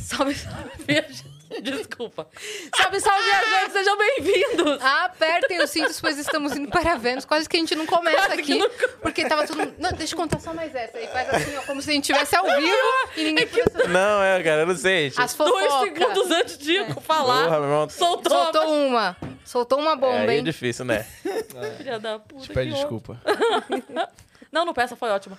Salve, salve, viajantes. Desculpa. Salve, salve, viajantes, sejam bem-vindos. Apertem os cintos, pois estamos indo para Vênus. Quase que a gente não começa aqui. Porque tava tudo. Não, deixa eu contar só mais essa. E faz assim, ó, como se a gente estivesse ao vivo e ninguém pudesse. Não, é, cara, eu não sei. gente. As Dois fofocas. segundos antes de eu falar, Porra, meu irmão. soltou, É. Soltou uma. Soltou uma É, bomba, aí é hein? difícil, né? a filha da puta. Pede que ótimo. desculpa. Não, não peça, foi ótima.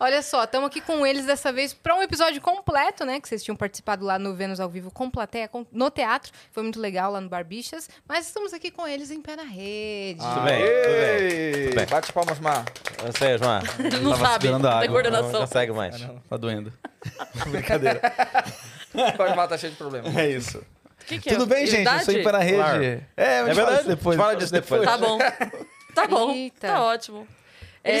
Olha só, estamos aqui com eles dessa vez para um episódio completo, né? Que vocês tinham participado lá no Vênus ao vivo com plateia, com- no teatro. Foi muito legal lá no Barbixas. Mas estamos aqui com eles em pé na rede. Tudo bem, tudo bem. Ei, bem. Bate palmas, Mar. Você, Osmar, Não tava sabe, segurando a não tem água. não coordenação. consegue mais. Tá doendo. Brincadeira. Pode matar tá cheio de problema. É isso. O que que é? Tudo bem, gente? Eu Idade? sou ir para a rede. Claro. É, eu te falo verdade. isso depois. Fala eu te disso depois. Tá bom. Tá bom. Eita. Tá ótimo. Eles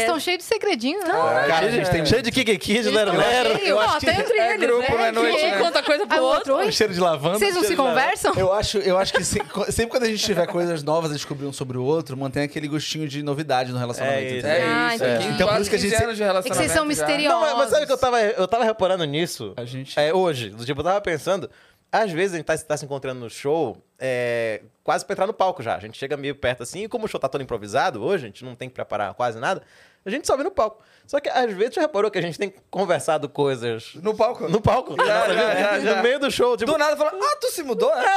É, estão cheios de segredinho, né? Cara, Cara, a gente tem cheio de Kiki Kid, Lero Lero. Cheio, ó, tá entre é eles, grupo, né? não é noite, Que- um conta coisa Ah, pro o outro. outro, oi? um cheiro de lavanda. Vocês não se conversam? Eu acho, eu acho que se- co- sempre quando a gente tiver coisas novas a descobrir um sobre o outro, mantém aquele gostinho de novidade no relacionamento. É isso. entendeu? É Ah, isso. entendi. aqui Então, por quase isso que a gente 15 se- anos de É que vocês são relacionamento já. misteriosos. Não, mas, mas sabe que eu tava, eu tava reparando nisso? A gente- É, hoje. Do Tipo, eu tava pensando. Às vezes a gente tá, tá se encontrando no show, é, quase pra entrar no palco já. A gente chega meio perto assim, e como o show tá todo improvisado hoje, a gente não tem que preparar quase nada, a gente sobe no palco. Só que às vezes já reparou que a gente tem conversado coisas. No palco? No palco. Já, Nada, já, viu? já, já. No meio do show, tipo. Do nada fala, ah, tu se mudou? né?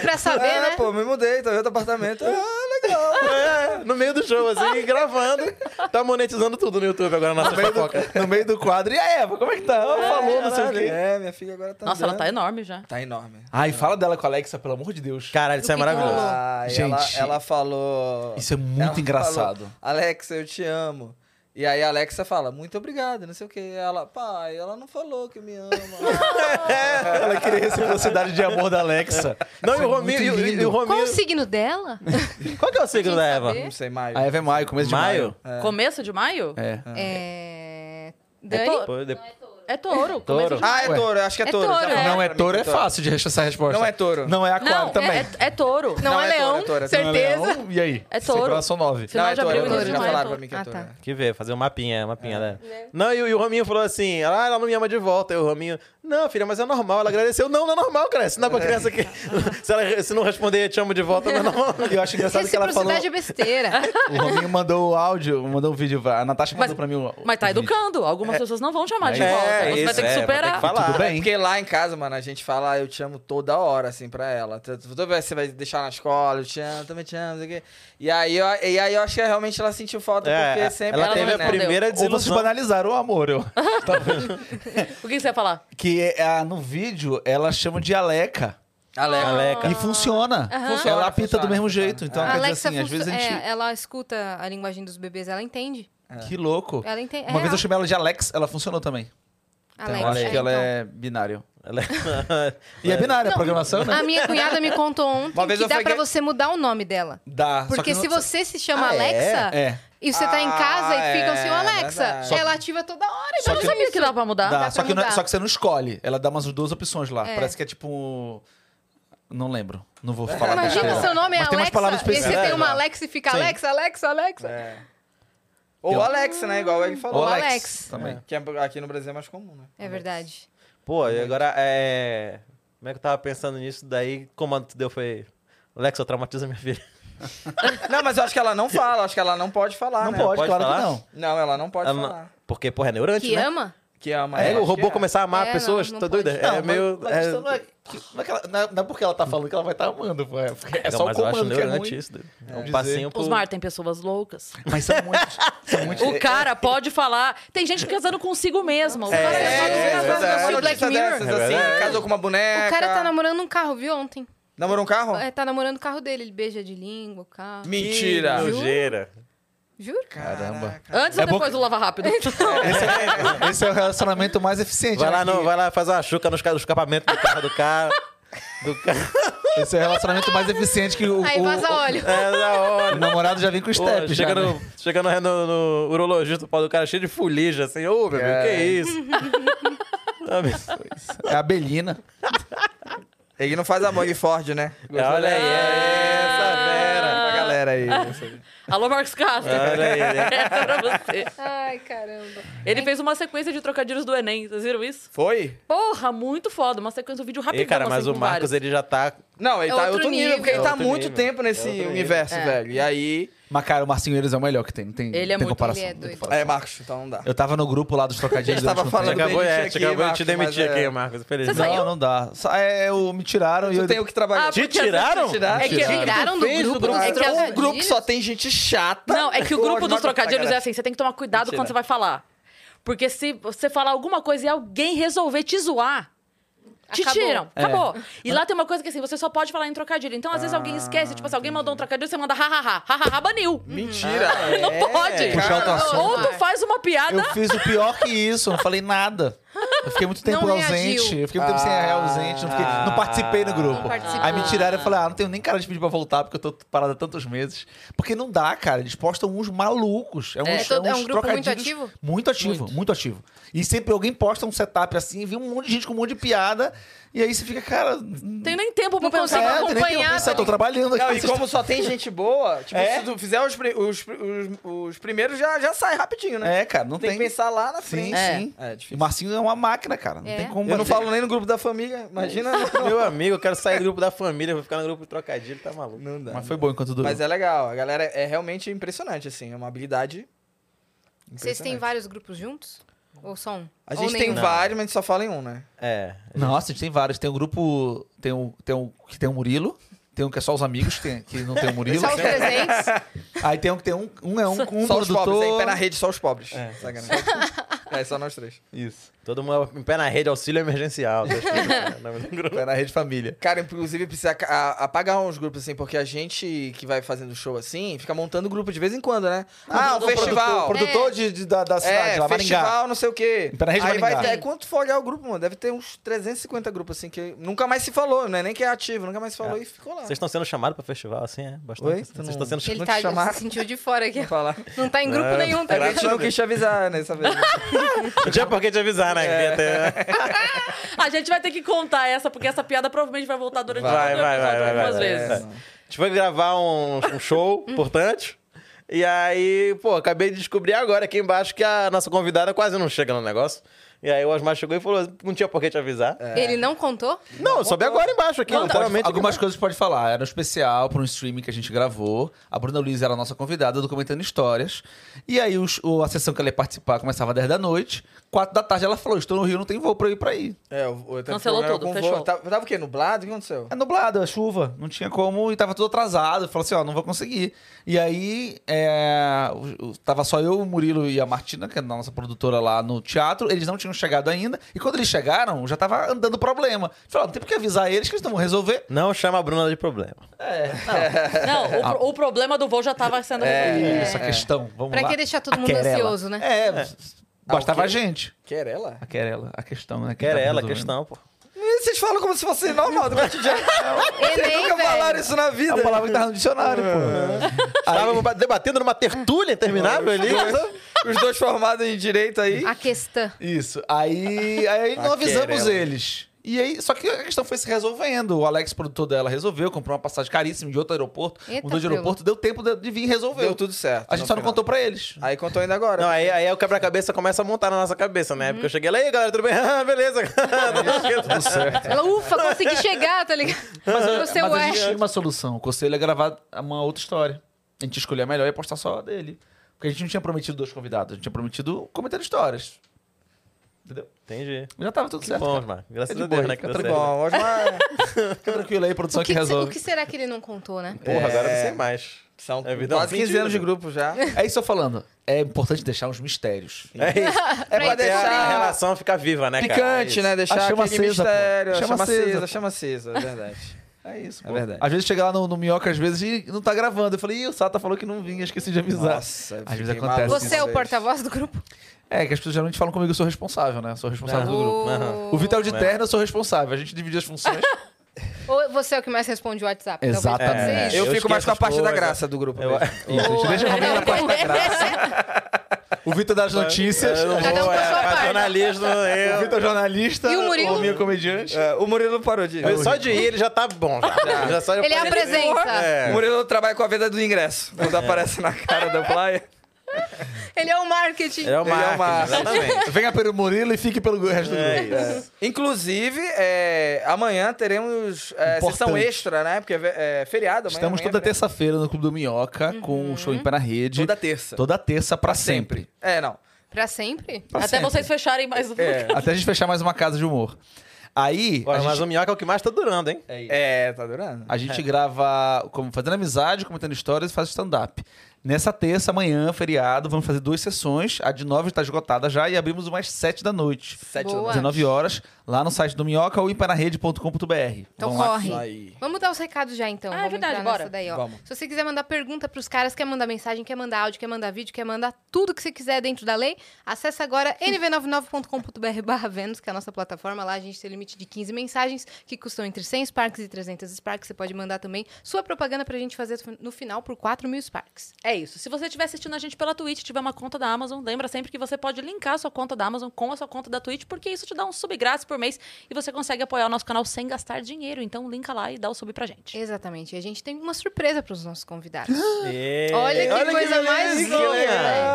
Pra saber, ah, né? pô, me mudei, tô em outro apartamento. Ah, É, no meio do show, assim, gravando. Tá monetizando tudo no YouTube agora, a Tá nossa fofoca. No meio do quadro. E a Eva, como é que tá? Ela falou, não sei o quê. É, minha filha agora tá Nossa, ela tá andando. enorme já. Tá enorme. Ai, fala dela com a Alexa, pelo amor de Deus. Caralho, isso é que que maravilhoso. rolou? Ah, Gente. Ela, ela falou... Isso é ela muito falou, engraçado. Alexa, eu te amo. E aí a Alexa fala, muito obrigada, não sei o que. Ela, pai, ela não falou que me ama. Ela queria reciprocidade de amor da Alexa. Não, e o Foi Romiro. muito e o- E lindo. o Romiro. Qual o signo dela? Qual que é o signo da Eva? saber. não sei, mais. A Eva é maio, começo Maio? Começo de maio? de maio. É. É... É, Dani? to- Pô, de- é touro. Começo Touro. de maio. Ah, é Ué. touro, acho que é É touro. touro, já falaram Não é pra mim touro, que é fácil de rechazar a resposta. Não é touro. Não é aquário Não, também. é, é touro. Não, Não, é, é leão, touro, é touro, é touro. certeza. Não é leão? E aí? É touro. Sem nove. Final Não, é de touro, abril, é touro, início de já maio, falaram touro. pra mim que é Ah, touro. tá. é. Que ver, fazer um mapinha, mapinha, né? Não, e, o- e o Rominho falou assim: ah, ela não me ama de volta. Aí o Rominho, não, filha, mas é normal. Ela agradeceu. Não, não é normal, cara. Se não é pra criança que. se, ela, se não responder, te amo de volta, não é normal. Eu acho engraçado que ela falou. Então, Reciprocidade é besteira. O Rominho mandou o áudio, mandou um vídeo. pra- A Natasha mandou pra mim o. Mas tá o vídeo. educando. Algumas pessoas não vão chamar de É, volta. Você vai isso, ter que é, vai ter superar. que falar. Tudo bem? Porque lá em casa, mano, a gente fala, "Ah, eu te amo toda hora, assim, pra ela. T- Toda vez que você vai deixar na escola, eu te amo, também te amo, não sei o quê. E aí, eu, e aí eu acho que realmente ela sentiu falta, É, porque sempre né? ela ela teve não a respondeu. primeira Ou vocês desilusão. banalizaram o amor, eu. Talvez. O que que você ia falar? que é- a- no vídeo ela chama de Aleca. Aleca. Aleca. E funciona. Funciona, Ela apita funciona, do mesmo funciona. jeito. Então, A quer dizer Alexa, assim, às vezes a func- gente. é, ela escuta a linguagem dos bebês, ela entende. Que louco. Ela entende. Uma é vez eu real. chamei ela de Alex, ela funcionou também. Então, eu Alexa, acho que ela então. é binário. Aleca. E é binário, é Não, programação, né? A minha cunhada me contou ontem Uma vez que eu dá peguei- pra você mudar o nome dela. Dá. Ah, só Porque que se não- você se chama Ah, é? Alexa É. e você tá em casa Ah, e fica assim, é, "Ô, Alexa, verdade. ela ativa toda hora. Eu Então não sabia que dava pra mudar. Dá, pra só, que não- é- mudar. só que você não escolhe. Ela dá umas duas opções lá. É. Parece que é tipo. Não lembro. Não vou falar. Imagina besteira. seu nome é Mas tem umas palavras Alexa e específicas. você tem uma É, Alexa e fica Sim. Alexa, Alexa, Alexa. É. Ou Então. Alex, né? Igual ele Ou falou. Ou Alex. Alex. Também. Que é- aqui no Brasil é mais comum, né? É verdade. Pô, e agora é. Como é que eu tava pensando nisso? Daí, o comando que tu deu foi. Alex, eu traumatizo minha filha. Não, mas eu acho que ela não fala, acho que ela não pode falar, Não né? pode, Pode claro falar? que não. Não, ela não pode Ela não- falar. Porque, porra, é neurante, Que né? ama? Que ama É, ela, o acho robô que é. começar a amar É, pessoas, não, não tá pode. doida? É Não, mas meio. a é- questão não é que- não é que ela- não é- não é porque ela tá falando que ela vai estar amando, pô. É, porque Não, é só o mas eu acho comando que é neurante ruim. isso. daí. É um dizer. passinho pro... Os mar tem pessoas loucas. Mas são muitos. São muitos. O cara pode falar. Tem gente casando consigo mesma. O cara É, só- é, Mas verdade. eu Uma assisti notícia Black Mirror. dessas, assim, casou com uma É, boneca. O cara tá namorando um carro, viu, ontem? Namorou um carro? É, tá namorando o carro dele, ele beija de língua o carro. Mentira. Que nojeira. Juro? Caramba. Antes ou É bom depois do Lava Rápido? Então, Esse é o relacionamento mais eficiente. Vai lá, né, não, que- vai lá fazer uma chuca nos ca- no escapamento do carro do cara. Do cara. Esse é o relacionamento mais eficiente que o. Aí o- vaza óleo. É, da o hora. namorado já vem com o Pô, step. já, chega né? no, chega no, no, no urologista, o pau do cara é cheio de fuligem, assim. Ô, meu bebê, que isso? Sabe? É a Belina. Ele não faz amor de Ford, né? Olha aí, é essa Galera, fera. pra galera aí. Alô, Marcos Castro. Olha aí, né? Essa era você. Ai, caramba. Ele fez uma sequência de trocadilhos do Enem, vocês viram isso? Foi? Porra, muito foda. Uma sequência, um vídeo E, rapidão. cara, assim, mas o com Marcos, vários. ele já tá. Não, ele É tá em outro outro nível, nível. porque ele É tá há outro muito nível. tempo nesse É outro nível. universo, velho. E aí. Mas, cara, o Marcinho Eiras é o melhor que tem. Não tem, Ele é não tem muito- comparação. ele é não tem doido. comparação. É, Marcos, então não dá. Eu tava no grupo lá dos trocadilhos. A gente tava durante um tempo. falando acabou, bem é, disso aqui, acabou de te Marcos, mas demitir é- aqui, Marcos. Infelizmente. Você saiu? Não, não dá. Sa- é, eu, me tiraram e Eu eu... tenho que trabalhar. Ah, Te porque às vezes tiraram? te tiraram. É que Tiraram. tiraram do fez grupo. do é que grupo. as O um grupo só trocadilhos- tem gente chata. Não, é que o Pô, grupo dos Marcos, trocadilhos é cara. assim, você tem que tomar cuidado Mentira. quando você vai falar. Porque se você falar alguma coisa e alguém resolver te zoar, te Acabou. tiram. Acabou. E lá tem uma coisa que assim, você só pode falar em trocadilho. Então, às vezes, alguém esquece. Tipo, se alguém mandou um trocadilho, você manda hahaha. Hahaha, baniu. Mentira. É. Não pode. Puxar outro assunto. Ou tu faz uma piada. Eu fiz o pior que isso, eu não falei nada. Eu fiquei muito tempo Não ausente. reagiu. Eu fiquei muito tempo sem Ah. ausente. Não, fiquei- não participei no grupo. Não participou. Aí me tiraram e eu falei, ah, não tenho nem cara de pedir pra voltar, porque eu tô parada há tantos meses. Porque não dá, cara. Eles postam uns malucos. É, uns, É todo- é uns um grupo muito trocadilhos ativo? Muito ativo, muito. ativo. E sempre alguém posta um setup assim, e vê um monte de gente com um monte de piada. E aí você fica, cara. Tem nem tempo pra Não pensar. pra consigo tem nem tempo pra acompanhar. pensar, É, eu tô trabalhando aqui. Não, e vocês como só tem gente boa, tipo, É? se tu fizer os, pri- os, pri- os, os primeiros, já, já sai rapidinho, né? É, cara, não tem, tem. que pensar lá na frente. Sim, é. sim. É, E difícil. Marcinho é uma máquina, cara. Não É. tem como. Eu não bater. falo nem no grupo da família, imagina. Meu amigo, eu quero sair do grupo da família, vou ficar no grupo de trocadilho, tá maluco. Não dá. Mas foi bom enquanto durou. Mas é legal, a galera é realmente impressionante, assim, é uma habilidade. Vocês têm impressionante. vários grupos juntos? Ou só um? A Ou gente tem nenhum? vários, mas a gente só fala em um, né? É. Nossa, a gente tem vários. Tem um grupo. Tem um, tem um que tem o Murilo. Tem um que é só os amigos, que, tem- que não tem o Murilo. Só os presentes? Aí tem um que tem um. Um é um com um só os pobres, é em produtor. pé na rede, só os pobres. Sacanagem. É, só nós três. Isso. Todo mundo em pé na rede, auxílio emergencial. tá escrito, né, o nome do grupo. Pé na rede família. Cara, inclusive precisa ac- a- apagar uns grupos, assim, porque a gente que vai fazendo show assim, fica montando grupo de vez em quando, né? Ah, o festival. Produtor, É. produtor de, de- da, da cidade, é, lá, festival, Maringá. não sei o quê. Em Pé na Rede, Aí vai Maringá. ter, quando tu for olhar o grupo, mano, deve ter uns 350 grupos, assim, que nunca mais se falou, né? Nem que é ativo, nunca mais se falou e ficou lá. Vocês estão sendo chamados pra festival, assim, é? Bastante. Oi? Tu Vocês não- estão sendo Ele chamados. tá, chamar. se sentiu de fora aqui. Vou falar. Não tá em grupo Não, nenhum, tá A gente ligado? não quis te avisar nessa vez. Não tinha por que te avisar, né? É. que ia ter- A gente vai ter que contar essa, porque essa piada provavelmente vai voltar durante Vai, todo o vai, vai, episódio vai, vai, algumas vai. vezes. É. A gente foi gravar um, um show importante. E aí, pô, acabei de descobrir agora aqui embaixo que a nossa convidada quase não chega no negócio. E aí o Osmar chegou e falou: não tinha por que te avisar. É. Ele não contou? Não, eu soube agora embaixo aqui, literalmente. Algumas coisas pode falar. Era um especial para um streaming que a gente gravou. A Bruna Luiz era a nossa convidada do Comentando Histórias. E aí os- o- a sessão que ela ia participar começava às 10 da noite. 4 da tarde ela falou: Estou no Rio, não tem voo pra eu ir pra ir. É, o, o, Cancelou o- o- tudo, o- fechou. Tava, tava o quê? Nublado? O que aconteceu? É nublado, é chuva, não tinha como e tava tudo atrasado. Falou assim: ó, não vou conseguir. E aí, é, o- o- tava só eu, o Murilo e a Martina, que é a nossa produtora lá no teatro. Eles não tinham chegado ainda. E quando eles chegaram, já tava andando problema. Falaram: não tem por que avisar eles que eles não vão resolver. Não chama a Bruna de problema. Não, o, pro- o problema do voo já tava sendo É. resolvido. Essa questão, vamos Pra lá. que deixar todo A mundo querela. ansioso, né? É, bastava Ah, o a gente. Querela? A querela, a questão, né? que Quer tava ela a resolvendo. questão, pô. Ih, Vocês falam como se fosse normal do cotidiano. Vocês Enem, nunca velho. falaram isso na É A vida. palavra que tava no dicionário, pô. Estávamos debatendo numa tertúlia interminável ali. É. Os dois formados em direito aí. A questão. Isso. Aí, aí não A avisamos querela. eles. E aí, só que a questão foi se resolvendo. O Alex, produtor dela, resolveu, comprou uma passagem caríssima de outro aeroporto, Eita, mudou de Frila. aeroporto, deu tempo de, de vir e resolveu. Deu tudo certo. A gente no só não final. contou pra eles. Aí contou ainda agora. Não, aí, aí o quebra-cabeça começa a montar na nossa cabeça, né? Uhum. Porque eu cheguei lá, e aí, galera, tudo bem? Ah, beleza. Tudo certo. Ela, ufa, consegui chegar, tá ligado? Pro seu É, Mas a gente ué. tinha uma solução. O conselho é gravar uma outra história. A gente escolher a melhor e postar só a dele. Porque a gente não tinha prometido dois convidados, a gente tinha prometido comentando histórias. Entendeu? Entendi. Já tava tudo Que certo. bom, cara. Osmar. Graças É de a boa, Deus, né? Que fica deu Muito certo. bom, é Osmar. Fica tranquilo aí, O produção que, que, que se- o resolve. que será que ele não contou, né? Porra, agora eu não sei mais. São É vida quase 15 mentira, anos de né? grupo já. É isso que eu tô falando. É importante deixar uns mistérios. É isso. É pra pra Até a deixar relação ficar viva, né, cara? É picante, isso. né? A Deixar Ah, chama aquele acesa, pô. mistério. Chama Chama acesa, acesa, pô. chama acesa, é verdade. É isso, É verdade. Às vezes chega lá no, no Minhoca, às vezes, e não tá gravando. Eu falei, ih, o Sata falou que não vinha, esqueci de avisar. Nossa, Às vezes fiquei acontece maluco isso. Você é uma o vez. porta-voz do grupo? É, que as pessoas geralmente falam comigo, eu sou responsável, né? Eu sou responsável do grupo. Aham. O Vital de Terno, eu sou responsável. A gente divide as funções. Ou você é o que mais responde o WhatsApp? Talvez pode ser Exatamente. isso. Eu, Eu fico mais com a esqueço parte as da coisas. graça do grupo. Eu- mesmo. Isso, a gente deixa comigo na parte da graça. O Vitor das notícias. Eu não Cada um vou, com a é, sua pra parte. É jornalismo, O eu... Vitor jornalista. E o Murilo? O meu comediante. É, o Murilo parou de. eu- Só de ir, ele já tá bom, já. já só de- Ele é a presença. É. É. O Murilo trabalha com a venda do ingresso. Quando aparece na cara da plaia. Ele é o marketing. Ele é o Ele é o Marcos, Marcos. exatamente. Venha pelo Murilo e fique pelo resto do É grupo. isso. Inclusive, é, amanhã teremos é, sessão Importante. extra, né? Porque é, ve- é feriado amanhã. Estamos amanhã toda é feriado. terça-feira no Clube do Minhoca Uhum. com o show em pé na rede. Toda terça. Toda terça pra sempre. É, não. Pra sempre? Pra Até sempre. vocês fecharem mais um. É. Até a gente fechar mais uma casa de humor. Aí, Agora, a gente, Mas o minhoca é o que mais tá durando, hein? É, tá durando. a gente grava como, fazendo amizade, comentando histórias e faz stand-up. Nessa terça, amanhã, feriado, vamos fazer duas sessões. A de nove está esgotada já e abrimos umas sete da noite. Sete Boa. da noite. 19 horas, lá no site do Minhoca ou impararede.com.br. Então Vamos lá. corre. Isso aí. Vamos dar os recados já, então. Ah, é Vamos verdade, entrar nessa bora. Daí, ó. Vamos. Se você quiser mandar pergunta pros caras, quer mandar mensagem, quer mandar áudio, quer mandar vídeo, quer mandar tudo que você quiser dentro da lei, acessa agora nv99.com.br barra Vênus, que é a nossa plataforma. Lá a gente tem limite de 15 mensagens, que custam entre 100 Sparks e 300 Sparks. Você pode mandar também sua propaganda pra gente fazer no final por 4 mil Sparks. É isso. Se você estiver assistindo a gente pela Twitch, tiver uma conta da Amazon, lembra sempre que você pode linkar a sua conta da Amazon com a sua conta da Twitch, porque isso te dá um sub grátis por mês e você consegue apoiar o nosso canal sem gastar dinheiro. Então, linka lá e dá o sub pra gente. Exatamente. E a gente tem uma surpresa pros nossos convidados. É. Olha que coisa mais belezinha. linda,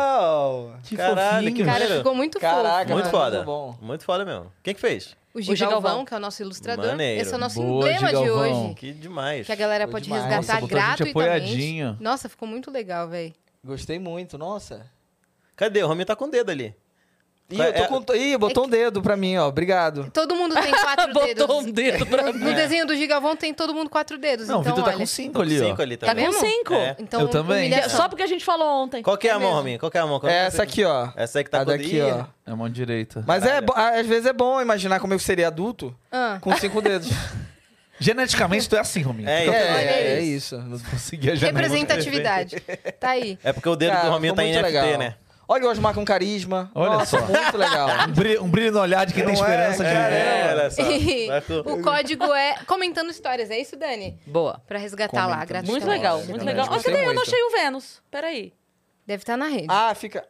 Caralho, que Que legal. fofinho. Cara, maneiro. ficou muito Caraca, fofo. Muito mano, foda. muito bom. Muito foda mesmo. Quem que fez? O Gigalvão, Gigalvão, que é o nosso ilustrador. Maneiro. Esse é o nosso Boa, emblema de Gigalvão. hoje. Que demais. Que a galera Foi pode demais. resgatar Nossa, botou a gente gratuitamente. apoiadinho. Nossa, ficou muito legal, velho. Gostei muito, nossa. Cadê? O Rominho tá com o dedo ali. Ih, Qual eu tô é- com... Ih, botou um dedo pra mim, ó. Obrigado. Todo mundo tem quatro Botou dedos. um dedo pra mim. No desenho do Gigavon tem todo mundo quatro dedos. Não, o então, Vitor tá olha. com cinco ali, ó. Cinco ali Tá também. com mesmo? cinco. É. Então, Eu também. humilhação. Só porque a gente falou ontem. Qual que é a É mão, mesmo. Rominho? Qual que é a mão? Qual É que essa aqui, ó. Essa aí que tá A com o daqui, dedo. ó. É mão direita. Mas é, Caralho. bo- às vezes é bom imaginar como eu seria adulto Ah, com cinco dedos. Geneticamente, tu é assim, Rominho. É, É, isso. é, é, é isso. Consegui a genética. representatividade. Tá aí. É porque o dedo Cara, do Rominho ficou tá em muito NFT, legal. né? Olha o Osmar com carisma. Olha Nossa, só. muito legal. Um brilho, um brilho no olhar de quem tem Não é, esperança de. cara, é. olha só. Vai com- o código é comentando histórias. É isso, Dani? Boa. Pra resgatar lá, Comentando gratuitamente. Muito legal, muito legal. Ó, Gostei cadê? Eu não muito. achei o Vênus. Peraí. Deve estar na rede. Ah, fica...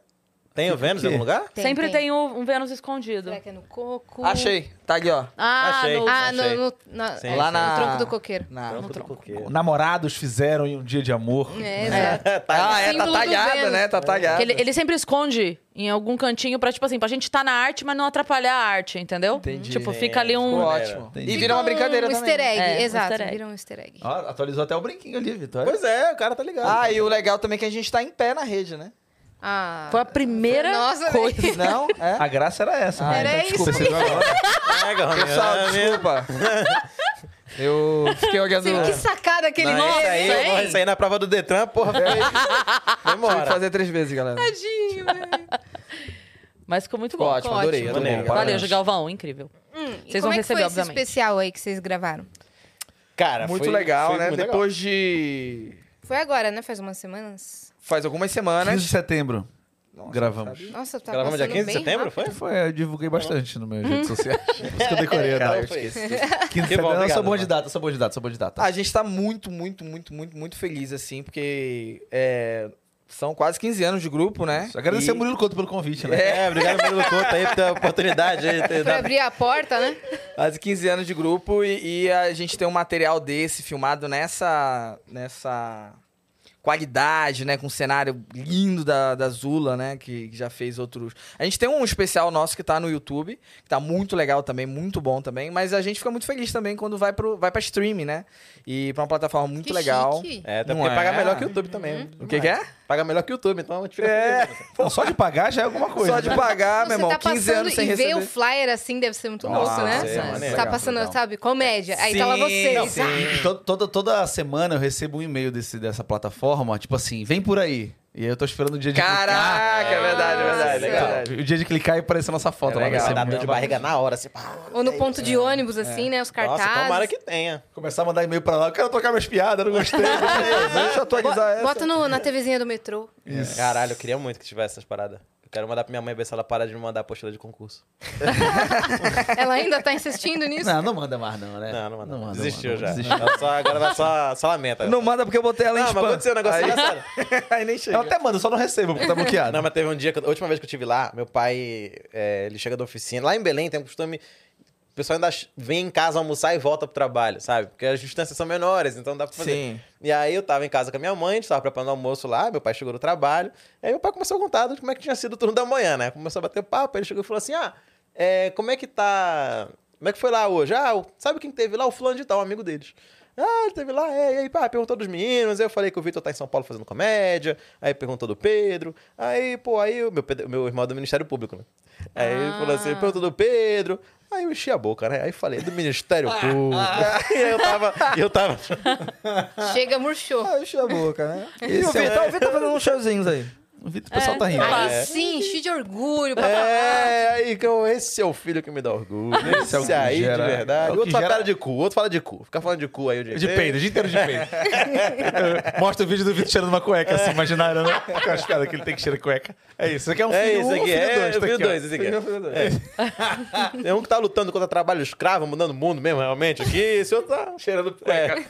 Tem o Vênus em algum lugar? Sempre tem, um, um Vênus escondido. Será que é no coco? Achei. Tá aqui, ó. Ah, Achei. no... Ah, Achei. no, no, na- Sim, é, Lá sim. na... no tronco do coqueiro. Na- Tronco do é. coqueiro. Namorados fizeram em um dia de amor. É, exato. Ah, é, Símbolo tá do talhada, Vênus. né? Tá talhada. Que ele, ele sempre esconde em algum cantinho pra, tipo assim, pra gente tá na arte, mas não atrapalhar a arte, entendeu? Entendi. Tipo, fica ali Ficou um. ótimo. Entendi. E vira uma brincadeira é um também. easter egg, É, um exato. easter egg. Vira um ester egg. Ó, atualizou até o brinquinho ali, Vitor. Pois é, o cara tá ligado. Ah, e o legal também é que a gente tá em pé na rede, né? Ah, Foi a primeira Nossa, coisa. Não? A É? graça era essa. Ah, né? era isso desculpa, aí. você viu agora? Pega, Rominho. Pessoal, Ah, meu- desculpa. Eu fiquei olhando... Sim, que sacada aquele Não, moço, isso aí, eu vou- hein? isso aí na prova do Detran, porra. Tive que Demora. fazer três vezes, galera. Tá Tadinho, velho. Mas ficou muito Ficou bom. ótimo, adorei. ótimo. adorei. Maneiro. Valeu, Galvão, incrível. E Vocês como vão é que receber, foi obviamente. esse especial aí que vocês gravaram? Cara, Muito foi- legal, foi né? muito legal. Depois de... Foi agora, né? Faz umas semanas. Faz algumas 15 de semanas. setembro. Nossa, Gravamos. sabe? Nossa, tá Gravamos dia passando 15 de bem setembro, rápido. foi? Foi, eu divulguei bastante no meu Uhum. redes sociais. Por isso que eu decorei a Cara, data. eu esqueci. 15 de Que bom, setembro, eu sou obrigado, bom de mano. data, eu sou bom de data, eu sou bom de data. A gente tá muito, muito, muito, muito, muito feliz, assim, porque é, são quase 15 anos de grupo, né? Agradecer E- ao Murilo Couto pelo convite, né? É, obrigado pelo conto aí, pela oportunidade. aí, ter Pra dado- abrir a porta, né? Quase 15 anos de grupo e, e a gente tem um material desse filmado nessa nessa qualidade, né, com um cenário lindo da, da Zula, né, que, que já fez outros. A gente tem um especial nosso que tá no YouTube, que tá muito legal também, muito bom também, mas a gente fica muito feliz também quando vai pro vai para streaming, né? E pra uma plataforma muito Que legal. chique. Uhum. É, até Não porque é? paga melhor que o YouTube também. né? O que que é? Paga melhor que o YouTube, então a gente fica É. feliz. Não, só de pagar já é alguma coisa. Só de né? pagar, Você Ah, meu irmão, tá 15 anos passando sem e ver o receber. flyer assim deve ser muito Nossa, louco, né? isso é Você maneiro. tá Legal, passando, legal. sabe, comédia. Aí tá lá Sim, vocês. sim. Ah, E to- toda, toda semana eu recebo um e-mail desse, dessa plataforma, tipo assim, vem por aí. E aí eu tô esperando o dia de Caraca, é verdade, é verdade, é Nossa. verdade. clicar. O dia de clicar e aparecer a nossa foto lá. vai legal. ser É Dá muito dor de legal. barriga na hora, assim. pá. Ou no ponto de ônibus, assim, né? Os cartazes. Nossa, tomara que tenha. Começar a mandar e-mail pra lá, eu quero trocar minhas piadas, eu não gostei. Deixa eu atualizar essa. Bota no- na TVzinha do metrô. Caralho, eu queria muito que tivesse essas paradas. Eu quero mandar pra minha mãe ver se ela para de me mandar apostila de concurso. Ela ainda tá insistindo nisso? não, não manda mais não, né? Não, não manda. não Desistiu não já. desistiu. Ela só- agora ela só, só lamenta. Não manda porque eu botei ela em Não, mas spam. aconteceu um negócio Aí- engraçado. Aí nem chega. Eu até mando, só não recebo, porque tá bloqueado. Não, mas teve um dia, que eu- a última vez que eu estive lá, meu pai, é, ele chega da oficina. Lá em Belém tem um costume, pessoal ainda ch- vem em casa almoçar e volta pro trabalho, sabe? Porque as distâncias são menores, então dá pra fazer. Sim. E aí eu tava em casa com a minha mãe, a gente tava preparando almoço lá, meu pai chegou do trabalho. Aí meu pai começou a contar de como é que tinha sido o turno da manhã, né? Começou a bater papo, aí ele chegou e falou assim: ah, é, como é que tá. Como é que foi lá hoje? Ah, o- sabe quem teve lá? O fulano de tal, um amigo deles. Ah, ele teve lá, é, e aí, pá, perguntou dos meninos, aí eu falei que o Vitor tá em São Paulo fazendo comédia, aí perguntou do Pedro, aí, pô, aí o meu, Pedro- meu irmão é do Ministério Público, né? Aí ele falou assim, perguntou do Pedro, aí eu enchi a boca, né? Aí falei, do Ministério Público. e aí eu tava, e eu tava, Chega, murchou. Ah, enche a boca, né? e o Esse é o- Vitor, o Vitor fazendo uns showzinhos aí. O Vitor, o pessoal tá rindo. Aí é. sim, enchi de orgulho. Pra... É, aí que eu- esse é o filho que me dá orgulho. Esse, Esse é o que aí gera- de é verdade. o O que outro fala gera- cara de cu, o outro fala de cu. Fica falando de cu aí o dia É De inteiro. peido, o dia inteiro de peido. Mostra o vídeo do Vitor cheirando uma cueca, assim, imaginário, né? Com as piadas que ele tem que cheirar cueca. É isso, isso aqui é um É filho isso um, aqui, filho é dois, o tá filho aqui, ó. dois, esse aqui. ó. É um que tá lutando contra trabalho escravo, mudando o mundo mesmo, realmente, aqui. Esse outro tá cheirando cueca.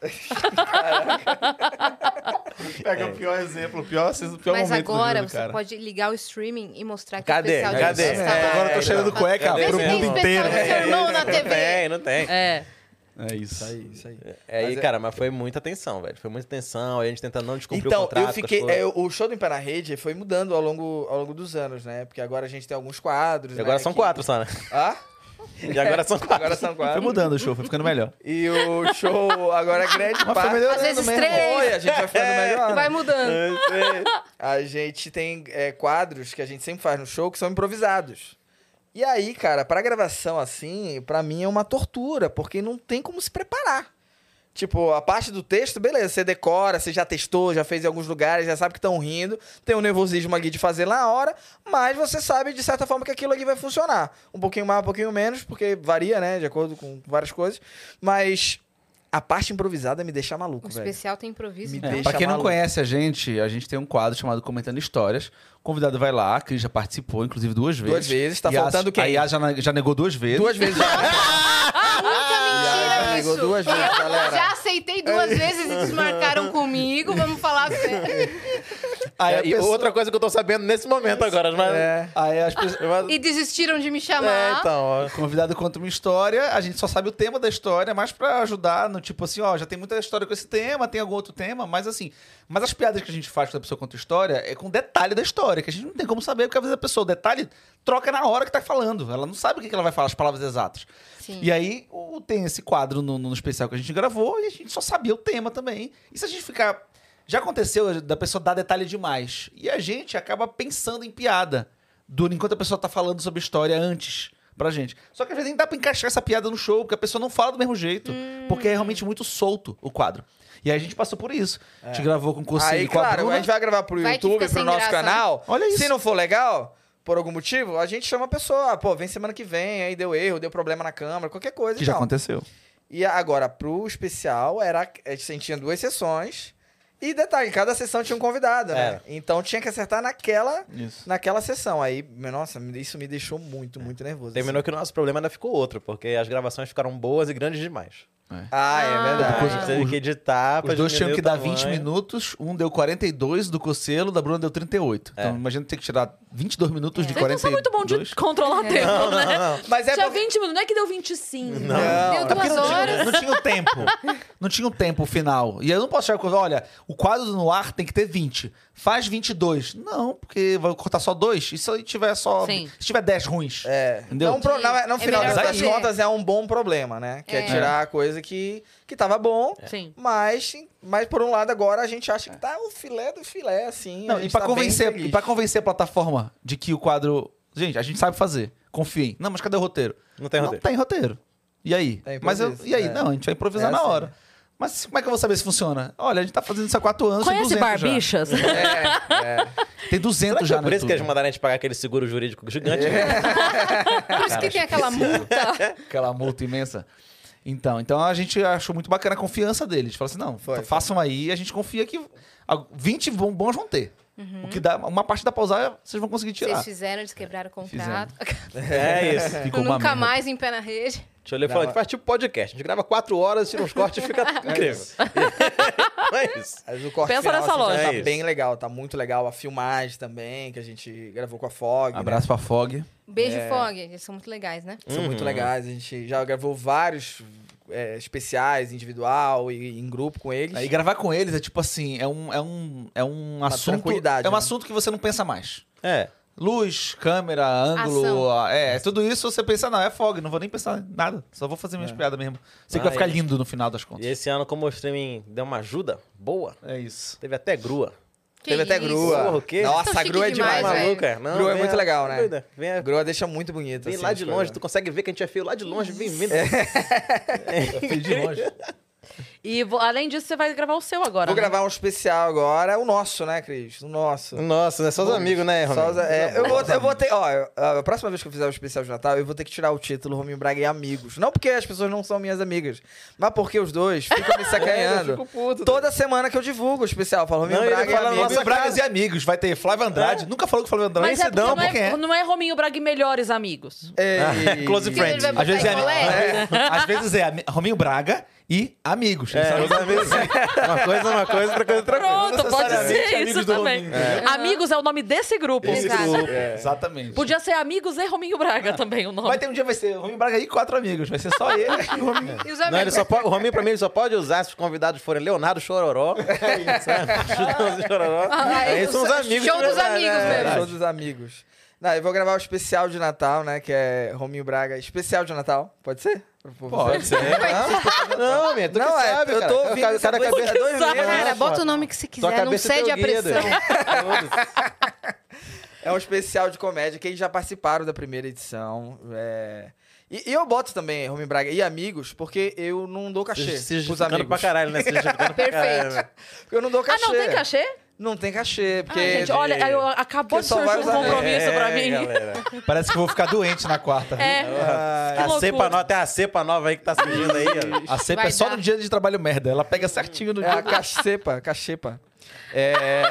Pega o pior exemplo, o pior, é o pior Mas momento do agora jogo, você cara. pode ligar o streaming e mostrar que Cadê? o especial Cadê? de vocês tá É, lá. Agora eu tô cheirando então. cueca Cadê pro Vê se mundo tem especial inteiro. do seu irmão na Não TV. tem, não tem. É. É isso. Isso aí, isso aí. É, Mas e, é- cara, mas foi muita tensão, velho. Foi muita tensão, a gente tentando não descumprir Então, o contrato. eu com as fiquei. coisas. é, o show do Em Pé na Rede foi mudando ao longo, ao longo dos anos, né? Porque agora a gente tem alguns quadros. E agora né, são que- quatro, só, né? Ah? E agora são quatro. Agora são Foi quatro. mudando o show, foi ficando melhor. E o show agora é grande Mas foi parte. melhorando Às vezes mesmo. três. Foi, a gente vai ficando melhor. né? Vai É, mudando. Eu sei. A gente tem é, quadros que a gente sempre faz no show que são improvisados. E aí, cara, pra gravação assim, pra mim é uma tortura, porque não tem como se preparar. Tipo, a parte do texto, beleza, você decora, você já testou, já fez em alguns lugares, já sabe que estão rindo, tem um nervosismo ali de fazer na hora, mas você sabe de certa forma que aquilo ali vai funcionar. Um pouquinho mais, um pouquinho menos, porque varia, né, de acordo com várias coisas. Mas a parte improvisada me deixa maluco, O velho. especial tem improviso. Me então. É, deixa pra quem não maluco. conhece a gente, a gente tem um quadro chamado Comentando Histórias. O convidado vai lá, a Cris já participou, inclusive, duas vezes. Duas vezes, tá E a- faltando quem? A Yas já, na- já negou duas vezes. Duas vezes já. Ah, Nunca Já mentira negou isso. duas vezes, Eu galera. Ah, Já aceitei duas vezes e desmarcaram comigo. Vamos falar sério. Aí, a e pessoa- outra coisa que eu tô sabendo nesse momento agora, mas... É. aí as pessoas... mas- E desistiram de me chamar. então. É, então, ó. O convidado conta uma história, a gente só sabe o tema da história, mas pra ajudar no tipo assim, ó, já tem muita história com esse tema, tem algum outro tema, mas assim, mas as piadas que a gente faz quando a pessoa conta história é com detalhe da história, que a gente não tem como saber, porque às vezes a pessoa, o detalhe troca na hora que tá falando, ela não sabe o que que ela vai falar, as palavras exatas. Sim. E aí o- tem esse quadro no, no especial que a gente gravou e a gente só sabia o tema também. E se a gente ficar. Já aconteceu da pessoa dar detalhe demais. E a gente acaba pensando em piada. Do, enquanto a pessoa tá falando sobre história antes pra gente. Só que às vezes nem dá pra encaixar essa piada no show, porque a pessoa não fala do mesmo jeito. Porque é realmente muito solto o quadro. E aí a gente passou por isso. A gente gravou com o Conselho É. Aí, e com a claro, Bruna. a gente vai gravar pro Vai que YouTube, fica pro sem nosso graça, né? canal. Olha Se isso. não for legal, por algum motivo, a gente chama a pessoa. Ah, Pô, vem semana que vem, aí deu erro, deu problema na câmera, qualquer coisa. Que e já tal. aconteceu. E agora, pro especial, era, a gente tinha duas sessões. E detalhe, cada sessão tinha um convidado, né? Era. Então tinha que acertar naquela, Isso. naquela sessão. Aí, nossa, isso me deixou muito, muito nervoso. Terminou que o nosso problema ainda ficou outro, porque as gravações ficaram boas e grandes demais. assim. Ah, é verdade. a gente teve que editar pra Os dois tinham diminuir que o dar tamanho. 20 minutos, um deu 42 do Cocelo, da Bruna deu 38. É. Então imagina ter que tirar 22 minutos de Vocês É. não 42. são muito bom de controlar tempo, né? Mas é Tinha porque- 20 minutos, não é que deu 25. Deu Não. É porque duas não horas. Tinha, não tinha o tempo. Não tinha o tempo final. E eu não posso chegar com. Olha, o quadro no ar tem que ter 20. Faz 22. Não, porque vai cortar só dois. E se eu tiver só. Sim. Se tiver 10 ruins. É. Entendeu? Não, pro- na- no É final melhor das fazer. contas é um bom problema, né? Que é, É. tirar a coisa que, que tava bom, Sim. mas, mas por um lado agora a gente acha que tá o filé do filé, assim. a Não, gente e pra, tá bem convencer, feliz. e pra convencer a plataforma de que o quadro. Gente, a gente sabe fazer. Confiem. Não, mas cadê o roteiro? Não tem roteiro. Não tem roteiro. E aí? É mas eu- improviso, e aí? é. Não, a gente vai improvisar É na assim, hora. né? Mas como é que eu vou saber se funciona? Olha, a gente tá fazendo isso há quatro anos. tem Conhece 200 já. Barbichas? Tem Será 200 que já é no por isso que YouTube. eles mandaram a gente pagar aquele seguro jurídico gigante? Por isso que tem aquela multa. Aquela multa imensa. Então, então a gente achou muito bacana a confiança deles. Falou assim, não, Foi, foi. façam aí, a gente confia que a- 20 bom- bons vão ter. O que dá, uma parte da pausar, vocês vão conseguir tirar. Uhum. Vocês fizeram, eles quebraram o contrato. é isso. Ficou uma Nunca merda. mais em pé na rede. Deixa eu ler falando, a gente faz tipo podcast. A gente grava quatro horas, tira uns cortes e fica incrível. É isso. Mas. Mas o corte Pensa final, nessa assim, loja. Tá É isso. bem legal, tá muito legal. A filmagem também, que a gente gravou com a Fog. né? Um Abraço pra Fog. Beijo, Fog. Eles são muito legais, né? São muito Uhum. legais. A gente já gravou vários é, especiais, individual e em grupo com eles. E gravar com eles é tipo assim, é um, é um, é um assunto. tranquilidade, É um né? assunto que você não pensa mais. É. Luz, câmera, ângulo, Ação. a- é, tudo isso você pensa, não, é fog, não vou nem pensar em nada, só vou fazer minhas piadas mesmo. Sei que Ah, vai ficar e- lindo no final das E contas. esse ano, como o streaming deu uma ajuda boa, É isso. teve até grua. Que Teve até isso. grua. Porra, o quê? Nossa, Tão a grua é chique demais, demais, maluco. velho. maluca. Não, grua é vem muito a- legal, né? Doida. Vem, a- A grua deixa muito bonito. vem assim, lá as de coisas. longe, tu consegue ver que a gente é feio lá de longe, vem vindo. Filho de longe. E vo- além disso, você vai gravar o seu agora. Vou né? gravar um especial agora, o nosso, né, Cris? O nosso. Nossa, né? Só os amigos, né, Só os- é, eu, vou, eu vou ter. Ó, eu- a próxima vez que eu fizer o especial de Natal, eu vou ter que tirar o título Rominho Braga e Amigos. Não porque as pessoas não são minhas amigas, mas porque os dois ficam É, me sacaneando. Toda semana que eu divulgo o especial, eu falo Rominho Não, ele Braga e fala na Amigos. nossa Nossa, Bragas e amigos, vai ter Flávio Andrade, nunca falou que Flávio Andrade Mas é porque sedão, não, porque é, não é Rominho Braga e melhores amigos. Ei. Close Que ele friends. vai botar Às vezes, é, em colégio? às vezes é ami- Rominho Braga e amigos. Eles É, são os amigos, assim. uma coisa, uma coisa, outra coisa, outra coisa. Pronto, pode ser amigos isso do também. Rominho, entendeu? Amigos é o nome desse grupo. Esse Exato. grupo. É. Exatamente. Podia ser Amigos e Rominho Braga também o nome. Vai ter um dia, vai ser Rominho Braga e quatro amigos, vai ser só ele e o Rominho. E os Não, ele amigos? só pode, o Rominho, pra mim, ele só pode usar se os convidados forem Leonardo Chororó. Chutãozinho e Chororó. Aí são os amigos. Ah, Show de dos verdade. amigos mesmo. Show né, dos amigos. Não, eu vou gravar o especial de Natal, né? Que é Rominho Braga. Especial de Natal. Pode ser? Pode ser. Não, minha, tu Não, que é, sabe, eu cara. tô É o ouvindo cara- essa cara música cabeça- há dois Sabe? meses. Cara, Nossa, bota o nome que você Sua quiser, não cabeça é teu cede à guia, pressão. É um especial de comédia que eles já participaram da primeira edição. é. E, e eu boto também Rominho Braga e amigos, porque eu não dou cachê Se, se pros justificando amigos. pra caralho, né? Se justificando pra caralho. Perfeito. né? Eu não dou Ah, cachê. não tem cachê? Não tem cachê, porque... Ai, gente, olha, eu, acabou porque de só vai surgir um usar- compromisso pra mim. É, galera. né? Parece que eu vou ficar doente na quarta. É. Ah, Que A cepa loucura. nova, tem a cepa nova aí que tá surgindo aí, ó. A cepa Vai é só dar. no dia de trabalho merda. Ela pega certinho no é a dia. cachepa, cachepa. É...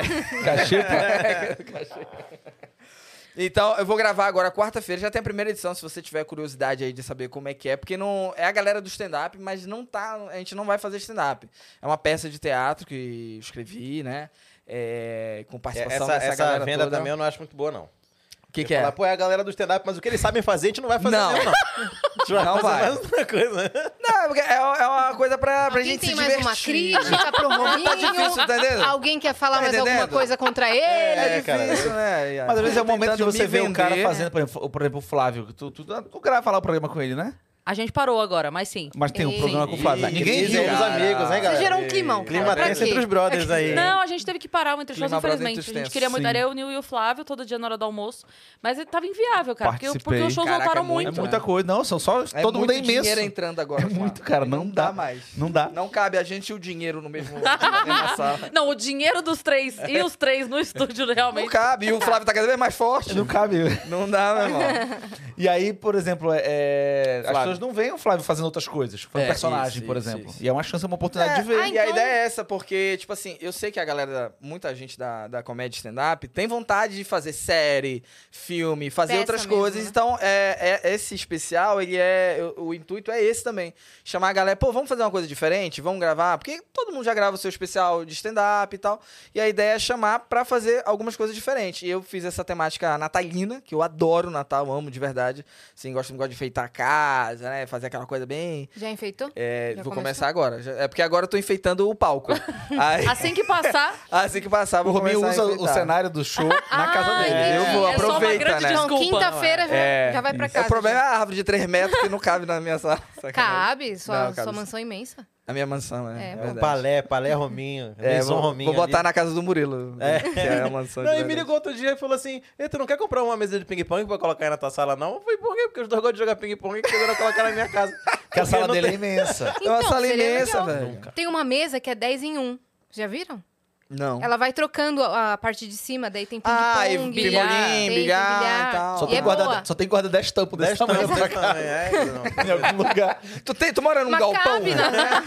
Então, eu vou gravar agora quarta-feira. Já tem a primeira edição, se você tiver curiosidade aí de saber como é que é. Porque não é a galera do stand-up, mas não tá. A gente não vai fazer stand-up. É uma peça de teatro que eu escrevi, né? É, com participação Essa, dessa essa galera venda toda. também eu não acho muito boa, não. O que, que é? Falar, Pô, é a galera do stand-up, mas o que eles sabem fazer, a gente não vai fazer Não. mesmo, não. A gente vai Não fazer vai. mais outra coisa. né? Não, é porque é, é uma coisa pra, pra Alguém gente tem se mais divertir. uma crítica pro Rominho? Tá difícil, tá entendendo? Alguém quer falar Tá mais alguma entendendo? coisa contra ele? É, É, cara. difícil, né? Mas às vezes é o momento de Tentando você me ver um cara vender. fazendo, por exemplo, por exemplo, o Flávio. Tu, tu, tu, tu grava lá o programa com ele, né? A gente parou agora, mas sim. Mas tem um Sim. programa com o Flávio. Ih, Ninguém crise riu. entre os cara. amigos, né, galera? Você é, gerou um climão, cara. Clima Pra tenso quê? entre os brothers aí. Não, a gente teve que parar o Entre Shows, Clima brother infelizmente. entre os A gente tensos, queria muito. sim. Era eu, o Nil e o Flávio, todo dia na hora do almoço. Mas ele tava inviável, cara. Porque, porque Participei. os shows Caraca, voltaram é muito. É muito, muita coisa. Não, são só. É todo mundo é muito imenso. dinheiro entrando agora. É muito, cara, não dá dá. mais. Não dá. Não cabe a gente e o dinheiro no mesmo na mesma sala. Não, o dinheiro dos três e os três no estúdio Não realmente. cabe. E o Flávio tá cada vez mais forte. Não cabe. Não dá, meu irmão. E aí, por exemplo, é, as Flávio. pessoas não veem o Flávio fazendo outras coisas. Fazendo É, personagem, isso, por isso, exemplo. isso. E é uma chance, é uma oportunidade de ver. Ah, E a então- ideia é essa, porque, tipo assim, eu sei que a galera, muita gente da, da comédia stand-up tem vontade de fazer série, filme, fazer Peça outras mesmo, coisas. né? Então, é, é- esse especial, ele é. O, o intuito é esse também. Chamar a galera, pô, vamos fazer uma coisa diferente, vamos gravar, porque todo mundo já grava o seu especial de stand-up e tal. E a ideia é chamar pra fazer algumas coisas diferentes. E eu fiz essa temática natalina, que eu adoro o Natal, amo de verdade. Assim, gosto, gosto de enfeitar a casa, né? Fazer aquela coisa bem. Já enfeitou? É, Já vou começou? começar agora. Já- É porque agora eu tô enfeitando o palco. Aí, Assim que passar, assim que passar, O vou Rominho começar a usa o enfeitar. cenário do show na casa Ah, dele. entendi. Eu vou, É só uma aproveita, grande né? Não, desculpa. é? quinta-feira já, É, já vai pra casa. O problema é gente. a árvore de 3 metros que não cabe na minha sala. Sacanagem. Cabe, sua, Não, cabe sua sim. mansão é imensa. Na minha mansão, é. É, bom. é verdade. Um Palé, Palé Rominho. É, Benção vou, Rominho. vou botar ali. na casa do Murilo. É. Que é a mansão Não, de e me verdade. ligou outro dia e falou assim: "Ei, Tu não quer comprar uma mesa de ping-pong pra colocar aí na tua sala, não? Eu falei, por quê? Porque os dois gostam de jogar ping-pong e quiseram colocar na minha casa. Porque a sala não dele é tem- imensa. É uma Então, sala seria imensa, legal. velho. Tem uma mesa que é 10 em 1. Já viram? Não. Ela vai trocando a, a parte de cima, daí tem ping-pong. Ah, e tem- bilhar, pimbolim, tem bilhar e tal. Só E tem, é boa. guarda, só tem guarda 10 tampos desse Dez tamanho tamanhos também, é, não. em algum lugar. Tu, tem, tu mora num Mas galpão? cabe, né?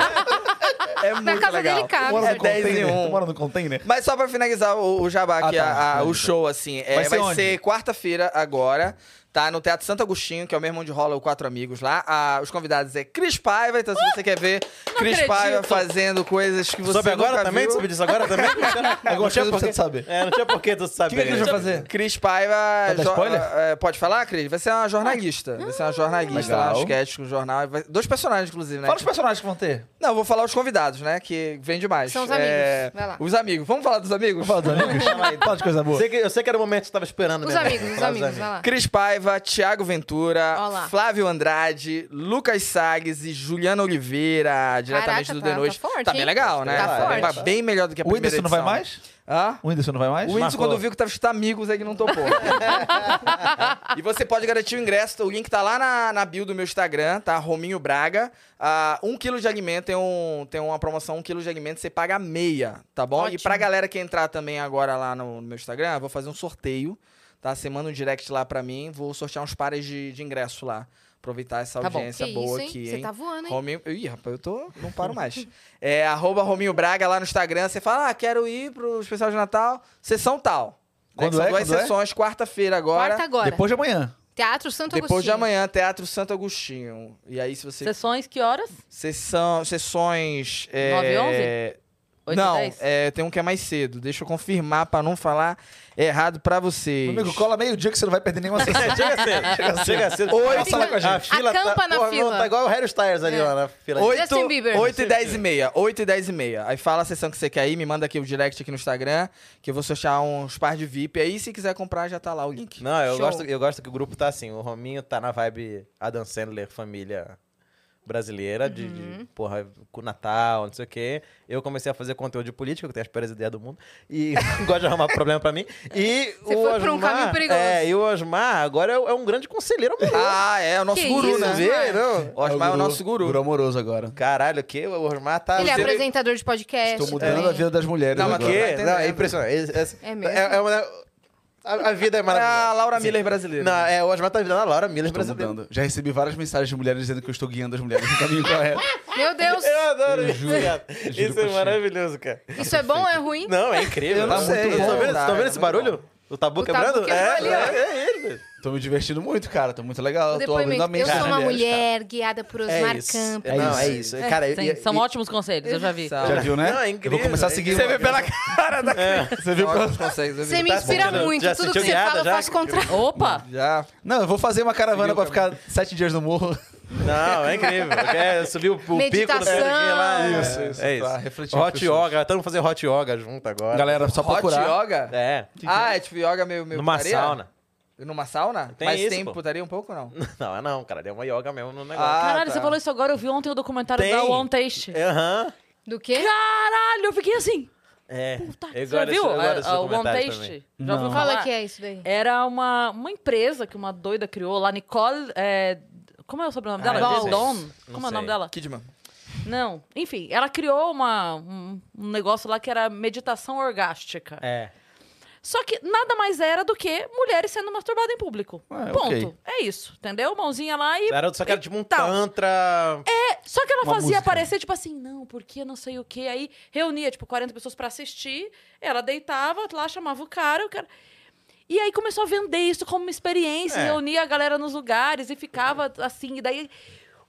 É muito Na casa legal. dele Tu cabe. mora É no 10 em container? um. Tu mora no container? Mas só pra finalizar o, o jabá Ah, aqui, tá. a- a- o Finaliza. show, assim. é, Vai vai ser ser, onde? quarta-feira agora. Tá no Teatro Santo Agostinho, que é o mesmo onde rola o Quatro Amigos lá. Ah, os convidados é Cris Paiva, então se você quer ver Cris acredito. Paiva fazendo coisas que você Soube nunca agora também? viu. Tu soube disso agora também? Algumas coisas porquê- precisa saber. É, não tinha porquê tu O que saber. que a gente vai fazer? é. Cris Paiva. Pode dar jo- spoiler? é, pode falar, Cris? Vai ser uma jornalista. Vai ser uma jornalista Legal. lá, um sketch com o jornal. Vai- Dois personagens, inclusive, né? Fala os personagens que vão ter. Não, eu vou falar os convidados, né? Que vem demais. É, São os amigos. Vai lá. Os amigos. Vamos falar dos amigos? Fala dos amigos. Fala de coisa boa. Sei que- eu sei que era o momento que tu tava esperando né, Os mesmo. amigos, os Falar dos amigos, vai lá. Cris Paiva, Thiago Ventura, Olá. Flávio Andrade, Lucas Sagues e Juliana Oliveira, diretamente Caraca, do tá- The Noite. tá forte, bem hein? legal, né? Tá bem, forte. bem melhor do que a O é primeira Whindersson não vai edição. mais? Hã? O Whindersson não vai mais? O Whindersson, Marcou. quando viu que tava escrito amigos, aí ele não topou. e você pode garantir o ingresso, o link tá lá na, na bio do meu Instagram, tá? Rominho Braga. Ah, um quilo de alimento tem, um, tem uma promoção, um quilo de alimento, você paga meia, tá bom? E Ótimo. pra galera que entrar também agora lá no, no meu Instagram, eu vou fazer um sorteio, tá? Você manda um direct lá pra mim, vou sortear uns pares de, de ingresso lá. Aproveitar essa Tá bom. audiência Que boa isso, hein? aqui, Você hein? tá voando, hein? Rominho... Ih, rapaz, eu tô... Não paro mais. É, arroba Rominho Braga lá no Instagram. Você fala, ah, quero ir pro especial de Natal, sessão tal. Né, Quando que são é? duas Quando é? sessões, quarta-feira agora. Quarta agora. Depois de amanhã. Teatro Santo Depois Agostinho. de amanhã, Teatro Santo Agostinho. E aí, se você... Sessões, que horas? Sessão, sessões... É... Nove e onze? Oito e não, dez? é, tem um que é mais cedo. Deixa eu confirmar pra não falar errado pra vocês. Meu amigo, cola meio dia que você não vai perder nenhuma sessão. É, chega cedo, chega cedo. Chega cedo. Oito- Passa lá com a gente. A campa tá, na porra, fila. não, Tá igual o Harry Styles ali É. lá na fila. Oi. 8, Justin Bieber. 8 e 10 e meia. 8 e 10 e meia. Aí fala a sessão que você quer ir, me manda aqui o direct aqui no Instagram, que eu vou sortear uns par de VIP. Aí, se quiser comprar, já tá lá o link. Não, eu Show. gosto, eu gosto que o grupo tá assim. O Rominho tá na vibe Adam Sandler, família brasileira, de, de, Uhum. porra, com Natal, não sei o quê. Eu comecei a fazer conteúdo de política, que eu tenho as piores ideias do mundo, e gosto de arrumar problema pra mim. E Você o foi Osmar, por um caminho perigoso. É, e o Osmar agora é, é um grande conselheiro amoroso. Ah, é, é o nosso Que guru, isso, né? Osmar? Vê, não? O Osmar é o nosso guru. Guru amoroso agora. Caralho, que o Osmar tá... Ele é Você- apresentador de podcast. É. Estou mudando também. a vida das mulheres Não, mas Não, agora. que- quê? entendendo. Não, é impressionante. É, é- tá É mesmo? é- é uma- a, a vida é É a maravilhosa. Laura Miller brasileira. Não, é, o Osmar tá virando a Laura Miller Estou brasileira. mudando. Já recebi várias mensagens de mulheres dizendo que eu estou guiando as mulheres no caminho correto. Meu Deus, Eu adoro isso, juro, cara. eu juro Isso pra é ti. maravilhoso, cara. isso é bom ou é ruim? Não, é incrível. Eu não tá sei, muito bom. é Estão vendo, verdade, tão vendo é esse muito barulho? O tabu O tabu quebrando? quebrou é, ali, ó. é, é ele, velho. Tô me divertindo muito, cara. Tô muito legal. O Tô depoimento. abrindo a Eu mente. sou uma das mulheres, mulher guiada por Osmar Campos. É não, isso. é isso. Cara, Sim, e- são e- ótimos conselhos, eu já vi. São. cara. Já viu, né? Não, é Eu incrível, Vou começar a é seguir. É. Você vê pela cara da Você viu pela- Você tá me inspira sentindo- muito. já Tudo que sentiu você guiada fala, eu já? faço contrário. Opa! Já. Não, eu vou fazer uma caravana Seguiu pra ficar sete dias no morro. Não, é incrível. É, subiu o pico do Meditação. Serginho lá. é- Isso, isso, É pra isso. refletir com as Hot pessoas. yoga. Estamos fazendo hot yoga junto agora. Galera, só Hot procurar. yoga? É. Ah, é tipo yoga meio, meio Numa putaria? sauna. Numa sauna? Tem Mas isso, tem pô. putaria um pouco, não? Não, é não, cara. Deu uma yoga mesmo no Ah, negócio. Caralho, tá. você falou isso agora, eu vi ontem o documentário Tem. da One Taste. É, Aham. Do quê? Caralho, eu fiquei assim. É. Puta, você Eu já gosto- viu eu gosto desses a, a One documentários Taste? também. Já ouviu Não. falar? Fala que é isso daí. Era uma, uma empresa que uma doida criou lá, Nicole... é, como é o sobrenome Ah, dela? não sei. Don? Não Como é o sei. nome dela? Kidman. Não. Enfim, ela criou uma, um, um negócio lá que era meditação orgástica. É. Só que nada mais era do que mulheres sendo masturbadas em público. Ah, Ponto. ok. É isso, entendeu? Mãozinha lá e Era, só que era tipo um Tal. tantra... Só que ela Uma fazia música. aparecer, tipo assim, não, porque não sei o quê. Aí reunia, tipo, 40 pessoas pra assistir. Ela deitava lá, chamava o cara, o cara. E aí começou a vender isso como uma experiência, É. reunia a galera nos lugares e ficava assim. E daí,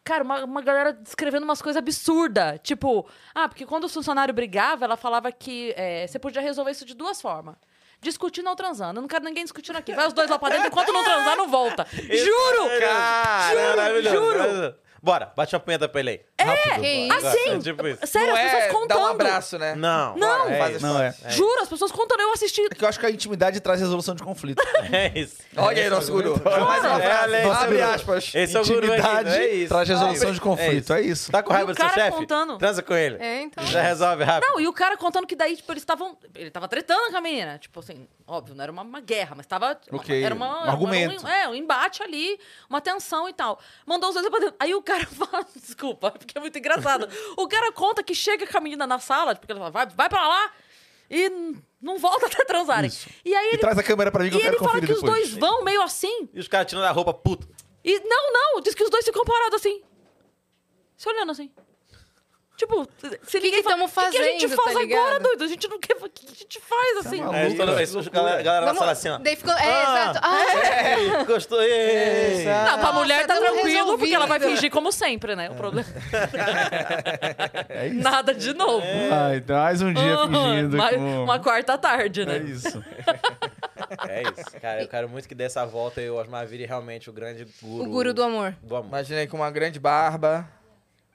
cara, uma, uma galera descrevendo umas coisas absurdas. Tipo, ah, porque quando o funcionário brigava, ela falava que é, você podia resolver isso de duas formas. Discutindo ou transando. Eu não quero ninguém discutindo aqui. Vai os dois lá pra dentro, enquanto não transar, não volta. é Juro! Cara, Juro! Juro! juro. Bora, bate uma punheta pra ele aí. É, Rápido. que Bora. assim? É tipo isso. Sério, não as pessoas é contando. dar um abraço, né? Não. Não. bora, Faz É isso. Não é. Juro, as pessoas contando. Eu assisti. É que eu acho que a intimidade traz resolução de conflito. É isso. assim. Olha aí, nosso guru. Mais uma É, frase. olha aí, nosso Abre guru. aspas. Esse é o guru aqui, intimidade não é isso. traz resolução de É conflito. isso. É isso. Tá com E raiva o do seu cara chefe? contando. Transa com ele. É, então. Já resolve rápido. Não, e o cara contando que daí, tipo, eles estavam. Ele tava tretando com a menina. Tipo assim, óbvio, não era uma, uma guerra, mas tava. uma- Ok, Era uma, um era um- argumento. é, um embate ali, uma tensão e tal. Mandou os dois pra dentro. Aí o cara fala, desculpa, porque é muito engraçado. o cara conta que chega com a menina na sala, porque ela fala, vai, vai pra lá e n- não volta até transarem. E aí E ele. traz a câmera pra mim que e eu quero ele fala conferir que os depois. dois vão meio assim. E os caras tirando a roupa, puto. E não, não, diz que os dois ficam parados assim. Se olhando assim. Tipo, se O que ninguém fa- estamos O que, fazendo? que a gente faz tá agora, ligado? doido? A gente não quer. O que que a gente faz assim? Tá maluco. É, né? toda vez, a galera, a galera na Vamos- sala assim, ó. Daí ficou. É, Ah, exato. Ah, Ei, gostou? É Ei, sabe? Não, pra mulher tá tamo tranquilo, porque ela vai resolvido. É. fingir como sempre, né? O É. problema. é Nada de novo. Ai, mais um dia Ah, É. fingindo. mais- com- Uma quarta tarde, né? É isso. É isso. Cara, eu quero muito que dê essa volta e o Osmar vire realmente o grande guru. O guru do amor. do amor. Imagina aí com uma grande barba.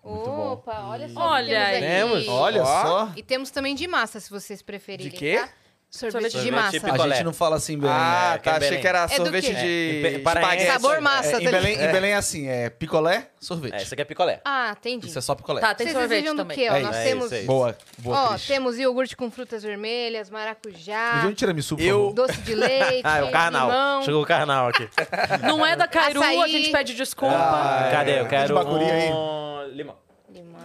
bom. Opa, olha só. Olha aí. Temos? Olha Ó. só. E temos também de massa, se vocês preferirem. De quê? tá? Sorvete, Sorvete de de massa. tipo- A Picolé. gente não fala assim, Belém. Ah, É, tá. que é Achei Belém. que era do sorvete quê? de É, em Pe- Paraense. espaguete. Sabor massa. É, em, Belém, em Belém é assim, é picolé, sorvete. É, isso aqui é picolé. Ah, entendi. Isso é só picolé. Tá, tem Vocês sorvete desejam do também. quê? Ó, É nós isso, é temos. isso, é isso. Boa, boa, Ó, Cris. temos iogurte com frutas vermelhas, Me maracujá, vê um tiramisu, por Eu- favor. doce de leite, Ah, é o carnal. limão. Chegou o carnal aqui. Não é da Cairu, Açaí. a gente pede desculpa. Ah, Cadê? Eu é. quero Tem de bacuri aí? um limão. Limão.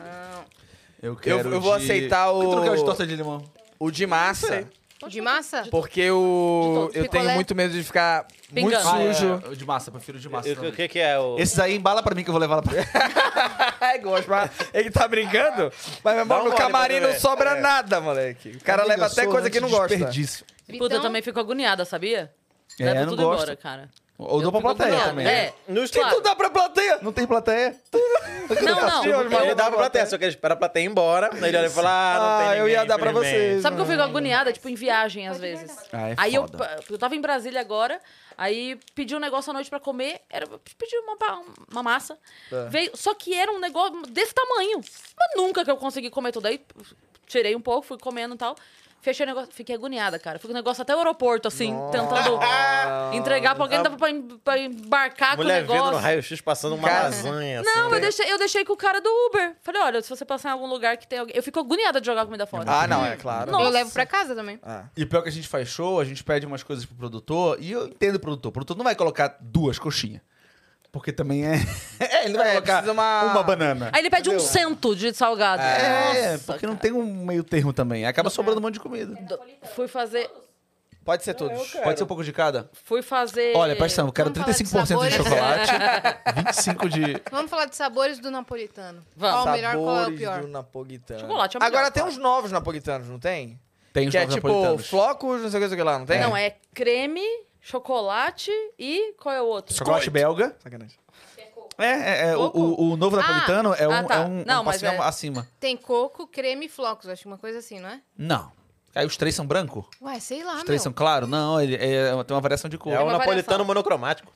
Eu Eu- eu vou aceitar Por que tu não o- quer de torta de limão? O de massa. De massa? Porque eu, todos. eu Picolé. tenho muito medo de ficar muito Pingando. Ah, é. sujo. O de massa, eu prefiro o de massa. E O também. o que que é o... Esses aí embala pra mim que eu vou levar lá pra. Ai, gosto, mas ele tá brincando? Mas, meu Dá um irmão, no gole pra camarim tu não ver. sobra É. nada, moleque. O cara Amiga, leva eu até sou coisa que não gosta. Desperdício. Puta, eu também fico agoniada, sabia? É, Leva eu não tudo gosto. embora, cara. Ou dou Eu pra fico plateia agoniada. também. É. Nos Claro. Dá pra plateia? Não tem plateia? Não, tá não. Ele dá pra plateia, só que ele espera a plateia ir embora. Daí ele olha e fala, ah, não tem Ah, eu ninguém, ia dar pra infelizmente. vocês. Sabe que eu fico agoniada, tipo, em viagem, às vezes. Ah, é aí eu, foda. eu tava em Brasília agora, aí pedi um negócio à noite pra comer, era, pedi uma, pa- uma massa, É. veio, só que era um negócio desse tamanho. Mas nunca que eu consegui comer tudo. Aí tirei um pouco, fui comendo e tal. Fechei o negócio, fiquei agoniada, cara. Fiquei com o negócio até o aeroporto, assim, tentando entregar pra alguém, tava pra, em- pra embarcar Ah. um Mulher com o negócio. vendo no raio-x passando uma Cara. lasanha. Não, assim. eu deixei, eu deixei com o cara do Uber. Falei, olha, se você passar em algum lugar que tem alguém. Eu fico agoniada de jogar comida fora. Ah, não, é claro. Nossa. Eu levo pra casa também. Ah. E o pior é que a gente faz show, a gente pede umas coisas pro produtor, e eu entendo o produtor. O produtor não vai colocar duas coxinhas. Porque também é. é ele não vai É, colocar precisa uma- uma banana. Aí ele pede um cento de salgado. É, Nossa, porque não tem um meio termo também. Acaba sobrando um monte de comida. cara. Fui fazer. Pode ser todos. Pode ser um pouco de cada? Fui fazer. Olha, presta atenção, eu quero Vamos falar de 35% de sabores? chocolate, 25% de. Vamos falar de sabores do napolitano. Vamos. Qual o melhor, qual é o Sabores pior? do napolitano. Chocolate é o melhor, Agora tem claro. uns novos napolitanos, não tem? Tem os que é novos tipo napolitanos. flocos, não sei o que, não sei o que lá, não um- tem? Não, é creme, chocolate e. Qual é o outro? Chocolate belga. Sacanagem. É, é, é, o, Coco? o- o novo Ah, napolitano é um, ah, tá. é um, Não, um mas passinho é- acima. Tem coco, creme e flocos, acho uma coisa assim, não é? Não. Aí os três são branco? Ué, sei lá, Os três são Ah, meu. claros? Não, ele é, tem uma variação de cor. É um uma napolitano variação. monocromático.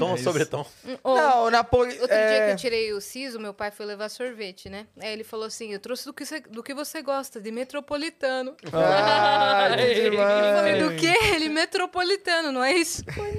Tom É sobre tom. Não, o Napoli... Outro dia que é... Oh. eu tirei o siso, meu pai foi levar sorvete, né? Aí ele falou assim: eu trouxe do que você, do que você gosta, de metropolitano. Ah, que Eu falei, demais. do que? Ele é metropolitano, não é isso?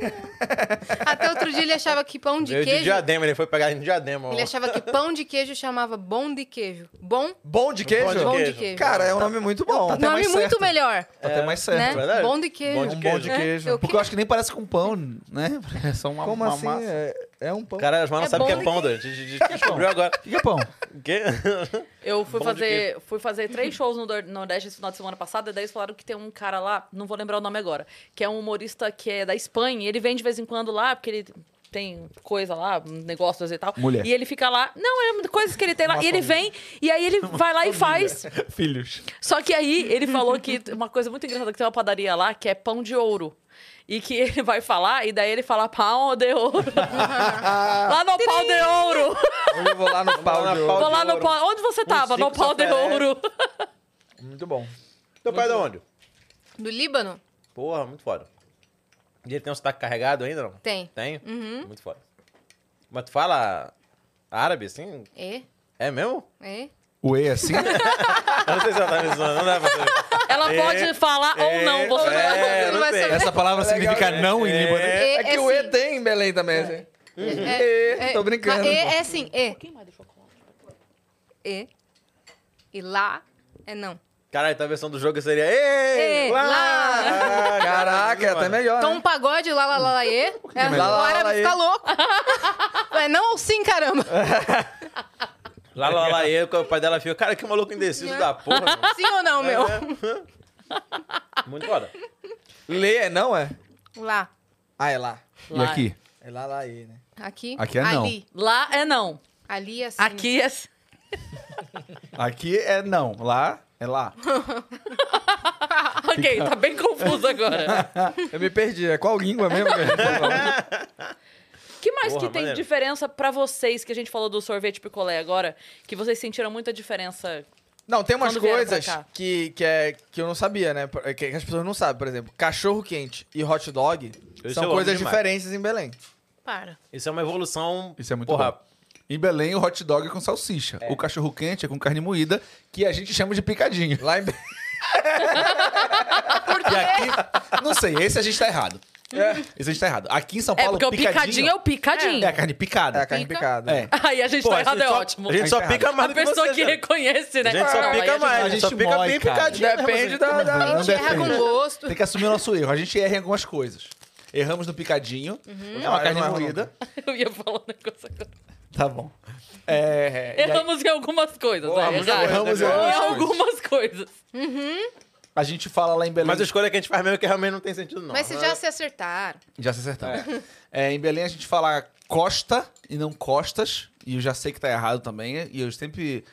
Até outro dia ele achava que pão de Veio de queijo. diadema, ele foi pegar em diadema. Ele achava que pão de queijo chamava bom de queijo. Bom, Bom de queijo? Bom de bom de queijo. queijo. Cara, é um nome muito bom. Tá até Nome mais muito certo. melhor, Tá até mais certo. né? É verdade? Bom de queijo. Bom de Um bom de queijo. queijo. É, eu Porque eu acho que nem parece com pão, né? É só uma, Como uma assim? massa. É, é um pão. Cara, as manas É sabem que bom é pão, doido. A gente descobriu agora. O que é pão? Que? Eu fui Bom fazer, fui fazer três shows no Nor- Nordeste esse final de semana passado, e daí eles falaram que tem um cara lá, não vou lembrar o nome agora, que é um humorista que é da Espanha, e ele vem de vez em quando lá, porque ele tem coisa lá, negócios e tal. Mulher. um E ele fica lá. Não, é coisas que ele tem lá. E ele vem, e aí ele vai lá e faz. Filhos. Só que aí ele falou que uma coisa muito engraçada que tem uma padaria lá que é pão de ouro. E que ele vai falar, e daí ele fala pão de ouro. lá no pau de ouro. Eu vou lá no pau lá de no ouro. Vou pau. lá de no ouro. pau. Onde você tava? No cinco pau de safaré. ouro. Muito bom. Teu pai é de onde? Do Líbano? Porra, muito foda. E ele tem um sotaque carregado ainda, não? Tem. Tem? Uhum. Muito foda. Mas tu fala árabe, assim? É? É mesmo? É? O E assim? Eu não sei se ela tá me zoando, não dá pra saber. Ela pode falar ou não. Você não vai- É, não vai sei. saber. Essa palavra significa né? não em É. língua. né? É, É, que é o E sim. tem em Belém também, assim. É, E, tô brincando. mas E é assim, E. E. E lá é não. Caralho, então a versão do jogo seria. Ei, É. Ei, lá! lá! Ah, Caraca, é até mano. melhor, Então um né? pagode, lá, lá, lá, lá, e. É, melhor. Lá, o lá, árabe lá, e. fica louco. Ué, não ou sim, caramba. Lá, lá, lá, eu, o pai dela fica. Cara, que maluco indeciso da porra. mano. É, Sim ou não, meu? Muito foda. Lê é não, é? Lá. Ah, é lá. E aqui? É lá, lá, E, né? Aqui. Aqui é não. ali. Lá é não. Ali é assim. Aqui é. Aqui é não, lá é lá. ok, tá bem confuso agora. Eu me perdi. É qual língua mesmo? que mais Porra, que tem maneiro. diferença pra vocês, que a gente falou do sorvete picolé agora, que vocês sentiram muita diferença? Não, tem umas Quando vieram coisas pra cá. que, que, é, que eu não sabia, né? Por- Que as pessoas não sabem. Por exemplo, cachorro quente e hot dog Esse eu são amo coisas demais. diferentes em Belém. Para. Isso é uma evolução. Isso é muito Porra, bom. Em Belém, o hot dog é com salsicha. O cachorro quente é com carne moída, que a gente chama de picadinho. Lá em Belém. E aqui, não sei, esse a gente tá errado. Esse a gente tá errado. Aqui em São É, Paulo, porque o picadinho, picadinho é o picadinho. é a carne picada. É a carne Pica. picada. É. Aí a gente Pô, tá a gente errado, é só- ótimo. A gente só Tá errado. pica mais A do que pessoa você, que já. reconhece, né? A gente só Aí pica gente- mais, a a gente gente só pica mói, bem cara. picadinho. mesmo, Depende assim. da- da- É A Não é gente erra defende. com gosto. Tem que assumir o nosso erro. A gente erra em algumas coisas. Erramos no picadinho, que é uma Ah, carne eu não erro moída. Eu ia falar um negócio agora. Tá bom. É, e aí Erramos em algumas coisas, é Erramos verdade. erramos em Em algumas algumas coisas. a gente fala lá em Belém. Mas a escolha que a gente faz mesmo é que né? realmente não tem sentido, não. Mas vocês já se acertaram. Já se acertaram. É, em Belém a gente fala costa e não costas. E eu já sei que tá errado também. E eu sempre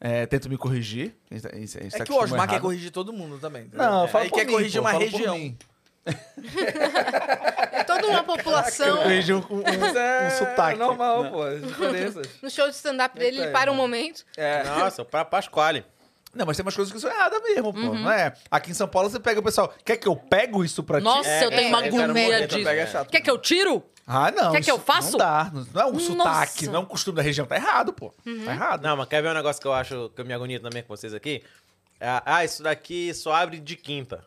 é, tento me corrigir. Isso- isso- isso tá É que o acostuma Osmar quer errado. corrigir todo mundo também. entendeu? Não, eu falo Aí por quer mim, corrigir pô, uma eu falo por região. mim. É toda uma população. Eu corrigi um, um, um, um sotaque. é normal, né? pô. As diferenças. No show de stand-up dele, Eita, ele para um é. momento. É. Nossa, pra Pasquale. Não, mas tem umas coisas que são erradas mesmo, pô. Não é? Aqui em São Paulo você pega o pessoal, quer que eu pego isso pra Nossa, ti? eu tenho uma é, agonia cara, disso. Pega chato. Quer que eu tiro? Ah, não. Quer que isso eu faço? Não dá. Não é um sotaque, Nossa. Uhum. não é um costume da região. Tá errado, pô. Tá errado. Não, mas quer ver um negócio que eu acho que eu me agonio também com vocês aqui? É, ah, isso daqui só abre de quinta.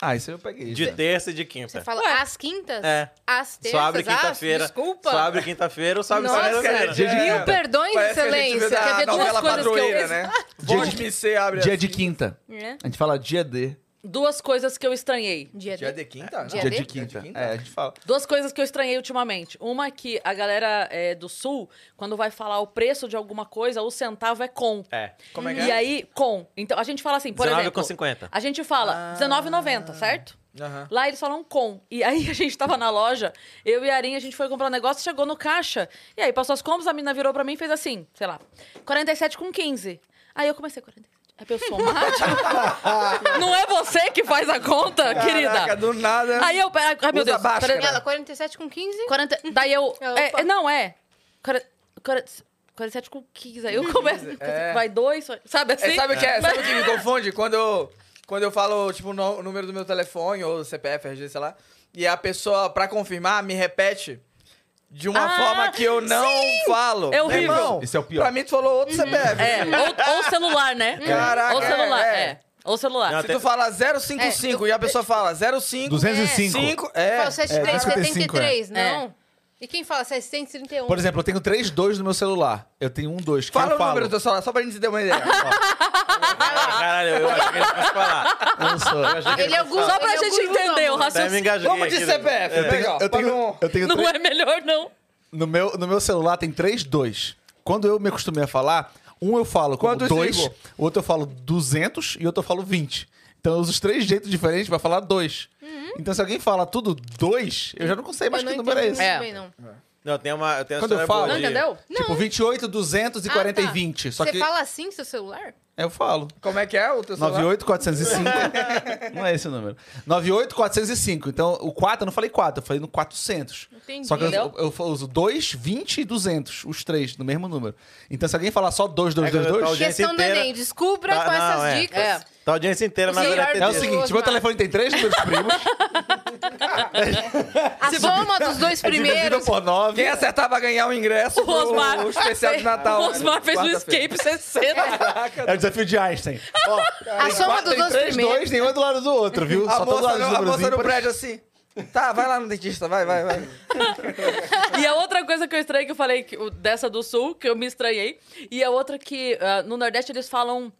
Ah, isso eu peguei. De isso. terça e de quinta. Você fala Ué. às quintas? É. Às terças? Só abre às- quinta-feira. Desculpa. Só abre quinta-feira ou só abre Nossa, segunda-feira. gente, é. Mil perdões, Parece que a gente excelência. vê da Quer ver duas novela coisas que eu- Padroeira, né? Dia Bom de- de se abre Dia assim. de quinta. É. A gente fala dia D. Duas coisas que eu estranhei. Dia, Dia D. de quinta? não? Dia Dia D? de Dia quinta. de quinta? É, a gente fala. Duas coisas que eu estranhei ultimamente. Uma é que a galera é, do sul, quando vai falar o preço de alguma coisa, o centavo é com. É. Como é que E é? aí, com. Então, a gente fala assim, por 19,50. exemplo... A gente fala R$19,90, certo? Aham. Lá eles falam com. E aí a gente tava na loja, eu e a Arinha, a gente foi comprar um negócio, chegou no caixa. E aí passou as compras, a menina virou pra mim e fez assim, sei lá, 47 com 15. Aí eu comecei 47. Aí eu somar. tipo, não é você que faz a conta, Caraca, querida. do nada. Aí eu, ai ai, meu Usa Deus, báscara. peraí, Ela, 47 com 15. 40, daí eu. Opa. é, é, não, é. Quora- quora- 47 com 15. Aí eu começo. é. Vai dois, sabe É, assim? sabe o que é? Sabe o que me confunde? Quando eu, quando eu falo, tipo, no- o número do meu telefone, ou CPF, RG, sei lá, e a pessoa, pra confirmar, me repete de uma Ah, forma que eu não falo. É horrível. Irmão, Isso é o pior. Pra mim, tu falou outro CPF. É, ou, ou celular, né? Caraca, Ou celular, é, é. é. Ou celular. Não, Se tu fala 055 É, e a pessoa fala 05... 205. 5, Fala é. 73, 75, 73, é. não? E quem fala 731? Por exemplo, eu tenho três dois no meu celular. Eu tenho um dois que Fala eu o falo. número do teu celular, só pra gente ter uma ideia. Caralho, eu achei que ele fosse falar. Eu não sou. Eu achei que Ele é o Gus- Só pra ele é o gente Gus entender o Ramos. Até me raciocínio. engasguei Vamos de aqui, né? CPF. Eu tenho, eu tenho, um. eu tenho Não três- é melhor, não. no, meu, no meu celular tem três dois. Quando eu me acostumei a falar, um eu falo como Quantos dois, cinco? o outro eu falo 200 e outro eu falo 20. Então eu uso os três jeitos diferentes pra falar dois. Uhum. Então se alguém fala tudo dois, eu já não sei mais eu não que entendo número é esse. muito É. bem, não. Não, tem uma. Eu tenho uma Quando eu história falo- boa Não de- Entendeu? Tipo, 28, 240 Ah, e tá. 20. Só Você que fala assim no seu celular? eu falo. Como é que é o teu celular? 98405. não é esse o número. 98405. Então, o 4, eu não falei 4, eu falei no 400. Entendi. Só que eu, Entendeu? eu uso 2, 20 e 200, os três, no mesmo número. Então, se alguém falar só 2, 2, É que eu 2, tô 2... audiência Questão inteira- do Enem. Descubra Tá, com não, essas é. dicas. É. Tá a audiência inteira na Sim, verdade. eu- É o seguinte, meu Osmar. telefone tem três números primos. A soma dos dois é dividido primeiros. por 9. é Quem acertar vai ganhar o ingresso O Osmar. pro especial de Natal. O Osmar fez um Quarta-feira. escape 60. É o desafio de Einstein. Ó, A soma dos dois primeiros. dois, nenhum é do lado do outro, viu? A Só tá do moça, lado no, dos a números moça no ímpares. prédio assim. Tá, vai lá no dentista, vai, vai, vai. E a outra coisa que eu estranhei, que eu falei que, o- dessa do sul, que eu me estranhei. E a outra que ah, no Nordeste eles falam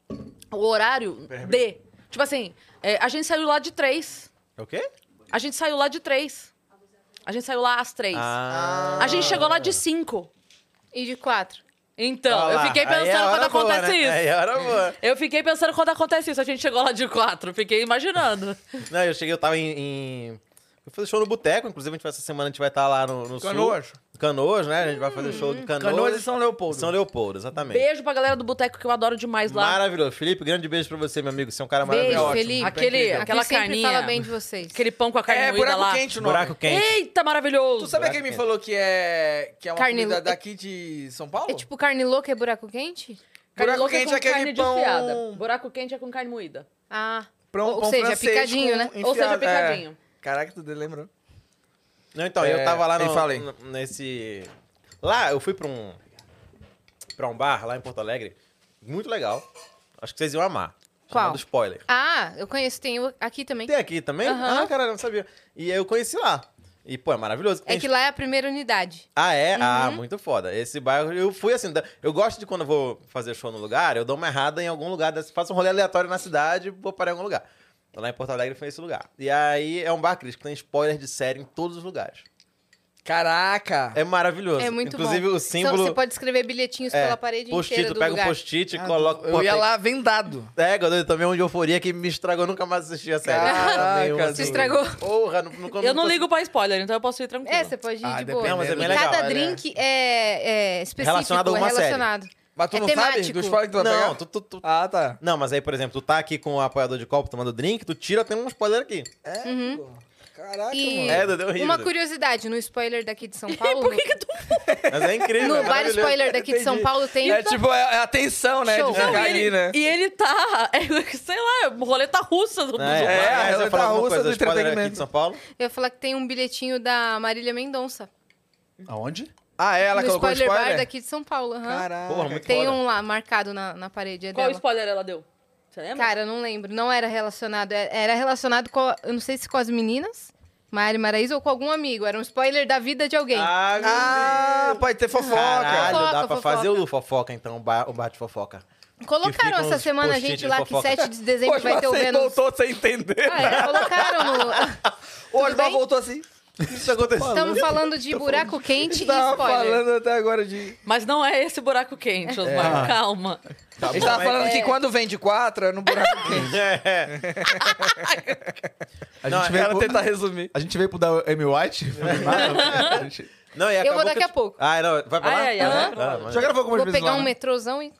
o horário de. Tipo assim, é, a gente saiu lá de três. O quê? A gente saiu lá de três. A gente saiu lá às três. Ah. A gente chegou lá de cinco. E de quatro. Então, Olha eu lá, fiquei aí é pensando hora quando boa, acontece né? isso. Aí é hora boa. Eu fiquei pensando quando acontece isso. A gente chegou lá de quatro. Fiquei imaginando. Não, eu cheguei, eu tava em, em Eu fiz show no Boteco, inclusive a gente vai, essa semana a gente vai estar lá no, no Canoas. Sul. Canoas, né? A gente vai fazer show Hum. do Canoas. Canoas e São Leopoldo. São Leopoldo, exatamente. Beijo pra galera do Boteco que eu adoro demais lá. Maravilhoso. Felipe, grande beijo pra você, meu amigo. Você é um cara Beijo, maravilhoso. Felipe. Aquele- É, Incrível. aquela Aqui sempre carninha. fala bem de vocês. Aquele pão com a carne Tá É, moída buraco lá. quente o nome. Buraco quente. Eita, maravilhoso! Tu sabe quem Buraco me quente. falou que é, que é uma Carne comida louca. daqui de São Paulo? É tipo carne louca e buraco quente? buraco louca quente com é aquele carne pão- desfiada. Buraco quente é com carne moída. Ah. Pão- Ou um pão seja, francês picadinho, com né? Ou seja, enfiado- picadinho. é. Caraca, tu lembrou. Não, então, É, eu tava lá aí no, falei. n- nesse. Lá eu fui pra um. pra um bar lá em Porto Alegre. Muito legal. Acho que vocês iam amar. Qual? Chamado spoiler. Ah, eu conheço, tem o- aqui também. Tem aqui também? Aham. Ah, caralho, eu não sabia. E eu conheci lá. E, pô, é maravilhoso. É Tem que lá é a primeira unidade. Ah, é? Ah, muito foda. Esse bairro, eu fui assim. da- Eu gosto de quando eu vou fazer show no lugar, eu dou uma errada em algum lugar, desse- faço um rolê aleatório na cidade, vou parar em algum lugar. Lá em Porto Alegre foi esse lugar. E aí é um bar, Cris, que tem spoiler de série em todos os lugares. Caraca! É maravilhoso. É muito Inclusive, bom. o símbolo. Então, você pode escrever bilhetinhos é, pela parede Post-it, inteira tu do pega lugar. um post-it e Ah, coloca. Eu pô, ia tem- lá vendado. É, quando eu tomei um de euforia que me estragou, nunca mais assisti a série. Caraca, Tomei uma, se assim, estragou. Porra, não, não, Eu não ligo pra spoiler, então eu posso ir tranquilo. É, você pode ir Ah, de depende, boa. Não, mas é bem e cada legal, drink é, é específico, Relacionado a é uma série. relacionado. Mas tu É não sabe temático. do spoiler que tu vai pegar? assim, Não, tu, tu, tu- Ah, tá. Não, mas aí, por exemplo, tu tá aqui com o apoiador de copo tomando drink, tu tira, tem um spoiler aqui. É, pô. Caraca, Uhum. E mano. É, deu horrível. uma curiosidade, no spoiler daqui de São Paulo, Por que que tu... Mas é incrível. no é bar maravilhoso. spoiler daqui de São Entendi. Paulo tem... É tipo, é, é a tensão, né? Show. De ficar Não, e ali, ele, né? e ele tá... é, sei lá, roleta russa do, do É, É, é, a é, você roleta fala alguma russa coisa do do spoiler aqui entretenimento. de São Paulo? Eu ia falar que tem um bilhetinho da Marília Mendonça. Aonde? Ah, é? ela no colocou spoiler, spoiler? bar daqui de São Paulo, aham. Caraca. Porra, muito Tem foda. um lá marcado na, na parede, é Qual dela. spoiler ela deu? Você lembra? Cara, eu não lembro. Não era relacionado. é- Era relacionado com. Eu não sei se com as meninas, Mari Maraísa, ou com algum amigo. Era um spoiler da vida de alguém. Ah, meu Ah, Deus. pode ter fofoca. Caralho, Fofoca, dá pra fofoca. fazer o fofoca, então, o bar, o bar de fofoca. que Colocaram ficam essa os semana a post-it gente de lá fofoca. que 7 de dezembro vai ter o você Vênus. voltou sem entender. Ah, é, colocaram no. O tudo Osmar bem? voltou assim. Isso aconteceu. Estamos falando de buraco quente e Tava spoiler. falando até agora de... Mas não é esse buraco quente, É. Osmar. Calma. Tá Ele bom, tava mas- falando que quando vem de quatro é no buraco quente. É. A Não, gente veio Ela pro... tenta resumir. A gente veio pro da Amy White? A gente- Não, e Eu vou acabou daqui que- a pouco. Ah, não, vai pra lá? Ah, é, é, Ah, é. tá, mas- Já gravou algumas Vou vezes pegar lá, um né? metrôzão e,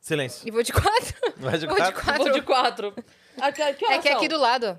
Silêncio. e vou de quatro. Vai de Vou de quatro? Vou quatro. de quatro. Aqui, que É horas que é são? aqui do lado. ó.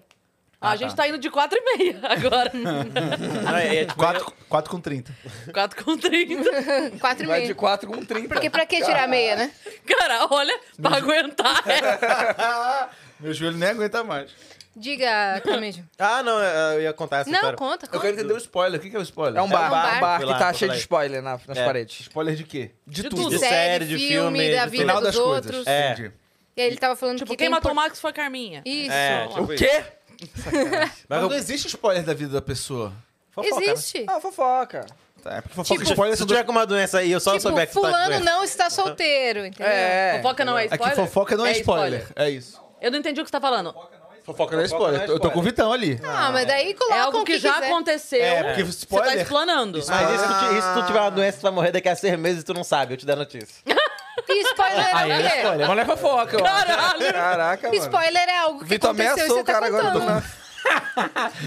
Ah, A gente tá indo de quatro e meia agora. Não, é, é, tipo, Quatro- quatro com 30. quatro com trinta. Quatro e Vai de meio. quatro com 30. Porque pra que tirar a meia, né? Cara, olha, pra aguentar essa. Meu joelho nem aguenta mais. Diga, Camejo. Ah, não, é, eu ia contar essa Não, história. conta, Eu conta. quero entender o spoiler. O que que é o spoiler? É um bar, É um bar. um bar Fui que lá, tá fui cheio lá. de spoiler na- nas É. paredes. Spoiler de quê? De De tudo. série, de filme, da de vida Final dos das coisas. outros. É. Entendi. E aí ele tava falando Tipo, que quem tem matou o por- Max foi a Carminha. Isso. É, né? tipo isso. quê? Mas Mas não eu- existe spoiler da vida da pessoa. Fofoca, né? Existe. Ah, fofoca. Tá, é porque fofoca Tipo, e spoiler Se são tu dois... tiver com uma doença aí, eu só tipo, souber que tu tá com fulano doença. não está solteiro, entendeu? É. Fofoca não é É spoiler? que fofoca não é, spoiler. É isso. Eu não entendi o que você tá falando. Fofoca né? não é Fofoca não é spoiler. Eu tô com o Vitão ali. Ah, mas daí É colocam algo o que, que já quiser. aconteceu. É, porque Você tá spoiler... é explanando. Mas e se, tu, ti- e se tu tiver uma doença, tu vai morrer daqui a seis meses e tu não sabe, eu te dei a notícia. E spoiler é Aí o é quê? spoiler. Mas não é fofoca. ó. Caralho! Caraca, mano. Spoiler é algo que Vitor aconteceu e ameaçou você o tá cara agora. eu tô contando. na-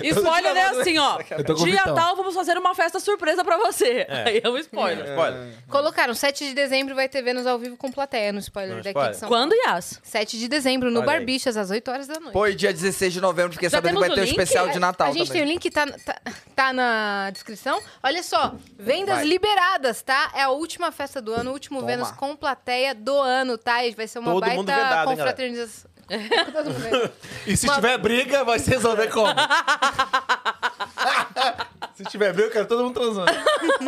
Spoiler é assim, ó. Eu tô com o Dia Vitão. tal, vamos fazer uma festa surpresa pra você. Aí é um spoiler. Spoiler. Colocaram, 7 de dezembro vai ter Vênus ao vivo com plateia no spoiler No daqui spoiler. de É. São Paulo. Quando, Yas? 7 de dezembro, no Olha aí. Barbichas, às 8 horas da noite. Pô, e dia 16 de novembro, fiquei Já sabendo que temos vai o ter um link? especial de Natal A gente tem o também. link, tá, tá, tá na descrição. Olha só, vendas Vai. liberadas, tá? É a última festa do ano, o último Toma. Vênus com plateia do ano, tá? E vai ser uma Todo baita mundo vedado, hein, confraternização. Todo mundo vedado. E se tiver briga, vai se resolver como? se tiver briga, eu quero todo mundo transando.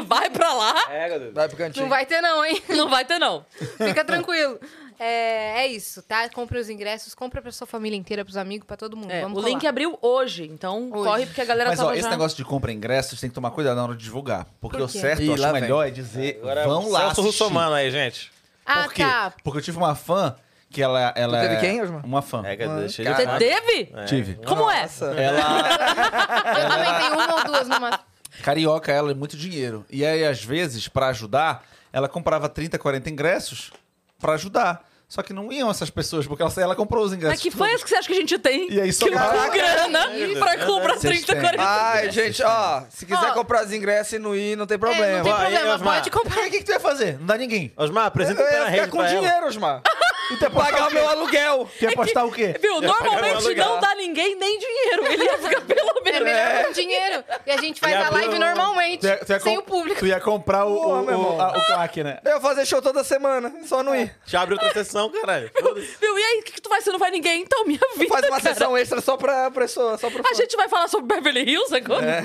Vai pra lá. É, Gadu. Vai pro cantinho. Não vai ter não, hein? Não vai ter, não. Fica tranquilo. É, é isso, tá? Compre os ingressos, compra pra sua família inteira, pros amigos, pra todo mundo. É, o Vamos link colar. abriu hoje, então corre porque a galera Mas tava ó, esse já... negócio de compra ingressos tem que tomar cuidado na hora de divulgar. Porque Por o quê? certo, Ih, eu acho lá vem. melhor é dizer, Agora vão lá Celso assistir. Russomano aí, gente. Ah, Por quê? tá. Porque eu tive uma fã que ela... ela teve é quem, Osmar? Uma fã. É, Gadu, deixa ele Você falar. teve? Tive. Como é? Nossa. Ela... Eu também tenho uma ou duas numa... Carioca, ela é muito dinheiro. E aí, às vezes, pra ajudar, ela comprava 30, 40 ingressos pra ajudar. Só que não iam essas pessoas, porque ela, ela comprou os ingressos. Mas que fãs que você acha que a gente tem? É E aí só que não gasta. tem grana Ai, pra meu comprar Deus. 30, Vocês 40. Ai, gente, ó, se quiser Ó. comprar os ingressos e não ir, não tem problema. É, não tem Vai, problema, Osmar. pode é? comprar. Aí, O que, que tu ia fazer? Não dá ninguém. Osmar, apresenta o Eu pé ia na ficar rede com pra ela. dinheiro, Osmar. E tu ia Pagar apostar o o meu quê? aluguel. Tu ia apostar o quê? Viu? Normalmente alugar. não dá ninguém nem dinheiro. Ele ia ficar pelo É menos. melhor com dinheiro. E a gente faz E a abriu- live normalmente, Tu ia, tu ia sem é com- o público. Tu ia comprar o, o, Porra, meu o, irmão. a- o claque, né? Eu ia fazer show toda semana, só É. não ir. Já abre outra sessão, caralho. Foda-se. Viu? E aí, o que, que tu vai se não vai ninguém? Então, minha vida. Faz uma cara. sessão extra só pra pessoa, só pro A fã. gente vai falar sobre Beverly Hills agora?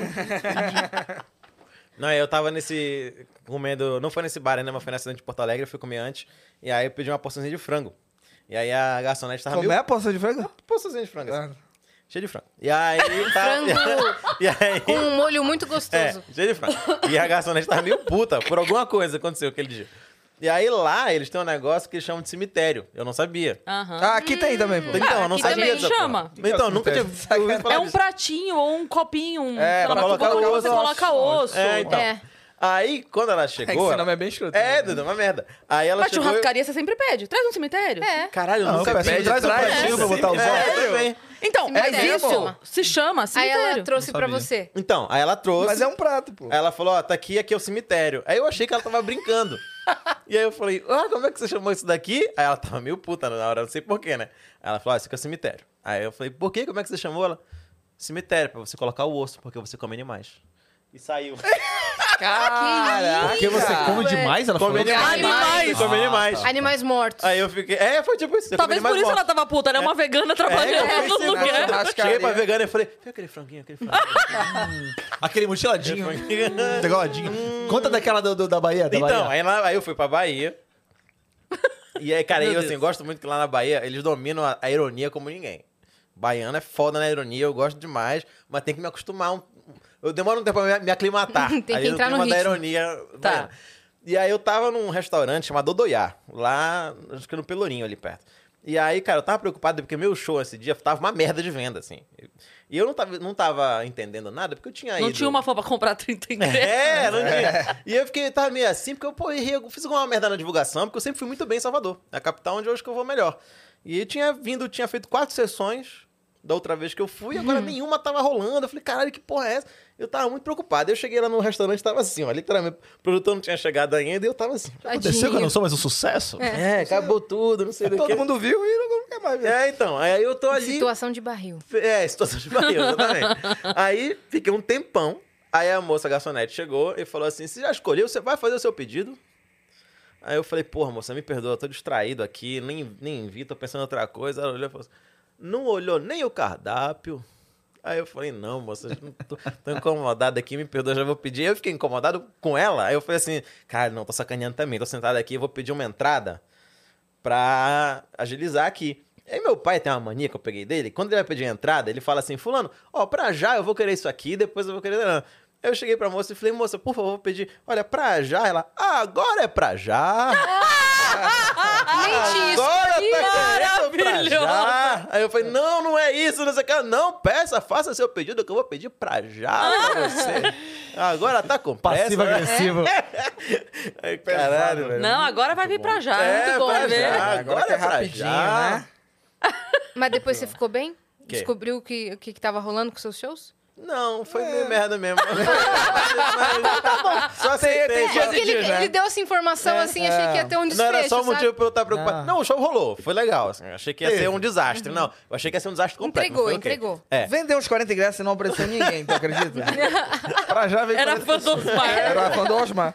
Não, eu tava nesse. comendo. Não foi nesse bar ainda, mas foi na cidade de Porto Alegre, eu fui comer antes. E aí eu pedi uma porçãozinha de frango. E aí a garçonete tava Como é meio. a porção de frango? Porçãozinha de frango. Ah, assim. Cheio de frango. E aí. tava- Frango. E aí. Com um molho muito É, gostoso. cheio de frango. E a garçonete tava meio puta por alguma coisa que aconteceu aquele dia. E aí lá eles têm um negócio que eles chamam de cemitério. Eu não sabia. Aham. É Ah, aqui tem também, pô. Então, eu não aqui sabia também dessa porra. chama. Então, nunca tinha ouvido falar É um disso. pratinho ou um copinho. Um, sei É, lá, pra uma colocar coisa que osso. você coloca osso. É, então. É. Aí, quando ela É que chegou... esse nome é bem escroto. É, né? Dudu, uma merda. Aí ela Mas chegou... churrascaria você sempre pede. Traz um cemitério. É. Caralho, eu Não, nunca eu peço, pedi. traz um atrás, pratinho pra assim. botar os É, ovos. tudo bem. Então, mas Cemitério. isso Chama. se chama Aí cemitério. ela trouxe Não pra sabia. você. Então, aí ela trouxe... Mas é um prato, pô. Aí ela falou, ó, tá aqui, aqui é o cemitério. Aí eu achei que ela tava brincando. e aí eu falei, ó, como é que você chamou isso daqui? Aí ela tava meio puta na hora, não sei porquê, né? Aí ela falou, ó, isso aqui é o cemitério. Aí eu falei, por quê? Como é que você chamou ela? Cemitério, pra você colocar o osso, porque você come animais. E saiu. Caraca. Porque você come demais, ela Come falou. animais. Animais. Come animais. Animais mortos. Aí eu fiquei. É, foi tipo isso. eu Talvez comi por animais isso ela mortos. tava puta, ela é uma vegana trabalhando É, eu no pensei, né? lugar. tá- Cheguei pra vegana e falei, viu aquele franguinho, aquele Aquele mochiladinho. franguinho. Degoladinho. Conta daquela do, do- da Bahia, da então, é Bahia. aí, lá, aí eu fui pra Bahia. E aí, cara, eu assim, gosto muito que lá na Bahia eles dominam a, a ironia como ninguém. Baiano é foda na ironia, eu gosto demais, mas tem que me acostumar. um- eu demoro um tempo pra me, me aclimatar. Tem que aí entrar no no clima da ritmo. ironia. Tá. baiana. E aí eu tava num restaurante chamado Odoiá, lá, acho que no Pelourinho ali perto. E aí, cara, eu tava preocupado porque meu show esse dia tava uma merda de venda, assim. E eu não tava, não tava entendendo nada porque eu tinha Não ido- tinha uma fã pra comprar 30 ingressos. é, não tinha. E eu fiquei, tava meio assim, porque eu, pô, errei, eu fiz alguma merda na divulgação, porque eu sempre fui muito bem em Salvador. É a capital onde eu acho que eu vou melhor. E eu tinha vindo, tinha feito quatro sessões da outra vez que eu fui, agora nenhuma tava rolando. Eu falei, caralho, que porra é essa? Eu tava muito preocupado. Eu cheguei lá no restaurante, tava assim, ó, literalmente, o produtor não tinha chegado ainda e eu tava assim. Aconteceu que eu não sou mais um sucesso? É, acabou tudo, não sei do que. Todo mundo viu e não quer mais ver. É, então, aí eu tô ali. Situação de barril. É, situação de barril, exatamente. aí fiquei um tempão. Aí a moça garçonete chegou e falou assim: Você já escolheu? Você vai fazer o seu pedido? Aí eu falei: Porra, moça, me perdoa, eu tô distraído aqui, nem, nem vi, tô pensando em outra coisa. Ela olhou e falou assim: Não olhou nem o cardápio. Aí eu falei, não, moça, eu não tô, tô incomodado aqui, me perdoa, já vou pedir. Eu fiquei incomodado com ela. Aí eu falei assim, cara, não, tô sacaneando também, tô sentado aqui, eu vou pedir uma entrada pra agilizar aqui. Aí meu pai tem uma mania que eu peguei dele, quando ele vai pedir a entrada, ele fala assim, fulano, ó, pra já eu vou querer isso aqui, depois eu vou querer... Aí eu cheguei pra moça e falei, moça, por favor, vou pedir, olha, pra já. Ela, ah, agora é pra já. Ah, Gente, isso. Agora tá querendo pra maravilhoso. já. Aí eu falei, não, não é isso, não sei o que. Ela, Não, peça, faça seu pedido que eu vou pedir pra já Ah. pra você. Agora tá com pressa. Passivo agressivo. É. né? Ai, Caralho, velho. Não, agora vai vir pra já. É, muito bom, pra né? já. Agora, Agora que é é pra rapidinho, já. né? Mas depois você ficou bem? Quê? Descobriu o que, o que, que tava rolando com seus shows? Não, foi meio merda mesmo. Mas- Só aceitei. tem só É, Porque dias ele, Positivo, né? ele deu essa informação assim, achei que ia ter um Não desfecho, era só sabe? motivo pra eu estar preocupado. Ah. Não, o show rolou. Foi legal. assim, eu achei que ia Teve. ser um desastre. Não, eu achei que ia ser um desastre completo. mas Entregou, foi ok. entregou. É. Vendeu uns 40 ingressos e não apareceu ninguém, tu acredita? Pra já ver Era fã do Osmar. Era fã do Osmar.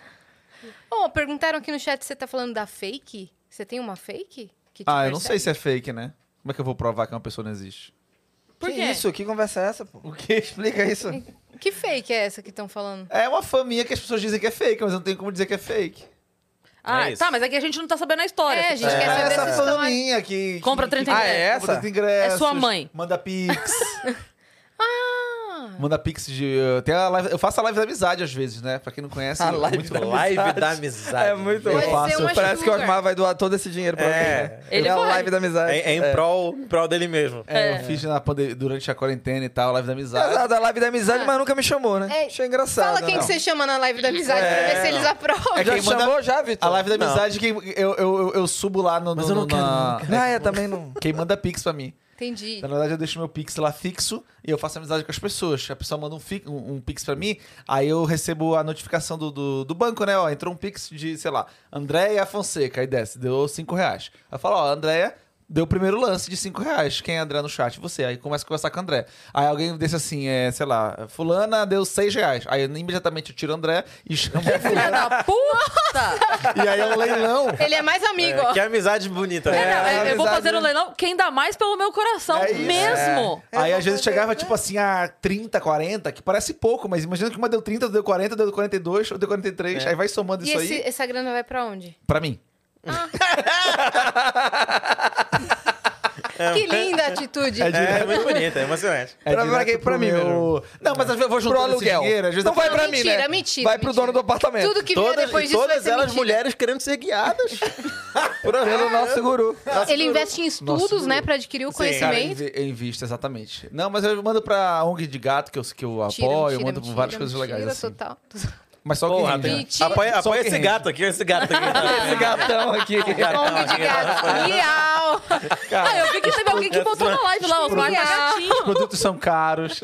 Ó, perguntaram aqui no chat se você tá falando da fake. Você tem uma fake? Que te Ah, eu não sei persegue? se é fake, né? Como é que eu vou provar que uma pessoa não existe? Por que quê? isso? Que conversa é essa, pô? O quê? Explica isso. Que fake é essa que estão falando? É uma faminha que as pessoas dizem que é fake, mas eu não tenho como dizer que é fake. Ah, É isso. tá, mas é que a gente não tá sabendo a história. É, a gente É, quer saber se essa estão aí. faminha que... é Compra 30 Ah, ingressos. é essa? Compra 30 ingressos. É sua mãe. Manda pix. Ah, Manda pix de. Tem a live, eu faço a live da amizade às vezes, né? Pra quem não conhece. A é live muito da bom. Live da amizade. É muito Eu Pode faço, ser uma Parece que o sugar. Akmar vai doar todo esse dinheiro pra É. alguém, né? Ele é o vai. live da amizade. É, é em prol, em prol dele mesmo. É, eu fiz na pande- durante a quarentena e tal, a live da amizade. Exato, a live da amizade, Ah. mas nunca me chamou, né? É, Achei engraçado. Fala quem né? que você chama na live da amizade pra ver se eles aprovam. É Já quem manda- chamou já, Vitor? A live da amizade, quem, eu, eu, eu, eu subo lá no. Mas no- eu não no- quero, na- não Ah, é, também não. Quem manda pix pra mim. Entendi. Na verdade, eu deixo meu pix lá fixo e eu faço amizade com as pessoas. A pessoa manda um, fi- um- um pix pra mim, aí eu recebo a notificação do, do, do banco, né? Ó, entrou um pix de, sei lá, Andréia Fonseca. Aí desce, deu 5 reais. Aí fala, ó, Andréia deu o primeiro lance de 5 reais. Quem é André no chat? Você. Aí começa a conversar com o André. Aí alguém desse assim, é, sei lá, fulana deu 6 reais. Aí imediatamente eu tiro o André e chamo a fulana. Filha da puta! e aí é um leilão. Ele é mais amigo, É, ó. que amizade bonita, É, né? não, é, eu vou amizade- fazer o leilão. Quem dá mais pelo meu coração, É isso. mesmo. Aí às vezes chegava tipo assim a 30, 40, que parece pouco, mas imagina que uma deu 30, outra deu 40, outra deu 42, outra deu 43, aí vai somando E isso esse- aí essa grana vai pra onde? pra mim. Ah. Que linda atitude. É, muito bonita, é emocionante. É Pra- pra direto quem? Pra pro mim meu... Não, mas às vezes eu vou Pro juntando esse aluguel. dinheiro, às vezes Não eu... "Ah, vai pra mim, mentira, né? mentira, Vai pro mentira. dono do apartamento. Tudo que vier Todas, depois e disso vai todas ser elas mentira. mulheres querendo ser guiadas. Pelo nosso guru. É. Ele investe em estudos, né, pra adquirir o Cara, eu conhecimento. invi- eu invisto, exatamente. Não, mas eu mando pra ONG de gato, que eu, que eu apoio, Mentira, eu mentira, mando mentira, várias coisas mentira, legais assim. total. Mas só Porra, que... rende, né? Mentira. apoia Só apoia que esse rende. gato aqui, esse gato aqui. Esse gatão aqui. Longo de gato. Miau. Ah, eu vi que teve alguém que botou né? na live lá, os marcos Os gatinho. produtos são caros.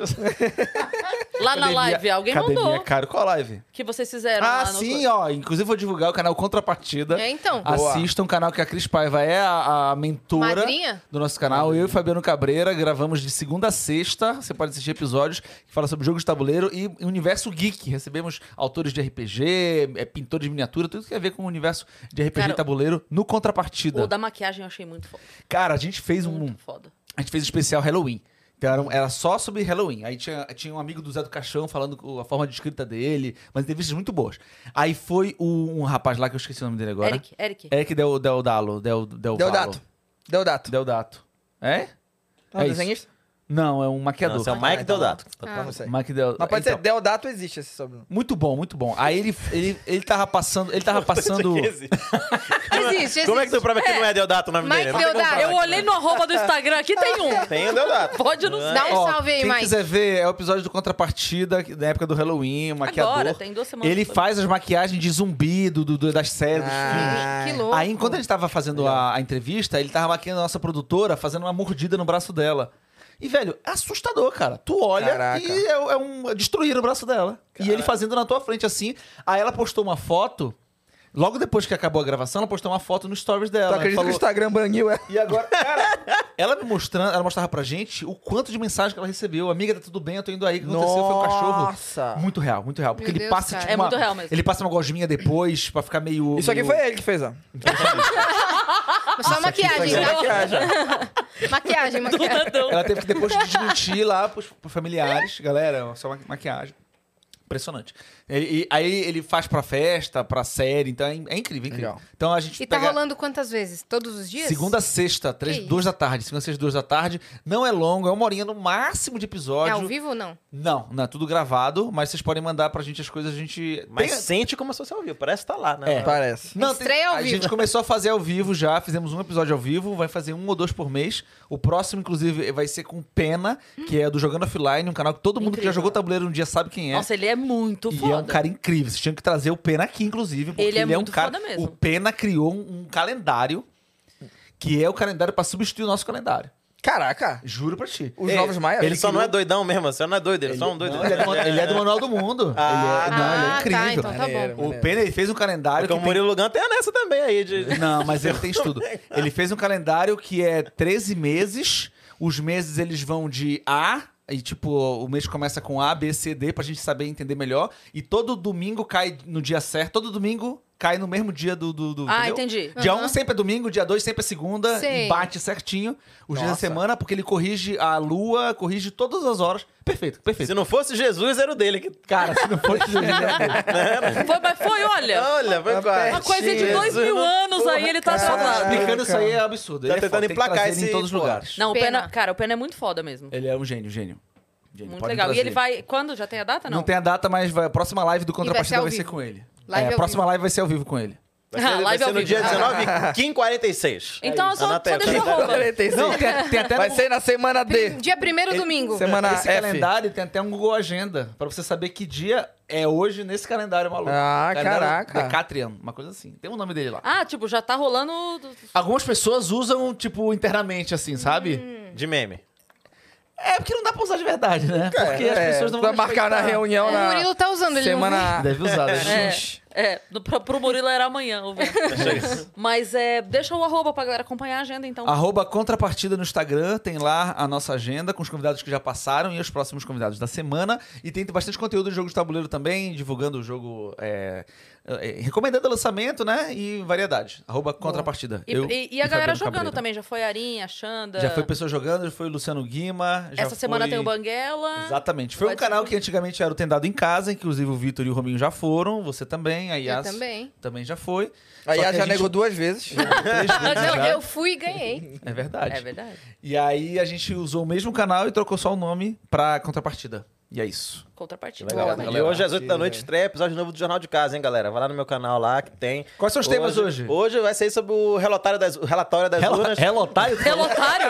Lá na live, alguém Academia é mandou. caro. Qual live? Que vocês fizeram Ah, lá no... sim, ó. Inclusive, vou divulgar o canal Contrapartida. É, então. Boa. Assista um canal que a Cris Paiva é a, a mentora Madrinha? do nosso canal. Eu e Fabiano Cabreira gravamos de segunda a sexta. Você pode assistir episódios que falam sobre jogos de tabuleiro e universo geek. Recebemos autores de RPG, é, pintores de miniatura, tudo que tem a ver com o universo de RPG Cara, e tabuleiro no Contrapartida. O da maquiagem eu achei muito foda. Cara, a gente fez um, Muito foda. a gente fez um especial Halloween. Então era, um- era só sobre Halloween. Aí tinha, tinha um amigo do Zé do Caixão falando com a forma de escrita dele, mas entrevistas muito boas. Aí foi o- um rapaz lá que eu esqueci o nome dele agora. É. Eric, Eric. Eric Del, Del Dalo. Del, Del Deu Valo. dato. Deu dato. Del Dato. É? É um É isso. desenhista? Não, é um Não, maquiador. esse é o Mike Deodato. Ah. Não sei. Mike Del... Mas pode ser, então, Del Dato existe esse sobrenome. Muito bom, muito bom. Aí ele, ele, ele tava passando. Ele tava passando. Existe, existe. Como é que tu prova que não é Deodato o nome Mike dele? Não Deodato. tem como Eu olhei no arroba do Instagram, aqui tem provar. um. Tem o Deodato. Pode não Dá um Ó, salve aí, quem Mike. quiser ver, é o episódio do Contrapartida, que- da época do Halloween, o maquiador. Agora, tem um duas semanas. Ele faz as maquiagens de zumbi do, do- do- das séries, dos filmes. Ah, Que louco. É. Aí, enquanto a gente tava fazendo a, a entrevista, ele tava maquiando a nossa produtora, fazendo uma mordida no braço dela. E, velho, é assustador, cara. Tu olha Caraca. e é, é um. destruir o braço dela. E ele fazendo na tua frente assim. Aí ela postou uma foto. Logo depois que acabou a gravação, ela postou uma foto no stories dela. Tu acredita que o Falou- Instagram baniu é? e agora, cara, ela me mostrando, ela mostrava pra gente o quanto de mensagem que ela recebeu. Amiga, tá tudo bem, eu tô indo aí. O que aconteceu foi um cachorro. Nossa. Muito real, muito real. Porque Meu ele Deus, passa, cara. tipo, É uma, muito real mesmo. Ele passa uma gosminha depois pra ficar meio. Isso aqui meio- foi ele que fez, ó. Só é maquiagem, Foi tá? maquiagem. Maquiagem, maquiagem. Ela teve que depois desmentir lá pros, pros familiares. Galera, só ma- maquiagem. Impressionante. E, e aí ele faz pra festa, pra série, então é, in- é incrível, incrível. Legal. Então a gente E tá pega- rolando quantas vezes? Todos os dias? Segunda a sexta, três, Que duas da tarde. Segunda, sexta, duas da tarde. Não é longo, é uma horinha no máximo de É episódio. ao vivo ou não? Não, não é tudo gravado, mas vocês podem mandar pra gente as coisas, a gente. Mas Tem- sente como se fosse ao vivo, parece que tá lá, né? É. Parece. Não, estreia ao a vivo. gente começou a fazer ao vivo já, fizemos um episódio ao vivo, vai fazer um ou dois por mês. O próximo, inclusive, vai ser com Pena, que é do Jogando Offline, um canal que todo mundo que já Incrível. jogou tabuleiro um dia sabe quem é. Nossa, ele é muito e foda. é um cara incrível. Vocês tinham que trazer o Pena aqui, inclusive, porque Ele ele é é, muito um cara. foda mesmo. O Pena criou um, um calendário que é o calendário pra substituir o nosso calendário. Caraca. Juro pra ti. Os novos maias. Ele só não é doidão mesmo, você não é doido, ele só é um doido. Não, ele, é do, ele é do Manual do Mundo. Ah, ele é, não, ele é Ah, incrível. tá, então tá Maneiro. bom. O Pena ele fez um calendário Porque o que tem- Murilo Lugan tem a nessa também aí. De... Não, mas ele tem estudo. Ele fez um calendário que é 13 meses. Os meses eles vão de A. E, tipo, o mês começa com A, B, C, D, pra gente saber entender melhor. E todo domingo cai no dia certo. Todo domingo cai no mesmo dia do. do, do- Ah, entendeu? entendi. Dia Aham. 1 sempre é domingo, dia 2 sempre é segunda. Sei. E bate certinho os dias da Nossa. semana, porque ele corrige a lua, corrige todas as horas. Perfeito, perfeito. Se não fosse Jesus, era o dele. Que... Cara, se não for esse domingo, né? Foi, mas foi, olha. Olha, foi é quase. Uma coisa de Jesus dois mil né? não- anos aí, ele tá Só tá atrasado. explicando isso aí é absurdo. Tá Ele é tentando foda, tem que emplacar trazer ele esse- em todos os pô. lugares. Não, o Pena. Pena, cara, o Pena é muito foda mesmo. Ele é um gênio, gênio. Gente, Muito pode legal. E trazer. ele vai. Quando? Já tem a data? Não. Não. tem a data, mas vai- a próxima live do Contrapartida ao vai, vivo. ser com ele. Live é, ao a próxima vivo. live vai ser ao vivo com ele. Vai Ah, ser, vai live ser ao no vivo. dia 19, 15h46. Então eu só, só Anota aí, deixa o anota aí. arroba. 45. Não, tem, tem até Vai no- ser na semana D. Dia 1 domingo. Semana Esse F. calendário tem até um Google Agenda, pra você saber que dia é hoje nesse calendário maluco. Ah, Calendário caraca. Decatrian, uma coisa assim. Tem o nome dele lá. Ah, tipo, já tá rolando. Algumas pessoas usam, tipo, internamente, assim, sabe? De meme. É, porque não dá pra usar de verdade, né? Porque as É, pessoas não vão Vai marcar na respeitar. reunião O na Murilo tá usando, ele não semana Deve usar, né? deve usar. É, é no- pro, pro Murilo era amanhã, o vento. É Mas é, deixa o arroba pra galera acompanhar a agenda, então. Arroba Contrapartida no Instagram, tem lá a nossa agenda com os convidados que já passaram e os próximos convidados da semana. E tem bastante conteúdo de jogo de tabuleiro também, divulgando o jogo, é, é, recomendando o lançamento, né? E variedade. Arroba Contrapartida. E, Eu e- e a galera Fabiano jogando Cabreira. também, já foi Arinha, Xanda. tá? Já foi pessoa jogando, já foi o Luciano Guima. já Essa semana foi- tem o Banguela. Exatamente. Foi um Pode canal ser. que antigamente era o Tendado em Casa, inclusive o Vitor e o Rominho já foram, você também, a Eu Yas também. também já foi. Aí Só já que a gente- negou duas vezes. Três vezes Não, já. eu fui e ganhei. É verdade. É verdade. E aí a gente usou o mesmo canal e trocou só o nome pra contrapartida. E é isso. Contrapartida. Legal. Boa, né? né? E hoje às 8 da noite estreia episódio novo do Jornal de Casa, hein, galera? Vai lá no meu canal lá que tem. Quais são os temas hoje? Hoje vai ser sobre o relatório das, o relatório das urnas. Relotário? Relotário?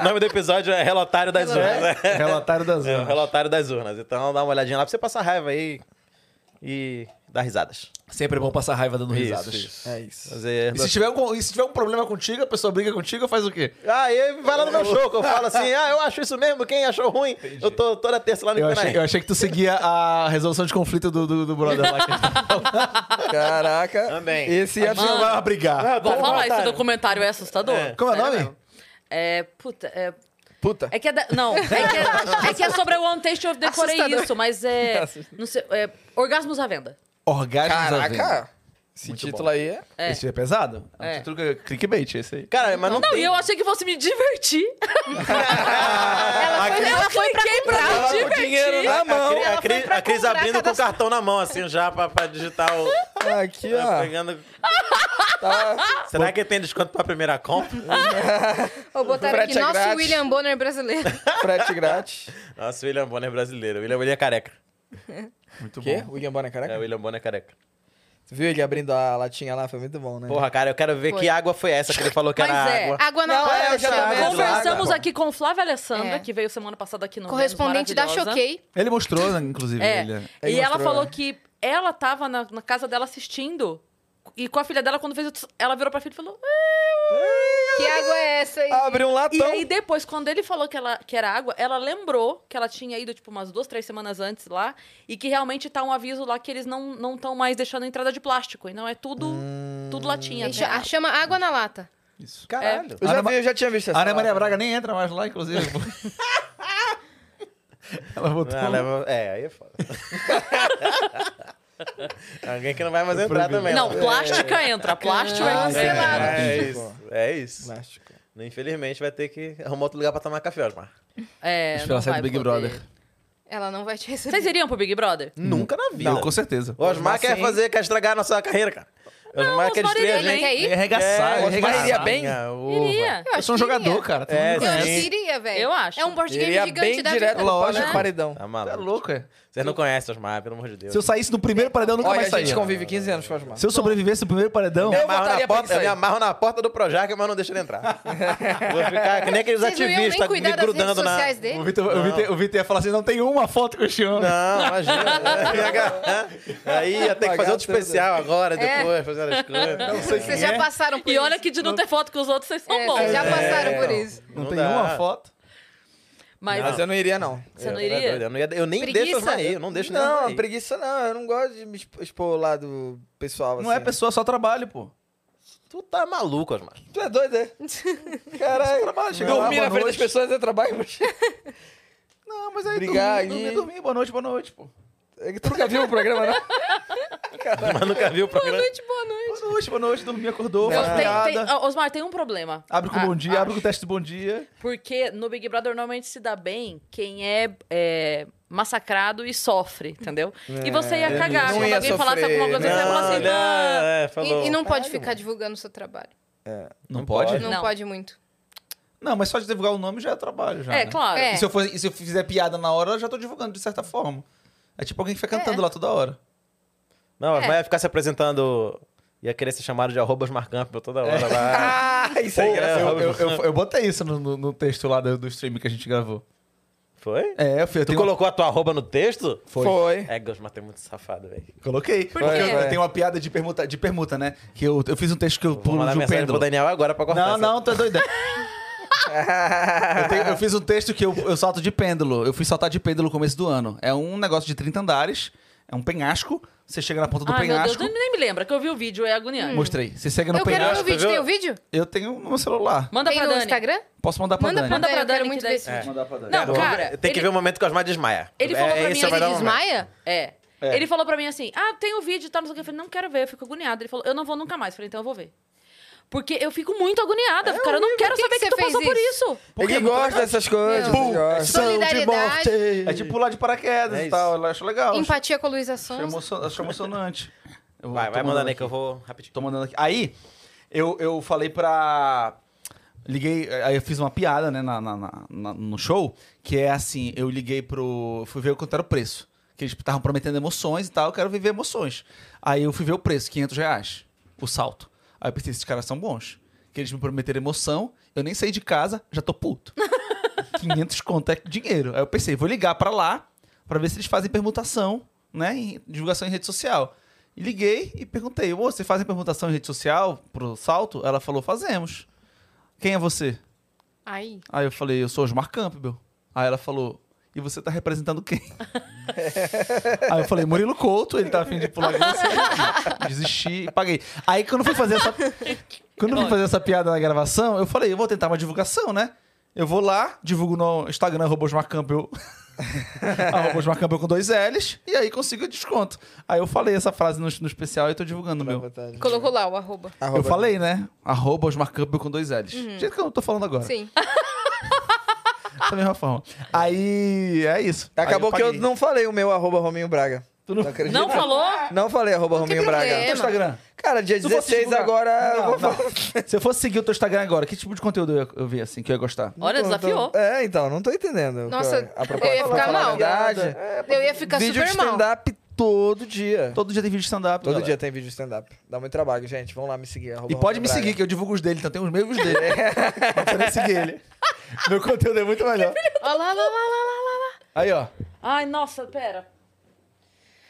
O nome do episódio é Relatório das Urnas. né? Relatário das É, o urnas. relatório das urnas. Então dá uma olhadinha lá pra você passar raiva aí e dar risadas. Sempre é bom passar raiva dando risadas. Isso, isso. É isso. Fazer... E se, tiver um, e se tiver um problema contigo, a pessoa briga contigo, faz o quê? Ah, e vai lá no meu show, que eu falo assim, ah, eu acho isso mesmo, quem achou ruim? Eu tô toda terça lá no Eu Icanaí. achei, eu achei que tu seguia a resolução de conflito do, do, do brother lá. Que a gente Caraca. Também. Esse é ia ser não vai brigar. Vou falar, esse documentário é assustador. Como é o Sério nome? mesmo. É, puta, é, Puta. é que é da- não, é que é, é que é sobre o One Taste, eu decorei Assustador. isso, mas é, não sei, é, orgasmos à venda. Orgasmos à venda. Caraca. Esse Muito título bom. aí é. É. Esse é pesado? É. É. um título que é clickbait esse aí. Cara, mas não, Não, tem... e eu achei que fosse me divertir. Ela foi, ela foi pra comprar. Pra me Tava com dinheiro divertir. na mão. Cri- A, Ela Cris, foi pra a Cris comprar abrindo com o cada- cartão na mão, assim, já pra, pra digitar o... Aqui, ó. Pegando... Tá. Será que tem desconto pra primeira compra? Vou botar aqui, Frete é nosso grátis. William Bonner brasileiro. Frete grátis. Nossa, o William Bonner é brasileiro. O William Bonner é careca. Muito O quê? William Bonner, É, o caraca. William Bonner é careca. Tu viu ele abrindo a latinha lá? Foi muito bom, né? Porra, cara, eu quero ver Foi. que água foi essa que ele falou que Mas era é, água. Água na Não, hora é, eu já da chamada. tava conversando. Conversamos Exato. aqui com Flávia Alessandra, É. que veio semana passada aqui no Correspondente da Vênus, maravilhosa. Choquei. Ele mostrou, né, inclusive. É. Ele... Ele e ela mostrou, falou né? que ela tava na, na casa dela assistindo. E com a filha dela, quando fez, o tss, ela virou pra filha e falou. "Ah". Que água é essa aí? Abre um E Então latão. aí, depois, quando ele falou que, ela, que era água, ela lembrou que ela tinha ido, tipo, umas duas, três semanas antes lá. E que realmente tá um aviso lá que eles não estão mais deixando entrada de plástico. Então é tudo, Hum. tudo latinha. Ele né? cha- a chama água na lata. Isso. Caralho. Eu já, Ana vi, eu já tinha visto essa. A Ana Maria lata. Braga nem entra mais lá, inclusive. ela botou. Ah, leva- É, aí é foda. Alguém que não vai mais entrar também. Não, É. né? plástica entra. Plástico é cancelado. Cancelado. É, é isso. É isso. Plástico. Infelizmente vai ter que arrumar outro lugar pra tomar café, Osmar. É, Esperar não sair do vai Big poder. Brother. Ela não vai te receber. Vocês iriam pro Big Brother? Nunca na vida. Eu, com certeza. O Osmar quer sim. fazer, quer estragar a nossa carreira, cara. O Osmar quer Osmar destruir a iria gente. Quer ir? arregaçar, É, Osmar arregaçar. iria bem? Ah, uva. Iria. Eu Eu acho sou um que jogador, iria. cara. Todo É, mundo Eu acho conhece. que iria, velho. Eu acho. É um board game Ele ia bem gigante da direto vida. no Lógico. palco do paredão. Tá Tá maluco. louco, é? Vocês não conhecem Osmar, pelo amor de Deus. Se eu saísse do primeiro paredão, eu nunca Olha, mais a gente saía. convive 15 anos com as mãos. Se eu sobrevivesse do primeiro paredão, Eu, Eu me amarro na tá votaria pra porta, ele eu me sair. amarro na porta do Projac, mas não deixo ele entrar. Vou ficar que nem aqueles Vocês não iam nem ativistas me cuidar das redes grudando na... sociais o dele? Vitor, o, Vitor, o Vitor ia falar assim: não tem uma foto com o Chiano. Não, imagina. Aí ia ter que fazer Pagar outro tudo. especial agora, É. depois, fazer as coisas. Não sei Vocês é. já passaram por E isso. olha que de não ter foto com os outros, vocês são É, bons. vocês já passaram por não. é. isso. Não, Não tem dá. uma foto. Mas, Mas eu não iria, não. Você não Eu era iria? doido, Eu, não ia- eu nem Preguiça? deixo eles aí, eu não deixo nenhum não, sair. preguiça não. Eu não gosto de me expo- expor o lado pessoal. Não é assim. pessoa, é só trabalho, pô. Tu tá maluco, Osmar. Tu é doido, é? Caralho. é chega lá, Dormir boa na frente das noite. pessoas é trabalho, mas... Não, mas aí Brigar dormir, aí. dormir, dormir, boa noite, boa noite, pô. É que tu nunca viu o programa, não? Mas nunca viu o programa. boa noite. Boa noite, boa noite, dormi, acordou, Eu- faz tem- tem- piada. Ó, Osmar, tem um problema. Abre com Ah, bom dia, ah, abre com teste de bom dia. Porque no Big Brother normalmente se dá bem quem é, é, massacrado e sofre, entendeu? e você ia cagar. É, não Quando ia alguém falasse sofrer, alguma coisa, você ia não, falar assim, não, "Ah, é, E, falou. e não pode ficar divulgando o seu trabalho. Não pode? Não, É. Não. pode muito. Não, mas só de divulgar o nome já é trabalho, já. É, né? claro. É. E se, eu for- e se eu fizer piada na hora, eu já tô divulgando, de certa forma. É tipo alguém que fica cantando É. lá toda hora. Não, É. mas ia ficar se apresentando. Ia querer ser chamado de arrobas marcamp toda hora lá. Ah, isso aí, aí, É, Eu, graças engraçado. a eu, eu- eu botei isso no, no- no texto lá do, do stream que a gente gravou. Foi? É, eu, fui, eu Tu tenho- colocou a tua arroba no texto? Foi. Foi. É, Gus, mas tem muito safado, velho. Coloquei. quê? Porque eu, eu tenho uma piada de permuta, de permuta né? Que eu, eu fiz um texto que eu Vou pulo mandar de um mensagem pro pêndulo. Daniel agora pra cortar. Não, essa- não, é tô doida. eu, tenho- eu fiz um texto que eu, eu salto de pêndulo. Eu fui saltar de pêndulo no começo do ano. É um negócio de 30 andares, é um penhasco. Você chega na ponta do Ai, "Ah, meu Deus, penhasco. nem nem me lembra, que eu vi o vídeo, é agoniante. Mostrei. Você chega no Hum. Eu quero ver o penhasco. vídeo. viu? Tem o vídeo? Eu tenho no meu celular. Manda Tem pra no Dani. Instagram? Posso mandar pra Manda Dani. pra Manda pra Dani, eu Dani quero que muito daí- ver esse É. vídeo. Mandar pra Dani. Não, Eu vou- cara, Tem que ele- ver o momento que o Osmar desmaia. Ele falou pra mim, isso vai ele dar um momento. Desmaia? É. Ele falou pra mim assim: ah, tem o vídeo e tal, não sei o que. Eu falei, não quero ver, eu fico agoniada. Ele falou, eu não vou nunca mais. Eu falei, então eu vou ver. Porque eu fico muito agoniada, cara. Eu não quero É Por que saber que que, você tu fez passou por isso? isso. Porque é ele muito gosta dessas coisas. Meu. ele gosta. Solidariedade, É tipo pular de paraquedas É e tal. Eu acho legal. empatia com a Luísa Acho, Sons. emocio- acho emocionante. Eu Vai, tô vai mandando aí aqui. que eu vou rapidinho. Tô mandando aqui. Aí, eu, eu falei pra. Liguei. Aí eu fiz uma piada, né, na, na- na- na- no show, que é assim: eu liguei pro. Fui ver quanto era o preço. Que eles estavam prometendo emoções e tal, eu quero viver emoções. Aí eu fui ver o preço, 500 reais, o salto. Aí eu pensei, esses caras são bons. Que eles me prometeram emoção, eu nem saí de casa, já tô puto. 500 conto é dinheiro. Aí eu pensei, vou ligar pra lá pra ver se eles fazem permutação, né? Em divulgação em rede social. E liguei e perguntei, ô, você fazem permutação em rede social pro salto? Ela falou, fazemos. Quem é você? Aí. Aí eu falei, eu sou Osmar Campbell. Aí ela falou, e você tá representando quem? Aí eu falei, Murilo Couto, ele tá afim de pular com você. Desisti e paguei. Aí quando eu fui fazer essa. Quando eu fui fazer essa piada na gravação, eu falei, eu vou tentar uma divulgação, né? Eu vou lá, divulgo no Instagram, arroba Osmar Campbell. arroba Osmar Campbell com dois L's, e aí consigo desconto. Aí eu falei essa frase no, no especial e tô divulgando o meu. Colocou lá o arroba. Eu falei, né? Arroba Osmar Campbell com dois L's. Do jeito que eu não tô falando agora. Sim. Da mesma forma. Aí é isso. Aí Acabou que eu paguei. não falei o meu arroba Rominho Braga. Tu não- acredita? Não falou? Não falei arroba Não tem Rominho Braga. problema. Teu Instagram. Cara, dia Tu fosse 16 divulgar. agora eu Não, vou não. falar. Se eu fosse seguir o teu Instagram agora, que tipo de conteúdo eu ia eu ver assim, que eu ia gostar? Olha, Não tô- desafiou. É, então, não tô entendendo. o que é Nossa, a proposta eu ia pra ficar falar a mal. verdade. Eu ia ficar Vídeo de super mal. stand-up todo dia. Todo dia tem vídeo de stand-up. Todo galera. dia tem vídeo de stand-up. Dá muito trabalho, gente. Vão lá me seguir. arroba E pode Rominho me Braga. seguir, que eu divulgo os dele, então tem os meus e os dele. É. Não precisa nem seguir ele. Meu conteúdo é muito melhor. Olha lá, lá, lá, lá, lá, lá. Aí, ó. Ai, nossa, pera.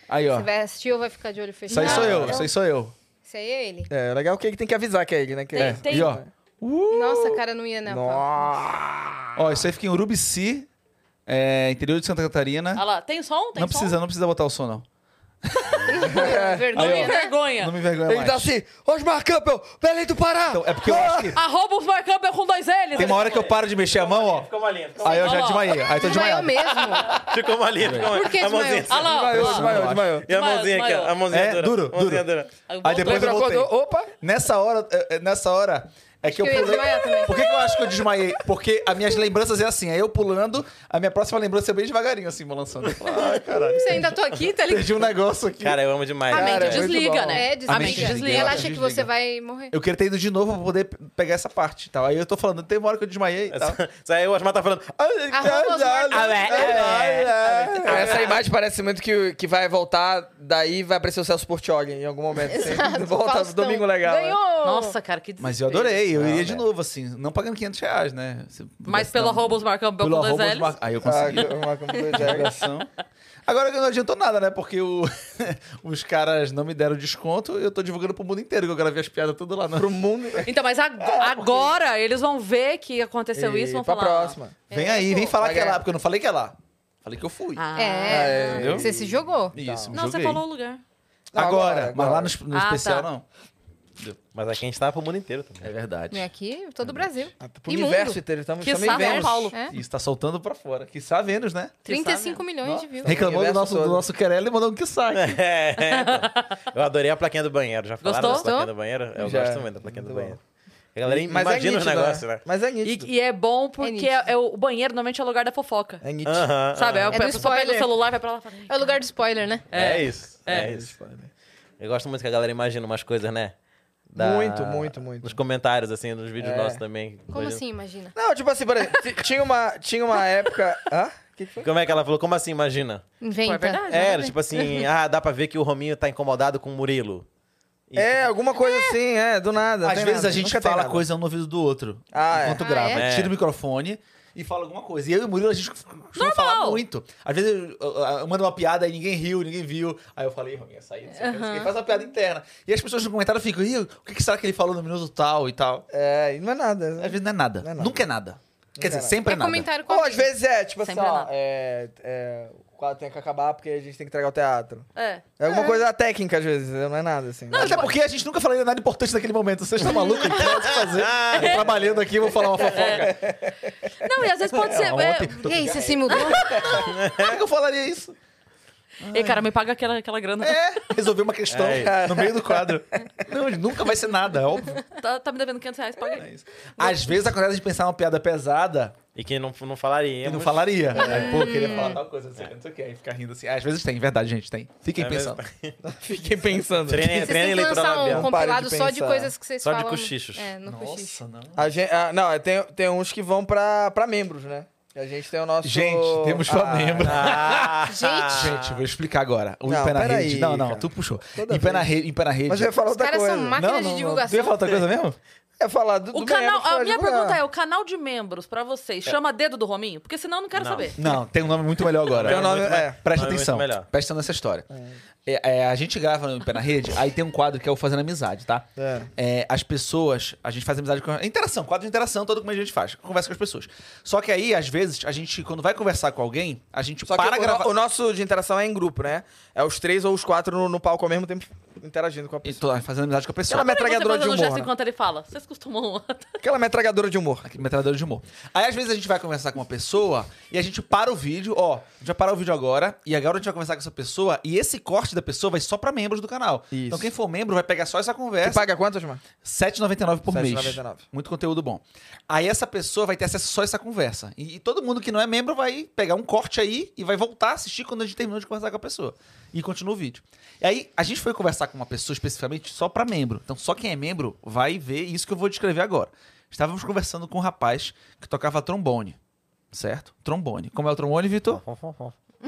Aí, ó. Você vai assistir ou vai ficar de olho Tá. Isso fechado? aí sou Não, eu, não. isso aí sou eu. Isso aí é ele. É, legal que ele tem que avisar que é ele, né? Que Tem- é. tem- E ó. Nossa, cara, não ia, né? Nossa. Ó, isso aí fica em Urubici, é, interior de Santa Catarina. Olha lá, tem som? Tem um? Não som? precisa, não precisa botar o som, não. Não me Aí, ó. é Vergonha. vergonha. Não me envergonha Ele mais. tá assim, Osmar Campbell, Belém do Pará! Então, é porque eu acho que Arroba o Osmar Campbell com dois L's. tem uma hora que eu paro de mexer a mão, ó. Ficou malinho, ficou Aí eu já Ó. desmaiei. Aí tô Desmaiou desmaiado. é mesmo. Ficou malinho, ficou malinho. Por que A desmaiou? mãozinha assim. Olha Ah lá, ó. Desmaiou, Ah, desmaiou, Não, desmaiou. E a Desmaiou, mãozinha aqui, ó. desmaiou. A mãozinha É, dura. duro, mãozinha duro. dura. Aí voltou. Aí depois eu voltei. Acordou, opa! Nessa hora, é, é, nessa hora, é que eu que eu ia pulei. desmaiar também. Por que, que eu acho que eu desmaiei? Porque as minhas lembranças é assim, é eu pulando, a minha próxima lembrança é bem devagarinho, assim, balançando. Eu falo, Ai, caralho. Você ainda tô aqui, tá ligado? Perdi um negócio aqui. Cara, eu amo demais. A mente cara. muito desliga, bom. né? É, desliga. A mente desliga. Ela acha que Desliga. você vai morrer. Eu queria ter ido de novo pra poder p- pegar essa parte e tal. Aí eu tô falando, tem uma hora que eu desmaiei e tal. Isso aí o Osmar tá falando. Arroba Osmar é? é. É Ah, Essa imagem parece muito que, que vai voltar, daí vai aparecer o Celso Portioli em algum momento. assim. Volta Faustão. domingo legal. né? Ganhou! Nossa, cara, que Mas eu desespero. adorei, eu Não, iria de né? novo, assim, não pagando 500 reais, né? Se pudesse Mas pelo dar um- arroba Osmar Campbell pelo com dois arroba L's. Osmar- Aí eu Ah, consegui. uma com dois L's. Divulgação. Agora que não adiantou nada, né? Porque o- os caras não me deram desconto, eu tô divulgando pro mundo inteiro, que eu gravei as piadas tudo lá. né? No... Pro mundo. Então, mas É, ag- agora eles vão ver que aconteceu isso, E vão pra falar. próxima. Vem aí, vem falar vai que é ganhar. lá, porque eu não falei que é lá. Falei que eu fui. Ah. tá. É, Entendeu? você se jogou. Isso, me Não, você joguei. falou o lugar. Não, Agora, agora, mas agora. lá no, es- no Ah, especial tá. não. Mas aqui a gente tava pro mundo inteiro também. É verdade. Vem aqui, todo o Brasil. Ah, Pro E universo mundo. inteiro, estamos Que também sabe, vendo. São Paulo. É. Isso tá soltando pra fora. Que sabe Vênus, né? 35 milhões de views. Reclamou do universo nosso, do todo. nosso querelo e mandou um que sai. É, então. eu adorei a plaquinha do banheiro. Já falaram Gostou? da plaquinha do banheiro? Eu Já. gosto muito da plaquinha do Muito banheiro. A galera Mas imagina é os nítido, negócios, né? Mas é nítido. E, e é bom É porque nítido. é- é o o banheiro normalmente é o lugar da fofoca. É nítido. Aham, Sabe? Aí aham. a do pessoa pega o spoiler. celular, vai pra lá e fala. É o lugar do spoiler, né? É, isso. É, É. isso. Eu gosto muito que a galera imagina umas coisas, né? da- Muito, muito, muito. Nos comentários, assim, nos vídeos É. nossos também. Como Imagina- assim, imagina? Não, tipo assim, por exemplo, t- tinha uma, tinha uma época. Hã? Que que foi? Como é que ela falou? Como assim, imagina? Inventa. é verdade. É, né? era tipo assim, ah, dá pra ver que o Rominho tá incomodado com o Murilo. E- É, alguma coisa assim, é, do nada. não Às tem vezes nada, a gente nunca tem fala nada. coisa um no ouvido do outro. Ah, é. enquanto Ah, grava. é? Tira o microfone e fala alguma coisa. E eu e o Murilo, a gente costuma falar muito. Às vezes eu, eu- eu mando uma piada e ninguém riu, ninguém viu. Aí eu falei, Rominha, sai, não sei o que, não sei o que. Faz uma piada interna. E as pessoas no comentário ficam, Ih, o que que será que ele falou no minuto tal e tal? É, e não é nada. Às vezes não é nada. Não é nada. Nunca é nada. Quer dizer, nada. sempre é, É nada. comentário com Ou alguém. às vezes é, tipo Sempre assim, ó, nada. é, é, o quadro tem que acabar porque a gente tem que entregar o teatro. É. É alguma coisa técnica, às vezes, não é nada assim. Até porque a gente nunca falaria nada importante naquele momento. Vocês estão malucos? Então, eu vou fazer. Eu tô trabalhando aqui, vou falar uma fofoca. Não, e às vezes pode ser. É, é- ontem- E aí, você se mudou? Por é que eu falaria isso? Ei, cara, me paga aquela, aquela grana. tá, É, resolver uma questão É. no meio do quadro. Não, nunca vai ser nada, é óbvio. Tá, tá me devendo 500 reais, paga É aí. isso. Às vezes acontece de pensar uma piada pesada E que não, não falaria. e não falaria. Aí, Pô, eu queria falar tal coisa, não sei o que, não sei o que. Aí fica rindo assim. Às vezes tem, verdade, gente, tem. Fiquem É pensando. Fiquei pensando. Treina, Vocês têm treina que leitura lançar um labial. Não paro de compilado só de pensar. coisas que vocês Só de falam. cochichos. É, no cochicho. não. A gente, ah, não, é, tem, tem uns que vão pra, pra membros, né? E A gente tem o nosso. Gente, temos pra Ah, membro. Ah, Gente, Gente, vou explicar agora. O Não, em pé na peraí, rede. não, não, cara. tu puxou. Toda em pé na vez. rede. Em pé na rede. Mas eu ia falar os outra caras coisa. são máquinas de Tu ia divulgação. falar outra coisa mesmo? É falar do, O do canal, membros pra a minha divulgar. pergunta é, o canal de membros pra vocês É. chama Dedo do Rominho? Porque senão eu não quero Não. saber. Não, tem um nome muito melhor agora. Tem um nome- muito é. me- Presta nome muito atenção. melhor. Presta atenção nessa história. É, é, a gente grava no Pé na Rede, aí tem um quadro que é o Fazendo Amizade, tá? É. É, as pessoas, a gente faz amizade com. é Interação, quadro de interação, todo como a gente faz. Conversa com as pessoas. Só que aí, às vezes, a gente, quando vai conversar com alguém, a gente Só para que o, gravar. no- o nosso de interação é em grupo, né? É os três ou os quatro no, no palco ao mesmo tempo interagindo com a E pessoa. tô fazendo amizade com a pessoa. Aquela Como é que você metralhadora faz de no humor. gesto né? enquanto ele fala? Vocês costumam... Aquela metralhadora de humor. Aquele metralhador de humor. Aí, às vezes, a gente vai conversar com uma pessoa e a gente para o vídeo, ó, a gente vai parar o vídeo agora e agora a gente vai conversar com essa pessoa e esse corte da pessoa vai só pra membros do canal. Isso. Então, quem for membro vai pegar só essa Você conversa. paga quanto, Osmar? R$7,99 por mês. 7,99. Muito conteúdo bom. Aí essa pessoa vai ter acesso só a essa conversa. E, e todo mundo que não é membro vai pegar um corte aí e vai voltar a assistir quando a gente terminou de conversar com a pessoa. E continua o vídeo. E aí a gente foi conversar com uma pessoa especificamente só pra membro. Então só quem é membro vai ver isso que eu vou descrever agora. Estávamos conversando com um rapaz que tocava trombone. Certo? Trombone. Como é o trombone, Vitor?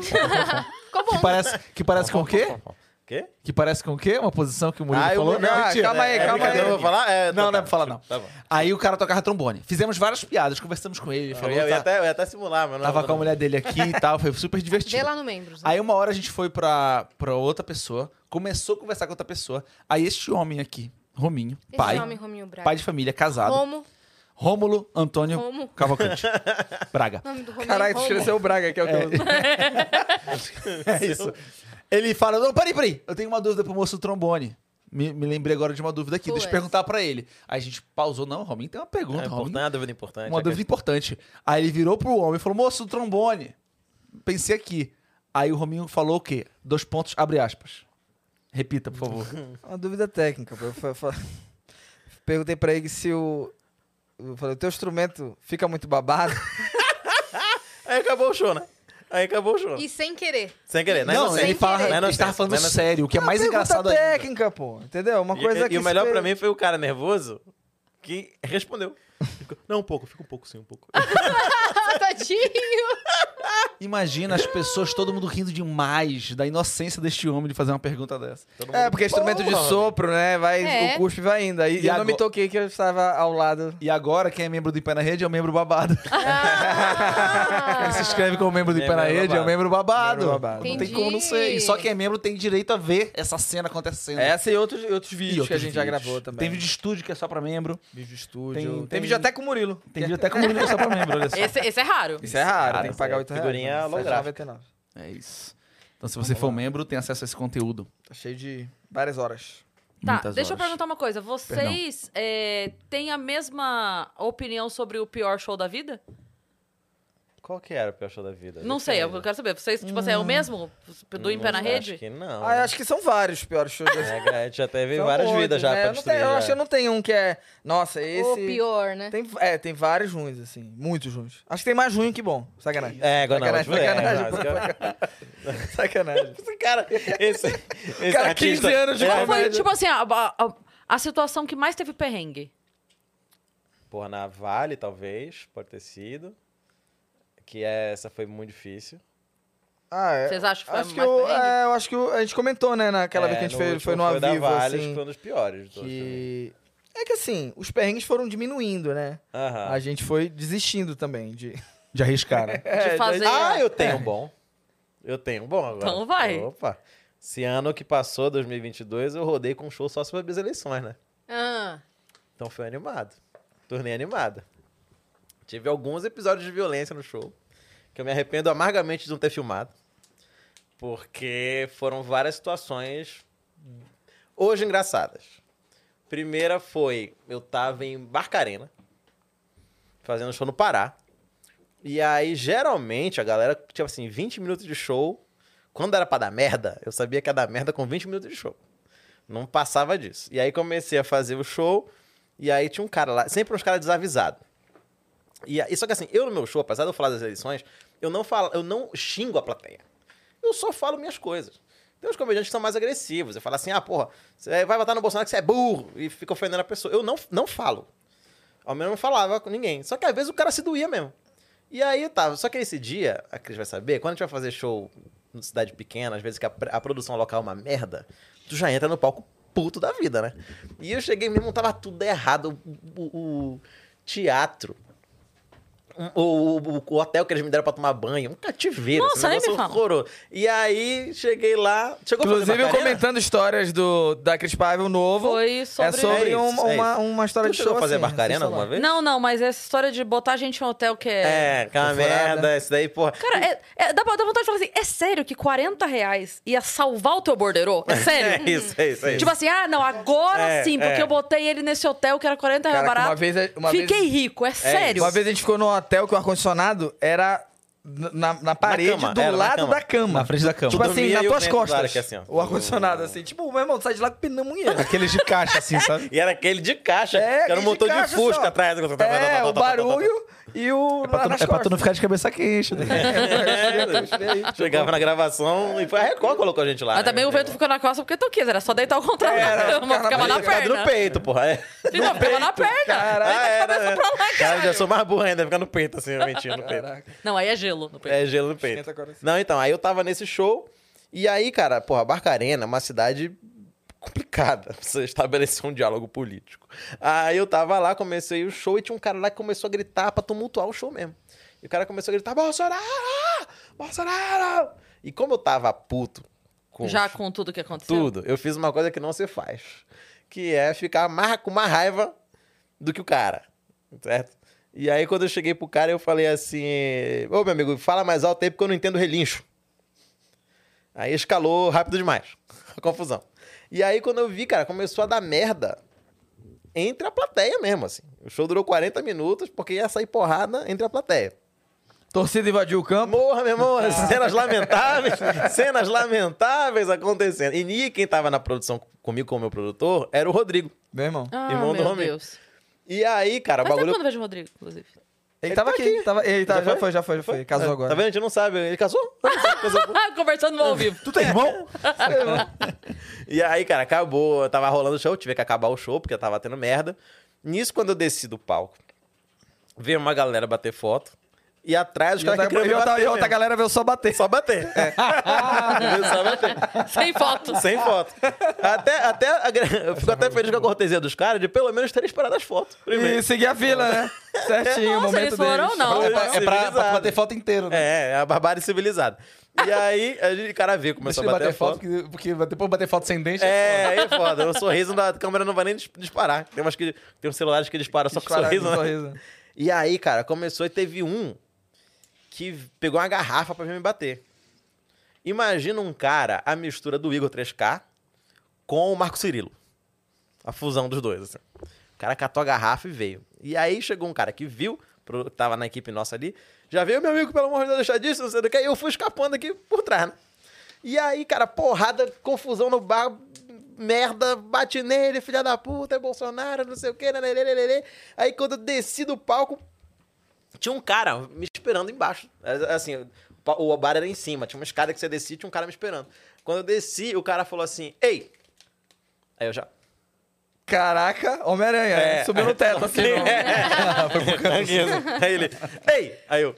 ficou Que bom. parece, que parece com o quê? Quê? Que parece com o quê? Uma posição que o Murilo Ah, eu falou? vou- ah, mentira. calma aí, É, calma brincadeira, aí. eu vou falar? É, Não, tá, não é pra falar, não. Tá bom. Aí o cara tocava trombone. Fizemos várias piadas, conversamos com ele. Ele Eu falou, ia, eu ia tá- até, eu ia até simular, mas não. tava com a mulher dele aqui e tal, foi super Vê divertido. lá no Membros. Aí uma hora a gente foi pra, pra outra pessoa, começou a conversar com outra pessoa. Aí este homem aqui, Rominho, Esse pai, homem, Rominho Braga. pai de família, casado. Romo, Rômulo Antônio Romo. Cavalcante. Braga. nome do Rominho. Caralho, tu Romo. esqueceu o Braga, que é o que eu uso. assim, É isso. Ele fala: Não, peraí, peraí. Eu tenho uma dúvida pro moço do trombone. Me, me lembrei agora de uma dúvida aqui. Deixa eu Putz. perguntar pra ele. Aí a gente pausou. Não, Rominho tem uma pergunta. É Rominho importante, é uma dúvida importante. Uma é dúvida importante. Aí ele virou pro homem e falou: Moço, do trombone. Pensei aqui. Aí o Rominho falou o quê? Dois pontos, abre aspas. Repita, por favor. Uma dúvida técnica. pô. Eu fa- fa- Perguntei pra ele se o. Eu falei, o teu instrumento fica muito babado. que- Aí acabou o show, né? Aí acabou o show. E sem querer. Sem querer, né? não, Inocente. ele, fala, Não é ele inocente, estava falando não é inocente. sério, o que é mais Uma pergunta engraçado ainda. técnica, pô. Entendeu? Uma coisa e, que. e o melhor se- pra mim foi o cara nervoso que respondeu. Ficou, Não, um pouco, fica um pouco sim, um pouco. Ah, tadinho. Imagina as pessoas, todo mundo rindo demais da inocência deste homem de fazer uma pergunta dessa. Todo mundo- "Oh!" É, porque instrumento de Porra, sopro, né? Vai, É. O cuspe vai ainda. E, E eu não me agora- toquei que eu estava ao lado. E agora, quem é membro do Em Pé na Rede é o membro babado. Quem se inscreve como membro do Em Pé na Membro Rede é o babado. membro babado. Membro babado. Não tem como não ser. E só quem é membro tem direito a ver essa cena acontecendo. Essa e outros, outros É E vídeos É, que a outros gente já vídeos. gravou também. Tem vídeo de estúdio que é só pra membro. Vídeo de estúdio. Tem- Tem, tem- vídeo até com o Murilo. Tem vídeo até com o só pra membro, olha só. Esse, esse é raro. Isso é raro, Cara, tem que pagar essa 8 reais. né? figurinha mano. holográfica. 7,99. É isso. Então, se você for membro, tem acesso a esse conteúdo. Tá cheio de várias horas. Tá, Muitas deixa eu horas. perguntar uma coisa. Vocês é, têm a mesma opinião sobre o pior show da vida? Qual que era o pior show da vida? Não sei, é eu quero saber. Vocês, tipo assim, é o mesmo? Do em pé na Hum, Acho rede? que não. né? Ah, eu Hum. acho que são vários piores shows. desse- É, a gente já teve São várias muitos, vidas já né? pra Eu não tenho- destruir. Eu já. acho que eu não tenho um que é. Nossa, esse. O pior, né? Tem, é, tem vários ruins, assim. Muitos ruins. Acho que tem mais ruim que bom. Sacanagem. É, agora não. Sacanagem, tipo, é, sacanagem, não, pô. sacanagem. Sacanagem. Esse cara, esse, esse Cara, artista... 15 anos de Qual é, foi, tipo assim, a, a- a- A situação que mais teve perrengue. Porra, na Vale, talvez, pode ter sido. Que é, essa foi muito difícil. Ah, é. Vocês acham que foi acho que mais eu, perrengue? é, eu acho que eu- a gente comentou, né, naquela vez que a gente foi, É, último foi no ao da vivo, Vale, acho que assim, foi um dos piores. de todos também. que... É que assim, os perrengues foram diminuindo, né? Aham. A gente foi desistindo também de... De arriscar, né? É, De fazer. Ah, eu tenho um bom. Eu tenho um bom agora. Então vai. Opa. Esse ano que passou, 2022, eu rodei com um show só sobre as eleições, né? Ah, Então foi animado. Turnê animada. Tive alguns episódios de violência no show, que eu me arrependo amargamente de não ter filmado. Porque foram várias situações hoje engraçadas. Primeira foi, eu tava em Barcarena, fazendo show no Pará. E aí, geralmente, a galera tinha assim, 20 minutos de show. Quando era pra dar merda, eu sabia que ia dar merda com 20 minutos de show. Não passava disso. E aí comecei a fazer o show. E aí tinha um cara lá, sempre uns caras desavisados. E, aí- só que assim, eu no meu show, apesar de eu falar das eleições, eu não falo, eu não xingo a plateia. Eu só falo minhas coisas. Tem uns comediantes que são mais agressivos. Eu falo assim, ah, porra, você vai votar no Bolsonaro que você é burro. E fica ofendendo a pessoa. Eu não, não falo. Ao menos eu não falava com ninguém. Só que às vezes o cara se doía mesmo. E aí tava. Só que esse dia, a Cris vai saber, quando a gente vai fazer show em cidade pequena, às vezes que a, pr- a produção local é uma merda, tu já entra no palco puto da vida, né? E eu cheguei mesmo, tava tudo errado. O, o- o teatro. um- O, o- o hotel que eles me deram pra tomar banho, um cativeiro. Nossa, esse nem me negócio fala. horroroso. E aí, cheguei lá. Chegou a fazer Inclusive, eu Macarena? comentando histórias do, da Cris Paiva, o novo. Foi sobre. É sobre É isso, uma, é uma, isso. uma história Tu de chegou show a fazer assim, Barcarena sei lá. alguma vez? Não, não, mas essa história de botar gente em hotel que é. É, aquela Temporada. merda, esse daí, porra. Cara, é- é- dá, pra- dá vontade de falar assim: é sério que 40 reais ia salvar o teu borderô? É sério? É isso, é isso, é isso. Tipo assim, ah, não, agora É, sim, porque é. eu botei ele nesse hotel que era 40 reais Cara, que uma barato. vez- uma vez- fiquei rico, é, sério. Uma vez a gente ficou num hotel que o ar-condicionado era na, na- na parede cama, do era na lado cama. da cama. Na frente da cama. Tipo Tu assim, dormia nas e o tuas vento do ar costas. aqui, assim, ó. o ar-condicionado, assim. Tipo, meu irmão, sai de lá com pneumonia. Aqueles de caixa, assim, sabe? E era aquele de caixa, É, que era um de motor de, caixa, fusca só. atrás. né? É, o barulho e o. É pra, lá tu, nas é pra tu não costas. ficar de cabeça quente, né? É, Chegava na gravação e foi a Record que colocou a gente lá. Mas Ah, também o vento ficou na costa porque tu quis, era só deitar ao contrário na cama, ficava na Ficava perna. no peito, porra. É. Ah, Não, ficava na perna. Caraca. Deita a cabeça pra lá, Cara, caralho. já sou mais burro ainda, fica no peito, assim, mentindo no peito. Caraca. Não, aí é gelo no peito. É, gelo no peito. Esquenta agora, assim. Não, então, aí eu tava nesse show, e aí, cara, porra, Barcarena é uma cidade complicada pra você estabelecer um diálogo político. Aí eu tava lá, comecei o show, e tinha um cara lá que começou a gritar pra tumultuar o show mesmo. E o cara começou a gritar, Bolsonaro! Bolsonaro! E como eu tava puto com Já o com tudo que aconteceu. tudo, eu fiz uma coisa que não se faz. Que é ficar mais, com mais raiva do que o cara. Certo? E aí, quando eu cheguei pro cara, eu falei assim: Ô, meu amigo, fala mais alto aí porque eu não entendo relincho. Aí escalou rápido demais. A confusão. E aí, quando eu vi, cara, começou a dar merda entre a plateia mesmo, assim. O show durou 40 minutos porque ia sair porrada entre a plateia. Torcida invadiu o campo. Morra, meu irmão. Cenas lamentáveis. cenas lamentáveis acontecendo. E ni- quem tava na produção comigo, como meu produtor, era o Rodrigo. Meu irmão. Ah, Irmão do meu homem. Deus. E aí, cara, o Mas bagulho. quando eu vejo o Rodrigo, inclusive. Ele tava tá aqui. aqui. Tava, ele tá, Já já foi? foi, já foi, já foi. Casou Tá agora. vendo? A gente não sabe. Ele casou? Casou. Ah, Conversando no ao vivo. Tu tem irmão? E aí, cara, acabou. Tava rolando o show, tive que acabar o show, porque tava tendo merda. Nisso, quando eu desci do palco, veio uma galera bater foto. E atrás os E outra, caras que queriam e me outra- bater e outra mesmo. galera É. veio só bater. Tá Só bater. Veio Só bater. Sem foto. Sem foto. Até, até a gra- eu fico até feliz com a cortesia dos caras de pelo menos terem esperado as fotos. Primeiro. E seguir a fila, né? Certinho, o Nossa, momento eles foram deles. ou não? É pra, é pra- pra tu bater foto inteiro, né? É, é a barbárie civilizada. E aí, a gente, o cara vê, Deixa começou ele a bater, bater foto. foto, que- porque depois bater foto sem dente. É, aí é foda. O sorriso da câmera não vai nem dis- disparar. Tem umas que. Tem uns celulares que disparam só com Disparado, sorriso, né? sorriso. E aí, cara, começou e teve um que pegou uma garrafa pra vir me bater. Imagina um cara, a mistura do Igor 3K com o Marco Cirilo. A fusão dos dois, assim. O cara catou a garrafa e veio. E aí chegou um cara que viu, pro- tava na equipe nossa ali, já veio, meu amigo, pelo amor de Deus, deixa disso, não sei do que, e eu fui escapando aqui por trás, né? E aí, cara, porrada, confusão no bar, merda, bate nele, filha da puta, é Bolsonaro, não sei o quê, nananana. Aí quando eu desci do palco, tinha um cara me esperando embaixo. Era, Assim, o pa- o bar era em cima, tinha uma escada que você descia, tinha um cara me esperando. Quando eu desci, o cara falou assim, ei! Aí eu já... Caraca, Homem-Aranha, É. né? subiu no teto, assim. Sim. ó. É, Aí ele, ei! Aí eu,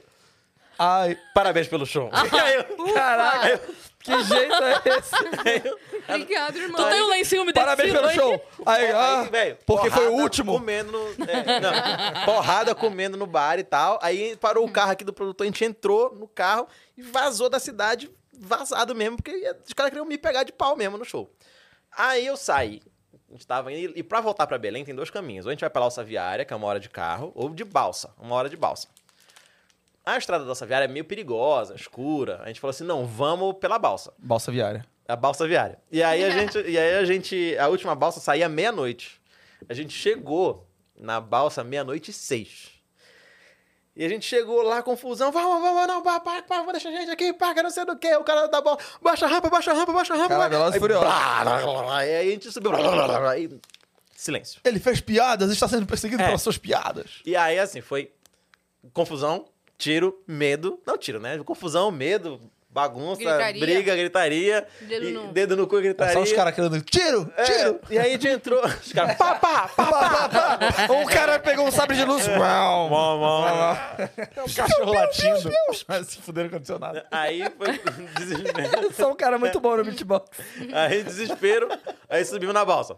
Ai, parabéns pelo show. Ah. Aí eu, Caraca, que jeito é esse? Obrigado, irmão. Tu tem um lencinho me Parabéns descido pelo aí? show. Aí, ah, Aí, velho, porque foi o porrada último. Comendo no, é, não, porrada comendo no bar e tal. Aí parou o carro aqui do produtor, a gente entrou no carro e vazou da cidade, vazado mesmo, porque ia- os caras queriam me pegar de pau mesmo no show. Aí eu saí. A gente tava indo, e pra voltar pra Belém tem dois caminhos. Ou a gente vai pra Alça Viária, que é uma hora de carro, ou de balsa, uma hora de balsa. A estrada da Alça Viária é meio perigosa, escura. A gente falou assim, não, vamos pela balsa. balsa viária. A balsa viária. E É. aí a gente, e aí a gente, a última balsa saía meia-noite. A gente chegou na balsa meia-noite e seis. E a gente chegou lá, confusão, vamos, vamos, não, pá, pá, pá, vamos deixar a gente aqui, paga, não sei do que, o cara da bola, baixa a rampa, baixa a rampa, baixa a rampa. Cara, vai. Velozes e Aí, Furiosos. blá, blá, blá, blá, E aí a gente subiu, blá, blá, blá, blá, e... silêncio. Ele fez piadas, está sendo perseguido É. pelas suas piadas. E aí, assim, foi confusão, tiro, medo. Não tiro, né? Confusão, medo, bagunça, Gritaria. briga, gritaria. Dedo e- no- dedo no cu, e É gritaria. só os caras querendo tiro, É, tiro. E aí a gente entrou. Os caras. Pá, pá, pá, pá. Pá, pá, pá. Um cara pegou um sabre de luz. uau, uau, uau. O cachorro latindo. Mas se fuderam condicionado. Aí foi desespero. Só um cara muito bom no beatbox. Aí desespero. Aí subimos na balsa.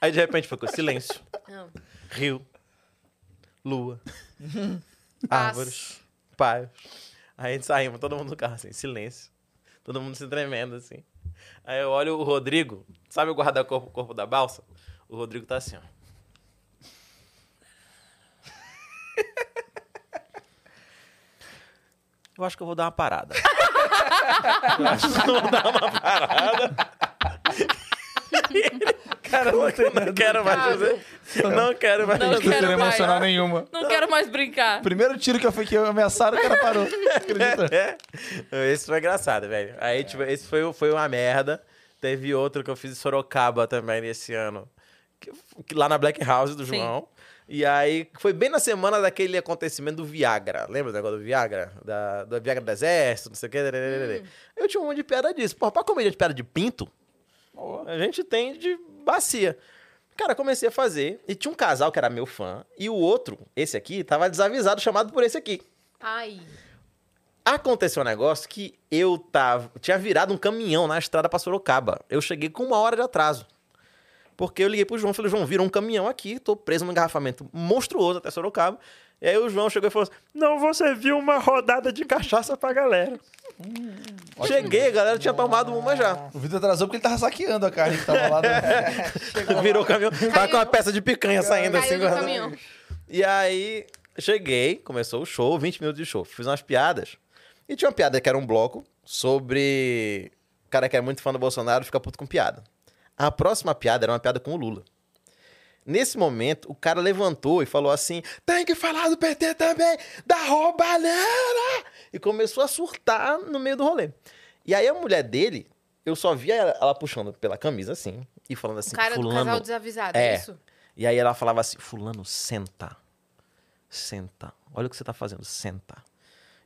Aí de repente ficou silêncio. Não. Rio. Lua. Paz. Árvores. Paz. Aí a gente saímos, todo mundo no carro assim, silêncio. Todo mundo se tremendo assim. Aí eu olho o Rodrigo, sabe o guarda-corpo corpo da balsa? O Rodrigo tá assim, ó. Eu acho que eu vou dar uma parada. Eu acho que eu vou dar uma parada. Cara, não tem Eu não quero mais fazer. Eu não quero mais Não fazer. quero Não quero mais. emocionar nenhuma. Não quero mais brincar. Primeiro tiro que eu fui que eu ameaçaram, o cara parou. Acredita? É. Esse foi engraçado, velho. Aí, tipo, esse foi, foi uma merda. Teve outro que eu fiz em Sorocaba também nesse ano. que- que lá na Black House do Sim. João. E aí, foi bem na semana daquele acontecimento do Viagra. Lembra do negócio do Viagra? Da, do Viagra do Exército, não sei o quê. né, tararara. Eu tinha um monte de piada disso. Porra, pra comédia de piada de pinto, a gente tem de bacia. Cara, comecei a fazer. E tinha um casal que era meu fã. E o outro, esse aqui, tava desavisado, chamado por esse aqui. Ai. Aconteceu um negócio que eu tava. Tinha virado um caminhão na estrada pra Sorocaba. Eu cheguei com uma hora de atraso. Porque eu liguei pro João e falei, João, virou um caminhão aqui, tô preso num engarrafamento monstruoso até Sorocaba. E aí o João chegou e falou assim: Não, você viu uma rodada de cachaça pra galera. Cheguei, a galera tinha tomado uma já. O Vitor atrasou porque ele tava saqueando a carne que tava lá. né? Virou o caminhão. Tava com uma peça de picanha saindo assim. Caiu do guardando. caminhão. E aí, cheguei, começou o show, 20 minutos de show. Fiz umas piadas. E tinha uma piada que era um bloco sobre. O cara que é muito fã do Bolsonaro fica puto com piada. A próxima piada era uma piada com o Lula. Nesse momento, o cara levantou e falou assim: tem que falar do PT também, da roubalheira! E começou a surtar no meio do rolê. E aí a mulher dele, eu só via ela, ela puxando pela camisa assim e falando assim: O cara do Fulano, casal desavisado, é, É. isso? e aí ela falava assim: Fulano, senta. Senta. Olha o que você tá fazendo, senta.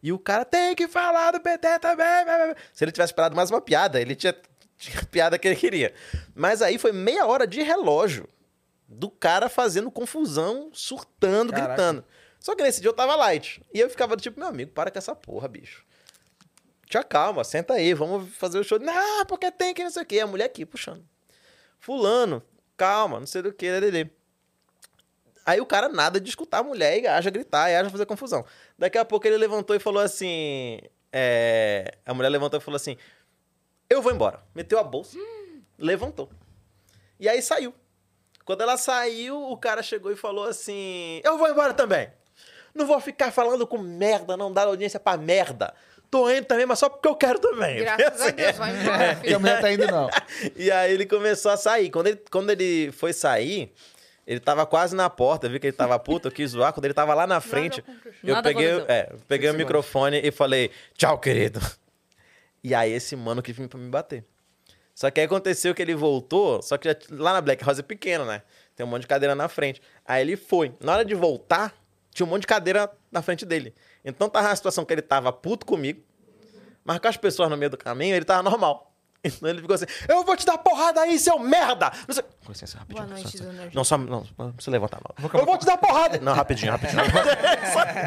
E o cara tem que falar do PT também. blá, blá, blá." Se ele tivesse parado mais uma piada, ele tinha, tinha a piada que ele queria. Mas aí foi meia hora de relógio do cara fazendo confusão, surtando, Caraca. gritando. Só que nesse dia eu tava light. E eu ficava do tipo, meu amigo, para com essa porra, bicho. Te acalma, senta aí, vamos fazer o show. Não, porque tem que não sei o quê. E A mulher aqui puxando. Fulano, calma, não sei do que, lelele. Aí o cara nada de escutar a mulher e haja gritar, e haja fazer confusão. Daqui a pouco ele levantou e falou assim. é, A mulher levantou e falou assim: Eu vou embora. Meteu a bolsa, levantou. E aí saiu. Quando ela saiu, o cara chegou e falou assim: Eu vou embora também. Não vou ficar falando com merda, não dar audiência pra merda. Tô indo também, mas só porque eu quero também. Assim, Graças a Deus, vai embora, E a filho. mulher tá indo, não. E aí ele começou a sair. Quando ele, quando ele foi sair, ele tava quase na porta, eu vi que ele tava puto, eu quis zoar. Quando ele tava lá na frente, eu Nada peguei, aconteceu. é, eu peguei o microfone e falei, tchau, querido. E aí esse mano que vinha pra me bater. Só que aí aconteceu que ele voltou, só que já- lá na Black House é pequeno, né? Tem um monte de cadeira na frente. Aí ele foi. Na hora de voltar, tinha um monte de cadeira na frente dele. Então tava a situação que ele tava puto comigo, mas com as pessoas no meio do caminho, ele tava normal. Então ele ficou assim, eu vou te dar porrada aí, seu merda! Não sei... Com licença, rapidinho. Boa com noite, licença. dona Não, só, não, não precisa levantar, não. eu vou te dar porrada! Não, rapidinho, rapidinho.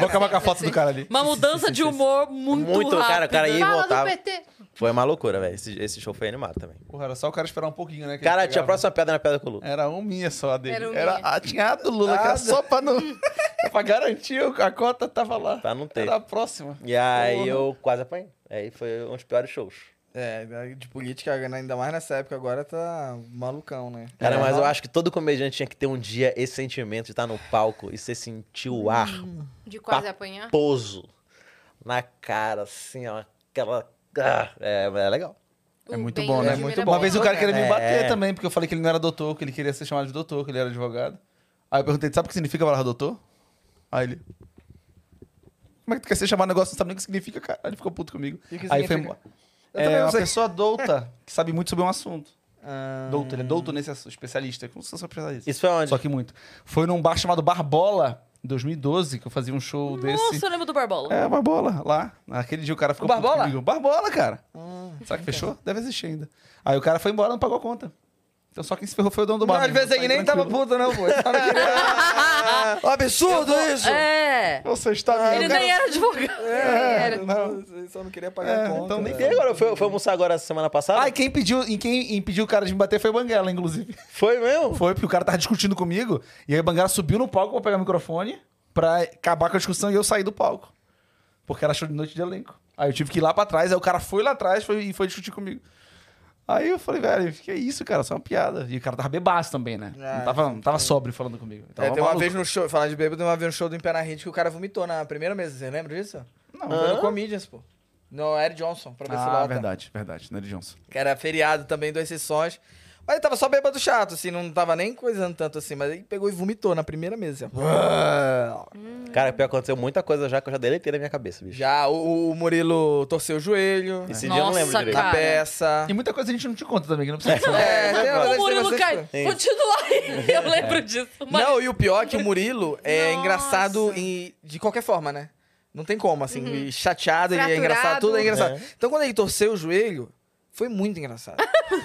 Vou acabar com a foto do cara ali. Uma mudança de humor muito, Muito, rápida. cara, o cara ia e Fala do voltava. PT. Foi uma loucura, velho. Esse, esse show foi animado também. Porra, era só o cara esperar um pouquinho, né? que Cara, ele tinha a pegava. próxima pedra na pedra com o Lula. Era um minha só a dele. Era um Era, minha. a, tinha a do Lula, que Ah, era só pra, não, pra garantir, a cota tava lá. Pra não ter. Era a próxima. E aí eu quase apanhei. Aí foi um dos piores shows. É, de política, ainda mais nessa época agora, tá malucão, né? Cara, É. mas eu acho que todo comediante tinha que ter um dia esse sentimento de estar no palco e você sentir o ar De quase apanhar. poso na cara, assim, ó. Aquela. Ah, é, é legal. É O muito Ben bom, né? Hur muito era bom. Uma vez o cara queria me É. bater também, porque eu falei que ele não era doutor, que ele queria ser chamado de doutor, que ele era advogado. Aí eu perguntei, sabe o que significa a palavra doutor? Aí ele... Como é que tu quer ser chamado de negócio? Não sabe nem o que significa, cara. Aí ele ficou puto comigo. E o que Aí foi... significa? embora. Eu também É não uma sei. pessoa douta, que sabe muito sobre um assunto. Ah, Doutor, ele é doutor nesse assunto, especialista. Como se fosse um especialista. Isso foi onde? Só que muito. Foi num bar chamado Barbola, em 2012, que eu fazia um show desse. Nossa, eu lembro do Barbola. É, Barbola, lá. Naquele dia o cara ficou. O Barbola? Ah, puto comigo. Barbola, cara. Será que fechou? Deve existir ainda. Aí o cara foi embora, não pagou a conta. Então só quem se ferrou foi o dono do bar. Não, às mesmo. Tá vezes ele nem tava tranquilo. puto, não, pô. Ele tava querendo- Ah, um absurdo isso! É. Você está Ele nem era advogado. É, não, ele só não queria pagar É, a conta. então nem né? E agora? Foi, foi almoçar agora semana passada? Ah, e quem pediu, e quem impediu o cara de me bater foi o Banguela, inclusive. foi mesmo? Foi, porque o cara tava discutindo comigo. E aí o Banguela subiu no palco pra pegar o microfone pra acabar com a discussão e eu saí do palco. Porque era show de noite de elenco. Aí eu tive que ir lá pra trás, aí o cara foi lá atrás foi- e foi discutir comigo. Aí eu falei, velho, que é isso, cara? Só uma piada. E o cara tava bebaço também, né? Ah, não, tava, não tava sóbrio falando comigo. Tava É, tem uma maluco. vez no show, falar de bêbado, tem uma vez no show do Impera Hit que o cara vomitou na primeira mesa, você lembra disso? Não, Foi no Comedians, pô. No Eric Johnson, pra ver se Ah, lá. tá. verdade, verdade. Nery Johnson. Que era feriado também, duas sessões. Mas ele tava só bêbado chato, assim, não tava nem coisando tanto assim, mas ele pegou e vomitou na primeira mesa. assim, ó. Cara, pior que aconteceu muita coisa já que eu já né? deletei na minha cabeça, bicho. Já o, o Murilo torceu o joelho né, Esse dia eu não Nossa, lembro direito. na cara. peça. E muita coisa a gente não te conta também, que não precisa falar. É, tem uma- O tem Murilo vocês- cai. Sim. Continua aí. Eu lembro disso. Mas Não, e o pior é que o Murilo é Nossa. engraçado em- de qualquer forma, né? Não tem como, assim, e chateado, ele é Fraturado. engraçado, tudo é engraçado. É. Então quando ele torceu o joelho, foi muito engraçado.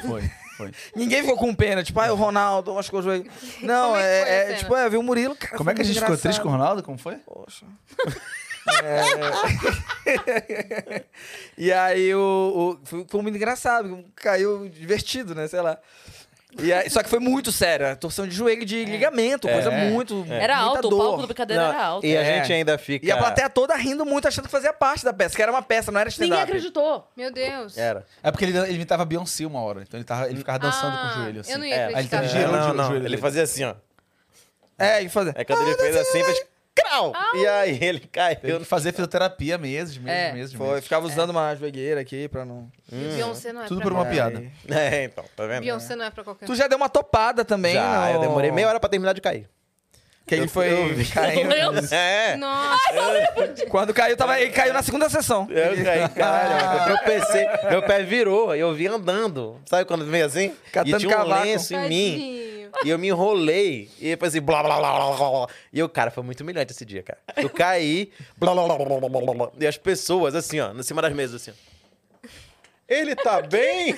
Foi, foi. Ninguém ficou com pena, tipo, ah, o Ronaldo machucou o joelho. Não, Como é que foi a é, é, cena? tipo, é, viu o Murilo, cara. Como é que a gente ficou triste com o Ronaldo? Como foi? Poxa. É... e aí o, o- foi, foi muito engraçado, caiu divertido, né? Sei lá. E aí- só que foi muito sério, era torção de joelho de ligamento, coisa É. muito. Era muita alto, o dor. palco do brincadeira Não, era alto. E a É. gente ainda fica. E a plateia toda rindo muito, achando que fazia parte da peça, que era uma peça, não era stand-up. Ninguém acreditou. Meu Deus. Era. É porque ele, ele imitava Beyoncé uma hora, então ele, tava, ele ficava dançando Ah, com o joelho, assim. Eu não É, ia aí ele acreditar. teve Hum. É, Girou o não, joelho não. dele. Ele fazia assim, ó. É, e fazer. É Ah, quando ele fez assim, fez. Crau! E aí ele Teve caiu. que fazer fisioterapia meses, meses, É. meses, Foi, meses. ficava usando uma joelheira aqui pra não. E Beyoncé não é Tudo pra por uma É. piada. É, então, tá vendo? Beyoncé não é pra qualquer Tu já deu uma topada também, Já, não? eu demorei meia hora pra terminar de cair. Que ele Eu- foi. eu vi. caindo. Eu- É. um. Nossa, Quando caiu, tava... ele caiu na segunda sessão. Eu caí, caralho. Eu tropecei, meu pé virou, eu vim andando. Sabe quando vem assim? Catando e tinha um cavaco. lenço em mim, tadinho. e eu me enrolei, e depois assim, blá, blá, blá, blá, blá, blá. E eu, cara, foi muito humilhante esse dia, cara. Eu caí, blá, blá, blá, blá, blá, blá, blá, blá. E as pessoas, assim, ó, em cima das mesas, assim, ó. Ele tá bem?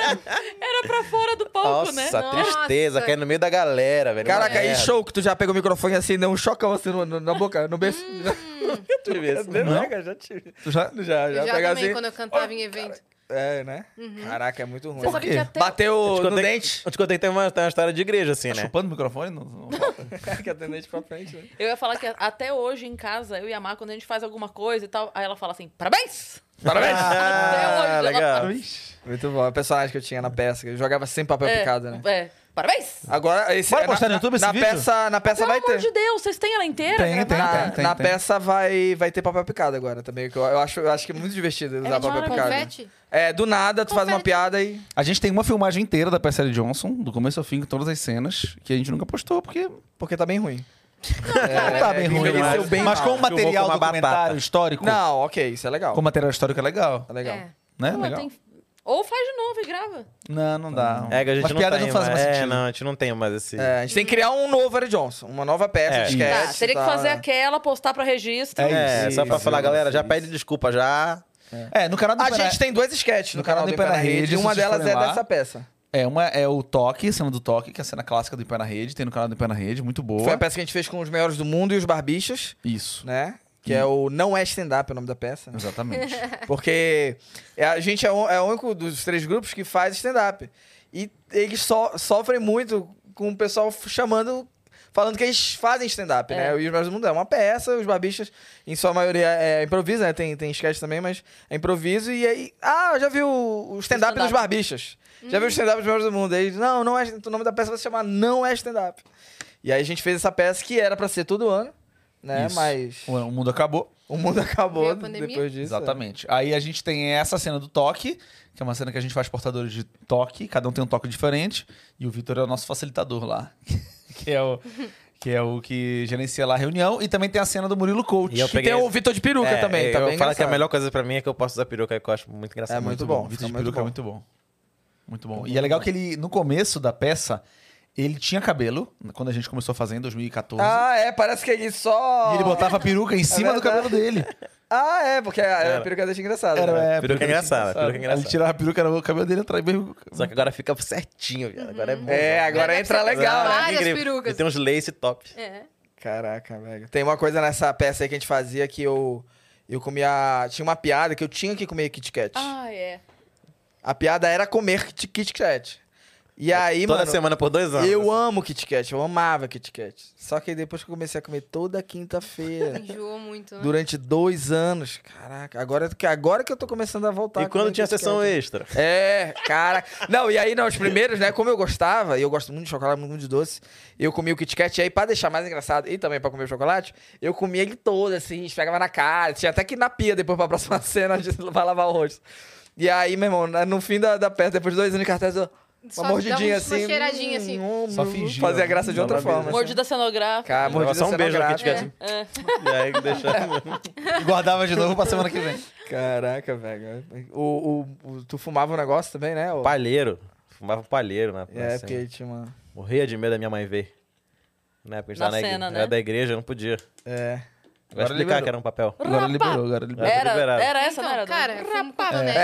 Era pra fora do palco, Nossa, né? tristeza, Nossa. caiu no meio da galera, velho. é. Caraca, aí Merda. show que tu já pegou o microfone assim, deu um chocão assim no- no- na boca, no beijo. Tu vê esse- Não, cara, É, já tive. Tu já? Já, já, Eu já pegava também, assim. quando eu cantava em evento. É, né? Caraca, é muito ruim. Você sabe que até. Bateu te no contei- dente. Eu te contei que tem uma, tem uma história de igreja, assim, né? Tá Chupando o microfone? Não, não. É, que até dente pra frente, né? Eu ia falar que até hoje em casa, eu e a Mar, quando a gente faz alguma coisa e tal, aí ela fala assim: parabéns! Parabéns! Até hoje ela- legal. Ixi. Ah. Muito bom. É o personagem que eu tinha na peça, que eu jogava sem papel É, picado, né? é, parabéns! Agora, esse Bora na- postar no na- YouTube esse na vídeo? Peça, na peça Pelo vai amor ter. de Deus, vocês têm ela inteira? Tem, tem, gravada? tem, tem. na peça vai, vai ter papel picado agora também, que eu, eu acho, eu acho que é muito divertido usar papel maravilhoso. picado. Confete? É, do nada tu faz uma Confete. piada e. A gente tem uma filmagem inteira da Percy Johnson, do começo ao fim, com todas as cenas, que a gente nunca postou, porque Porque tá bem ruim. É, não né, tá bem ruim. envelheceu mas bem mas mal. com o material Filmou com uma batata. documentário histórico, Não, ok, isso é legal. com o material histórico é legal, É legal. É. né? Pô, legal. tem- Ou faz de novo e grava. Não, não dá. É que a gente As não piadas tem não fazem mais. mais É, sentido. não, a gente não tem mais esse. É, a gente tem que criar um novo Eric Johnson, uma nova peça É. né? de sketch. Tá, teria que tá. fazer aquela, postar pra registro. É É, isso, só pra isso, falar, galera, já isso. pede desculpa já. É, no canal do A Pena- gente tem dois sketches no, No canal do Impé na Rede. se Uma vocês delas forem é lá. dessa peça. É, uma é o Toque, a cena do Toque, que é a cena clássica do Impé na Rede, tem no canal do Impé na Rede, muito boa. Foi a peça que a gente fez com os maiores do mundo e os barbichas, Isso, né? Que é o Não É Stand-Up, é o nome da peça. exatamente. Porque é- a gente é o, é o único dos três grupos que faz stand-up. E eles so- sofrem muito com o pessoal f- chamando, falando que eles fazem stand-up, né? E os melhores do mundo é uma peça, os barbichas, em sua maioria, é improviso, né? Tem, tem sketch também, mas é improviso. E aí, ah, eu já vi o, o stand-up Stand-up. dos barbichas. Já vi o stand-up dos melhores do mundo. Aí, não, não é, o nome da peça vai se chamar Não É Stand-up. E aí a gente fez essa peça que era pra ser todo ano, né? Isso. Mas O, o mundo acabou. o mundo acabou Veio a pandemia. depois disso. é. Exatamente. Aí a gente tem essa cena do toque, que é uma cena que a gente faz portadores de toque, cada um tem um toque diferente, e o Vitor é o nosso facilitador lá, que é o que, é o que gerencia lá a reunião, e também tem a cena do Murilo Coach. E eu Que tem o Vitor de peruca É, também, tá eu falo bem que a engraçado. melhor coisa pra mim é que eu posso usar peruca, que eu acho muito engraçado. É muito Muito bom, bom. Vitor fica de muito peruca é bom. muito bom. Muito bom. E é legal que ele, no começo da peça, ele tinha cabelo, quando a gente começou a fazer em 2014. Ah, é, parece que ele só. E ele botava a peruca em cima do verdade. É cabelo dele. Ah, é, porque a, a Era. peruca deixa engraçado. Era, né? é, Peruca engraçada, peruca engraçada. Ele tirava a peruca, era o cabelo dele atrás mesmo. Só que agora fica certinho, Uhum. viado. Agora é bom. É, Zó. agora Agora entra precisa- legal, né? Várias Incrível. perucas. E tem uns lace top. É. Caraca, velho. Tem uma coisa nessa peça aí que a gente fazia que eu. Eu comia. Tinha uma piada que eu tinha que comer Kit Kat. Ah, é. A piada era comer Kit, Kit Kat. E aí, Toda mano. semana né? por dois anos. Eu amo Kit Kat, eu amava Kit Kat. Só que aí depois que eu comecei a comer toda quinta-feira, Enjoou muito, né? durante dois anos, caraca, agora, que- agora que eu tô começando a voltar. E a quando comer tinha Kit sessão Kat. extra? É, cara. Não, e aí, não, os primeiros, né? Como eu gostava, e eu gosto muito de chocolate, muito de doce, eu comia o Kit Kat, e aí, pra deixar mais engraçado, e também pra comer o chocolate, eu comia ele todo, assim, esfregava na cara, tinha até que ir na pia depois pra próxima cena de pra lavar o rosto. E aí, meu irmão, na- no fim da, da peça, depois de dois anos de cartaz, eu, Só uma dá mordidinha uma assim. cheiradinha, assim. hum, Só hum, fingia. Fazia graça de Dá outra uma forma. beleza. né? assim. Mordida cenográfica. Cara, mordida Só um beijo no Kit cenográfica. Kat. É. E aí deixa. E guardava de novo pra semana que vem. Caraca, velho. O, o, o- tu fumava um negócio também, né? O- Palheiro. Fumava um palheiro na na É, cena. porque tinha uma. Morria de medo da minha mãe ver. Na época a gente Na tava na cena, igreja, né? era da igreja, eu não podia. É. Vai explicar Agora liberou. que era um papel. Agora Rapa! liberou, agora liberou. É. Era, liberado. era essa, Então, não era? né? cara, fumo cotonete.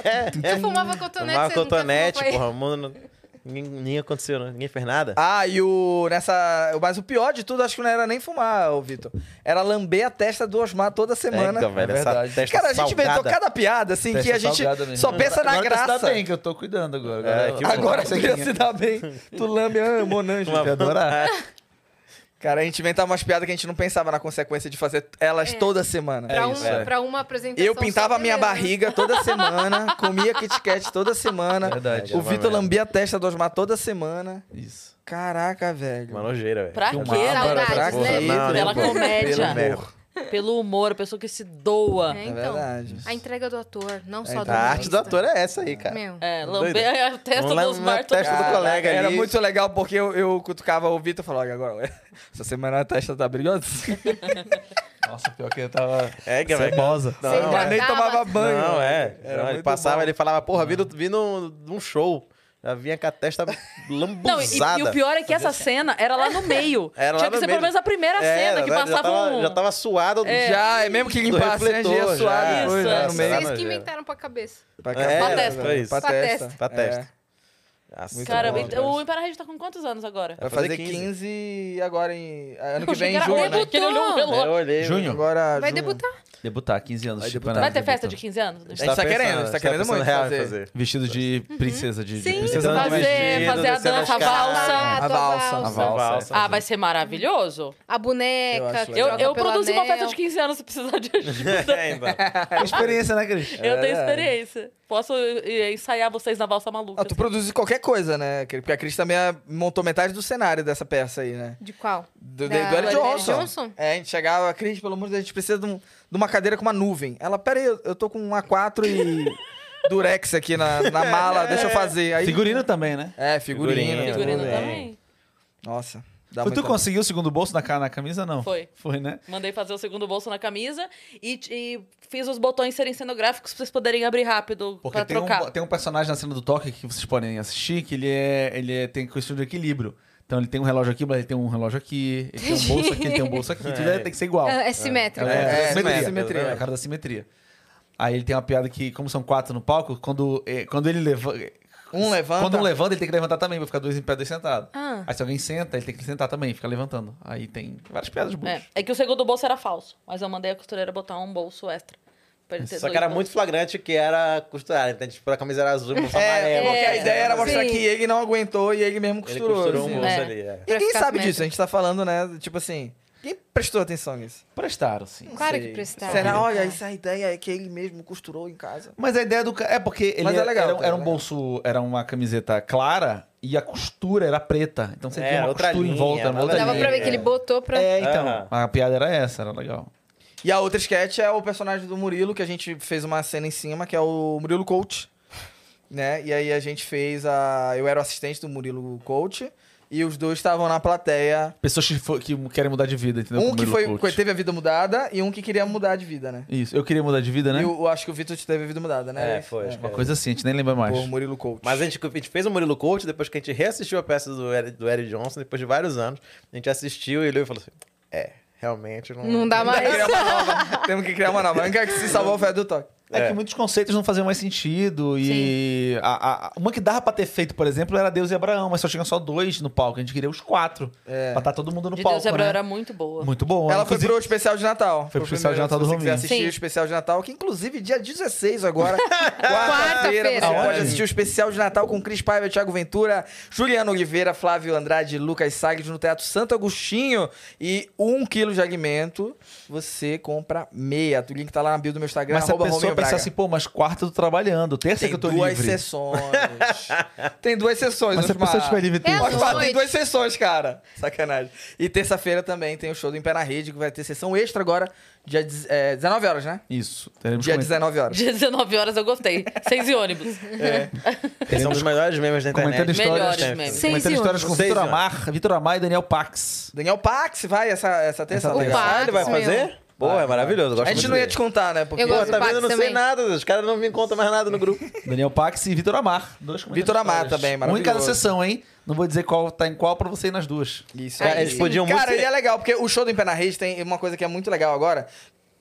É, Tu fumava cotonete, Fumava você cotonete, nunca fumou, porra, mano. Ninguém, ninguém aconteceu, né? ninguém fez nada. Ah, e o. Nessa. Mas o pior de tudo, acho que não era nem fumar, ô Vitor. Era lamber a testa do Osmar toda semana. então, velho, é essa verdade. testa Cara, a gente inventou salgada. cada piada, assim, Testa que a gente salgada mesmo. só pensa na Agora que você Tá graça. bem, que eu tô cuidando agora. É, Agora- que bom. Agora tu você ia se dar bem. Tu lambe, ah, monanjo. Uma- ia adorar. Cara, a gente inventava umas piadas que a gente não pensava na consequência de fazer elas toda semana. Pra, um- isso, é. pra uma apresentação. Eu só pintava a minha beleza. né? barriga toda semana, comia Kit Kat toda semana. É é Verdade. O Vitor lambia a testa do Osmar toda semana. Isso. Caraca, velho. Uma nojeira, velho. Pra quê? Filmava, né? Saudades, né? pra quê? Não, Pela nem um pouco. comédia. Pelo amor. Pelo humor, a pessoa que se doa. É, É então, verdade. a entrega do ator, não só do a A arte do humorista. ator é essa aí, cara. Meu. É, Doida. lamber a testa Tá Vamos lá dos na Bartos. testa do Caraca, colega Era ali. muito legal porque eu, eu cutucava o Vitor e falava, "Olha, agora, essa semana a testa tá brilhosa. Nossa, pior que eu tava. É, que é Cebosa. Mas Não, Sim, é. nem Tava. tomava banho. Não, é. né? Era Não, ele muito passava, bom. Ah. ele falava, porra, vi, no- vi num, num show. Já vinha com a testa Não, e, lambuzada. e o pior é que essa cena era lá no meio. assim. Era lá Tinha que no ser meio. pelo menos a primeira cena Era, que né? passava já tava, um... Já tava suado Já, é mesmo que do limpar a cena, já refletor, ia suado já. depois, Isso, né, é. no meio. Será? Vocês que Nojeira. inventaram pra cabeça. Pra, É, cabeça, testa. velho. Foi isso. Pra Pra testa. Pra testa. É. Ah, Muito Cara, bom, bem- cara. o Impera Rede tá com quantos anos agora? Vai fazer fazer 15. 15 agora em... Ano que Eu achei vem, que em era- junho, né? Debutou! Ele olhou o É, Eu relógio. olhei. Junho? Agora, Vai junho. debutar. Debutar 15 anos. Vai tipo, debutar. né? Vai ter festa de 15 anos? É, A gente tá querendo, a gente tá querendo muito fazer. Vestido de princesa, de, de Sim, princesa. Precisando de fazer, vestido, fazer a descendo dança, a as escadas. valsa. Sapato, A valsa. A valsa. Ah, vai ser maravilhoso. A Eu boneca. acho que Eu, legal. troca eu pelo produzi uma anel. festa de 15 anos se precisar de ajuda. É, então. Experiência, né, Cris? Eu tenho É. experiência. Posso eh, ensaiar vocês na valsa maluca. assim, Ah, tu produz qualquer coisa, né? Cris? Porque a Cris também ah, montou metade do cenário dessa peça aí, né? De qual? Do, Da- do Eric do Eric Johnson. Johnson? É, a gente chegava, Cris, pelo amor de Deus, a gente precisa de, um- de uma cadeira com uma nuvem. Ela, peraí, eu, eu tô com um A4 e durex aqui na, na mala, deixa eu fazer. Aí, Figurino também, né? É, figurino. Figurino. Figurino Tudo também? bem. Nossa. Dá Foi tu muita- que conseguiu o segundo bolso na, ca- na camisa, não? Foi. Foi, né? Mandei fazer o segundo bolso na camisa e, e fiz os botões serem cenográficos pra vocês poderem abrir rápido Porque pra tem um, trocar. tem um personagem na cena do toque que vocês podem assistir que ele é. Ele é- tem questão de equilíbrio. Então ele tem um relógio aqui, mas ele tem um relógio aqui, ele tem um bolso aqui, ele tem um bolso aqui. Tudo é- tem que ser igual. É, é simétrico. É, da simetria. É a cara da simetria. Aí ele tem uma piada que, como são quatro no palco, quando, eh, quando ele levanta. Um levanta? Quando um levanta, ele tem que levantar também, vai ficar dois em pé, dois sentados. Ah. Aí se alguém senta, ele tem que sentar também, fica levantando. Aí tem várias piadas boas. É, é que o segundo bolso era falso, mas eu mandei a costureira botar um bolso extra. Pra ele ter Só que dois era bolsos. muito flagrante que era costurar, entende? Tipo, a camisa era azul, bolsa É, amarela. porque a é, ideia era sim. mostrar que ele não aguentou e ele mesmo Ele costurou. costurou assim. um bolso É. ali, é. Pra Ninguém ficar sabe com disso, a gente tá falando, né? Tipo assim, quem prestou atenção nisso? Prestaram, sim. Não Claro é, sei. que prestaram. Será? Olha, essa ideia é que ele mesmo costurou em casa. Mas a ideia do. ca- É porque ele Mas é era- legal, era, tá era um legal. bolso, era uma camiseta clara e a costura era preta. Então você É, tinha uma outra costura em linha, volta, uma uma outra Dava linha. pra ver que ele botou pra. É, então. Aham. A piada era essa, era legal. E a outra sketch é o personagem do Murilo, que a gente fez uma cena em cima, que é o Murilo Coach. Né? E aí a gente fez a. Eu era o assistente do Murilo Coach. E os dois estavam na plateia. Pessoas que, fo- que querem mudar de vida, entendeu? Um Como que ele foi, coach. que teve a vida mudada e um que queria mudar de vida, né? Isso, eu queria mudar de vida, né? E eu, eu acho que o Vitor teve a vida mudada, né? É, foi, acho que Uma coisa assim, a gente nem lembra mais. Por Murilo Coach. Mas a gente, a gente fez o Murilo Couto, depois que a gente reassistiu a peça do Eric, do Eric Johnson, depois de vários anos, a gente assistiu e olhou e falou assim, é, realmente não... Não dá mais. Criar uma nova. Temos que criar uma nova. A única que se salvou foi a do Toque. É, que muitos conceitos não faziam mais sentido. E a, a- uma que dava pra ter feito, por exemplo, era Deus e Abraão, mas só tinha só dois no palco. A gente queria os quatro. Pra estar todo mundo no De palco. Deus e Abraão né? era muito boa. Muito bom. É. Ela Inclusive, foi pro especial de Natal. Foi pro especial de primeiro, Natal do Se você quiser Rominho. assistir Sim. o especial de Natal, que inclusive dia 16 agora, quarta-feira, você Quarta-feira. pode assistir o especial de Natal com Cris Paiva, Thiago Ventura, Juliano Oliveira, Flávio Andrade, Lucas Sagres no Teatro Santo Agostinho. E um quilo de alimento, você compra meia. O link tá lá na bio do meu Instagram, Mas se a arroba pessoa Rominho Braga. pensar assim, pô, mas quarta eu tô trabalhando, terça tem que eu tô duas livre. sessões. tem duas sessões. Mas se a última- pessoa estiver livre É terça. Pode falar, noite. tem duas sessões, cara. Sacanagem. E terça-feira também tem o show do Em Pé na Rede, que vai ter sessão extra agora, dia dez- é, 19 horas, né? Isso. Teremos, Dia comen- 19 horas. Dia 19 horas eu gostei. Seis e ônibus. Esse é um dos melhores memes da internet. comentando Melhores histórias, memes. comentando Seis histórias com anos. Seis Vitor anos. Amar, Vitor Amar e Daniel Pax. Daniel Pax, vai essa, essa terça? Essa terça. tá legal. Ah, ele vai Pax, meu. fazer? Pô, é maravilhoso. eu Gosto A gente muito não ia dele. te contar, né? Porque Eu gosto. Pô, tá Pax vendo? Eu não sei também. nada. Os caras não me contam mais nada no grupo. Daniel Pax e Vitor Amar. Dois comentando Vitor Amar histórias. também, Um em cada maravilhoso. sessão, hein? Não vou dizer qual tá em qual pra você ir nas duas. Isso Cara, aí. eles podiam muito Cara, ser- e é legal, porque o show do Em Pé na Rede tem uma coisa que é muito legal agora,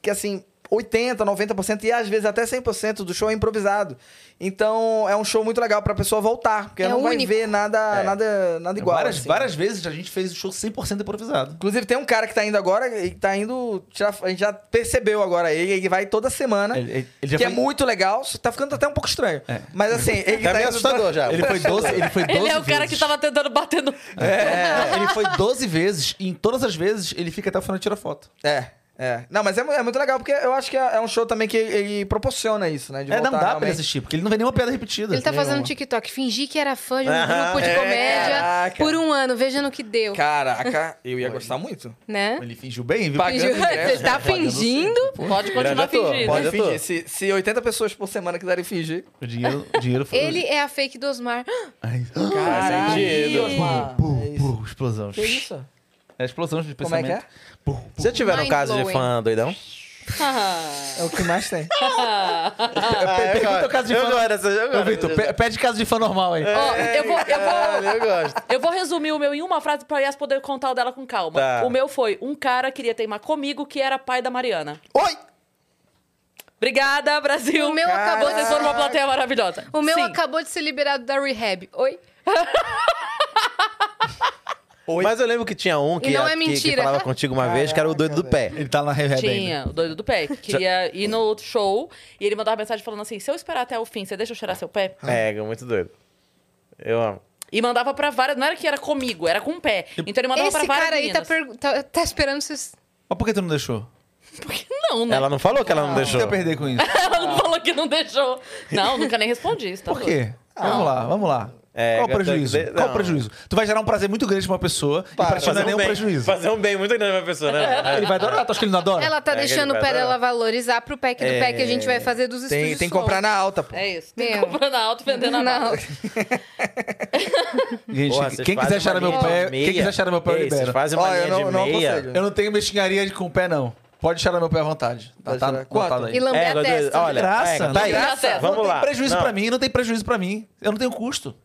que assim, 80%, 90% e às vezes até 100% do show é improvisado. Então, é um show muito legal pra pessoa voltar, porque É não vai único. ver É. nada, nada, nada igual. várias, assim. várias vezes a gente fez o show 100% improvisado. Inclusive, tem um cara que tá indo agora e tá indo. tirar- a gente já percebeu agora ele, ele vai toda semana. Ele- ele- ele já que é foi- muito legal, só tá ficando até um pouco estranho. É. Mas assim, ele Tá tá meio indo- assustador já. Ele foi 12, ele foi 12 Ele é o cara que vezes. tava tentando bater no. É, ele foi 12 vezes e em todas as vezes ele fica até o final e tira foto. É, é. Não, mas é, mu- é muito legal, porque eu acho que é, é um show também que ele, ele proporciona isso, né? De É, não dá voltar pra ele realmente. assistir, porque ele não vê nenhuma piada repetida. Ele tá fazendo um Nenhuma. TikTok. Fingir que era fã de um Ah, grupo de é, comédia caraca. por um ano. Veja no que deu. Caraca, eu ia gostar muito. Né? Ele fingiu bem, viu? Pagando ingresso. Você tá fingindo? Pode continuar ator, fingindo. pode- Pode eu tô. fingir. Se, se 80 pessoas por semana quiserem fingir. O dinheiro, o dinheiro foi. Ele é a fake do Osmar. Ah, Ai, Caralho, sentido. Osmar. pum, É isso. pum, explosão. Que isso? É a explosão de Como é pensamento. que é? Pum, pum. Se eu tiver um caso de fã doidão... É o que mais tem. Pergunta o caso de Ah, eu fã. gosto dessa- eu Ô, gosto Vitor, dessa- pe- pede caso de fã normal aí. É. Ó, eu vou, eu vou, Caralho, eu gosto. Eu vou resumir o meu em uma frase pra Yas poder contar o dela com calma. Tá. O meu foi: um cara queria teimar comigo que era pai da Mariana. Oi! Obrigada, Brasil. O meu acabou de- Vocês foram uma plateia maravilhosa. O meu Sim. acabou de ser liberado da rehab. Oi? Mas eu lembro que tinha um que, E não a- é que- que mentira. falava contigo uma vez, que era o doido do pé. Ele tá na reverb ainda. Tinha, o doido do pé, que queria ir no outro show. E ele mandava mensagem falando assim: se eu esperar até o fim, você deixa eu cheirar seu pé? É, é muito doido. Eu amo. E mandava pra várias. Não era que era comigo, era com o pé. Então ele mandava pra Esse várias. cara aí tá, meninas. pergu- tá- tá esperando vocês. Mas por que tu não deixou? Por que não, é. né? Ela... Ela não falou que ela não O que deixou. eu perder com isso? não falou que não deixou. Não, nunca nem respondi. Isso tá Por doido. quê? Ah, vamos lá, vamos lá. É, Qual o eu tenho prejuízo? que dizer- Qual o não. prejuízo? Tu vai gerar um prazer muito grande pra uma pessoa e pra ti não é Fazer nenhum bem, prejuízo. Fazer um bem muito grande pra pessoa, né? Ele vai adorar, tu acha que ele não adora? Ela tá É, deixando o aquele pé pé dela valorizar pro pack do pé que a gente vai fazer dos É. Tem, estúdios. tem que de som. comprar na alta, pô. É isso. Tem Meu. comprando alto, vendendo a Não. nada. Gente, Porra, vocês quem fazem quiser cheirar uma meu linha pé, de quem quiser cheirar meu pé, eu Ei, vocês libero. fazem uma Ó, eu linha não- de não meia. aconselho. Eu não tenho mexinharia de- com o pé, não. Pode cheirar meu pé à vontade. Tá, Pode tá cheirar. anotado E aí. lamber É, a testa. olha, Graça, é, não tá tem aí. graça. Vamos não lá. tem prejuízo Não, pra mim, não tem prejuízo pra mim. Eu não tenho custo.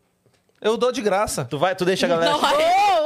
Eu dou de graça. Tu, vai, tu deixa a galera. Não, aí- Boa!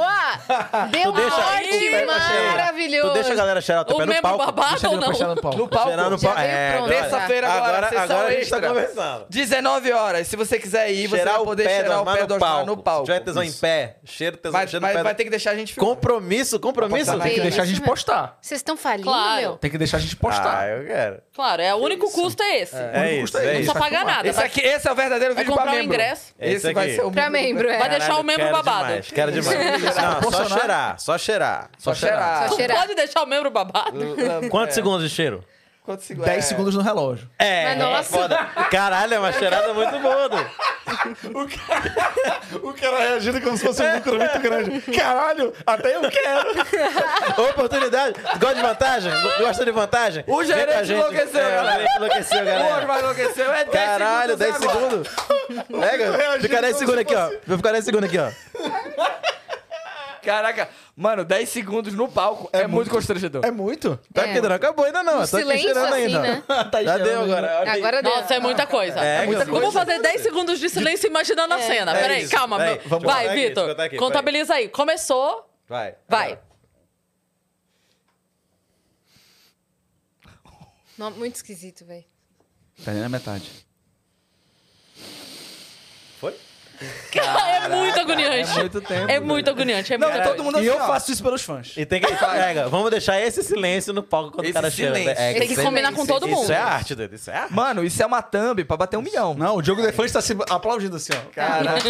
Deu deixa- tu sorte, deixa- maravilhoso. Tu deixa a galera cheirar o teu Ou pé no mesmo palco. Ah, babado ou não? no palco. No palco. Cheirar no Já palco. veio É, pronto. agora- Terça-feira agora, agora, sessão agora a gente tá extra. conversando. 19 horas. Se você quiser ir, você Cheirar vai o poder pé, cheirar o dormar pé no dormar palco. no palco. Se tiver tesão em Isso. pé, cheiro tesão, Mas, cheiro mas no pé. vai ter que deixar a gente filmar. Compromisso, compromisso? Tem que Sim, deixar a é isso gente mesmo. postar. Vocês estão falindo, Claro. meu? Tem que deixar a gente Ah, postar. eu quero. Claro, é o único custo é esse. É, Quanto isso, custa é não isso. precisa pagar nada. Esse, tá? aqui, esse é o verdadeiro Vai vídeo pra comprar o membro. ingresso. É esse Esse vai aqui. ser o um Pra membro, é. Vai deixar o membro quero babado. Demais, quero demais. Não, só Bolsonaro- cheirar, só cheirar. Só cheirar. Só É. Tu cheirar. pode deixar o membro babado? Quantos segundos de cheiro? Quantos segundos? 10 segundos no relógio. É, Mas nossa. foda. Caralho, é uma cheirada muito boa. Du. O cara reagindo como se fosse um lucro muito grande. Caralho, até eu quero. Oportunidade. Gosta de vantagem? Gosta de vantagem? Vem O com a gerente gente. enlouqueceu, É, galera. O gerente enlouqueceu, Hoje galera. vai acontecer. É 10 Caralho, 10 agora. segundos. Pega, reagindo fica 10 como segundos se aqui, ó. Vou ficar 10 segundos aqui, ó. Caraca, mano, 10 segundos no palco é, muito constrangedor. É muito? Tá É. aqui, não acabou ainda não. Tô aqui silêncio, cheirando assim, ainda. né? ó. Já deu agora. olha aí. Agora deu. Nossa, é muita coisa. É, muita cara. coisa. Vamos fazer 10 segundos de silêncio imaginando a cena. É Peraí, isso, calma. peraí, meu. vamos Vai, botar aqui, Vitor. botar aqui, Contabiliza aí. Começou. Vai. Vai. Não, muito esquisito, velho. Tá nem na metade. Foi? é muito agoniante. É muito, tempo. agoniante. É um Não, muito todo mundo E eu assim, ó. faço isso pelos fãs. E tem que. Pega, vamos deixar esse silêncio no palco quando Esse o cara cheira. silêncio. É, Tem que isso é- combinar com todo mundo. Isso é arte, doido. Isso é arte. Mano, isso é uma thumb pra bater um milhão. Não, o Diogo Defante tá se aplaudindo assim, ó. tá. Caraca.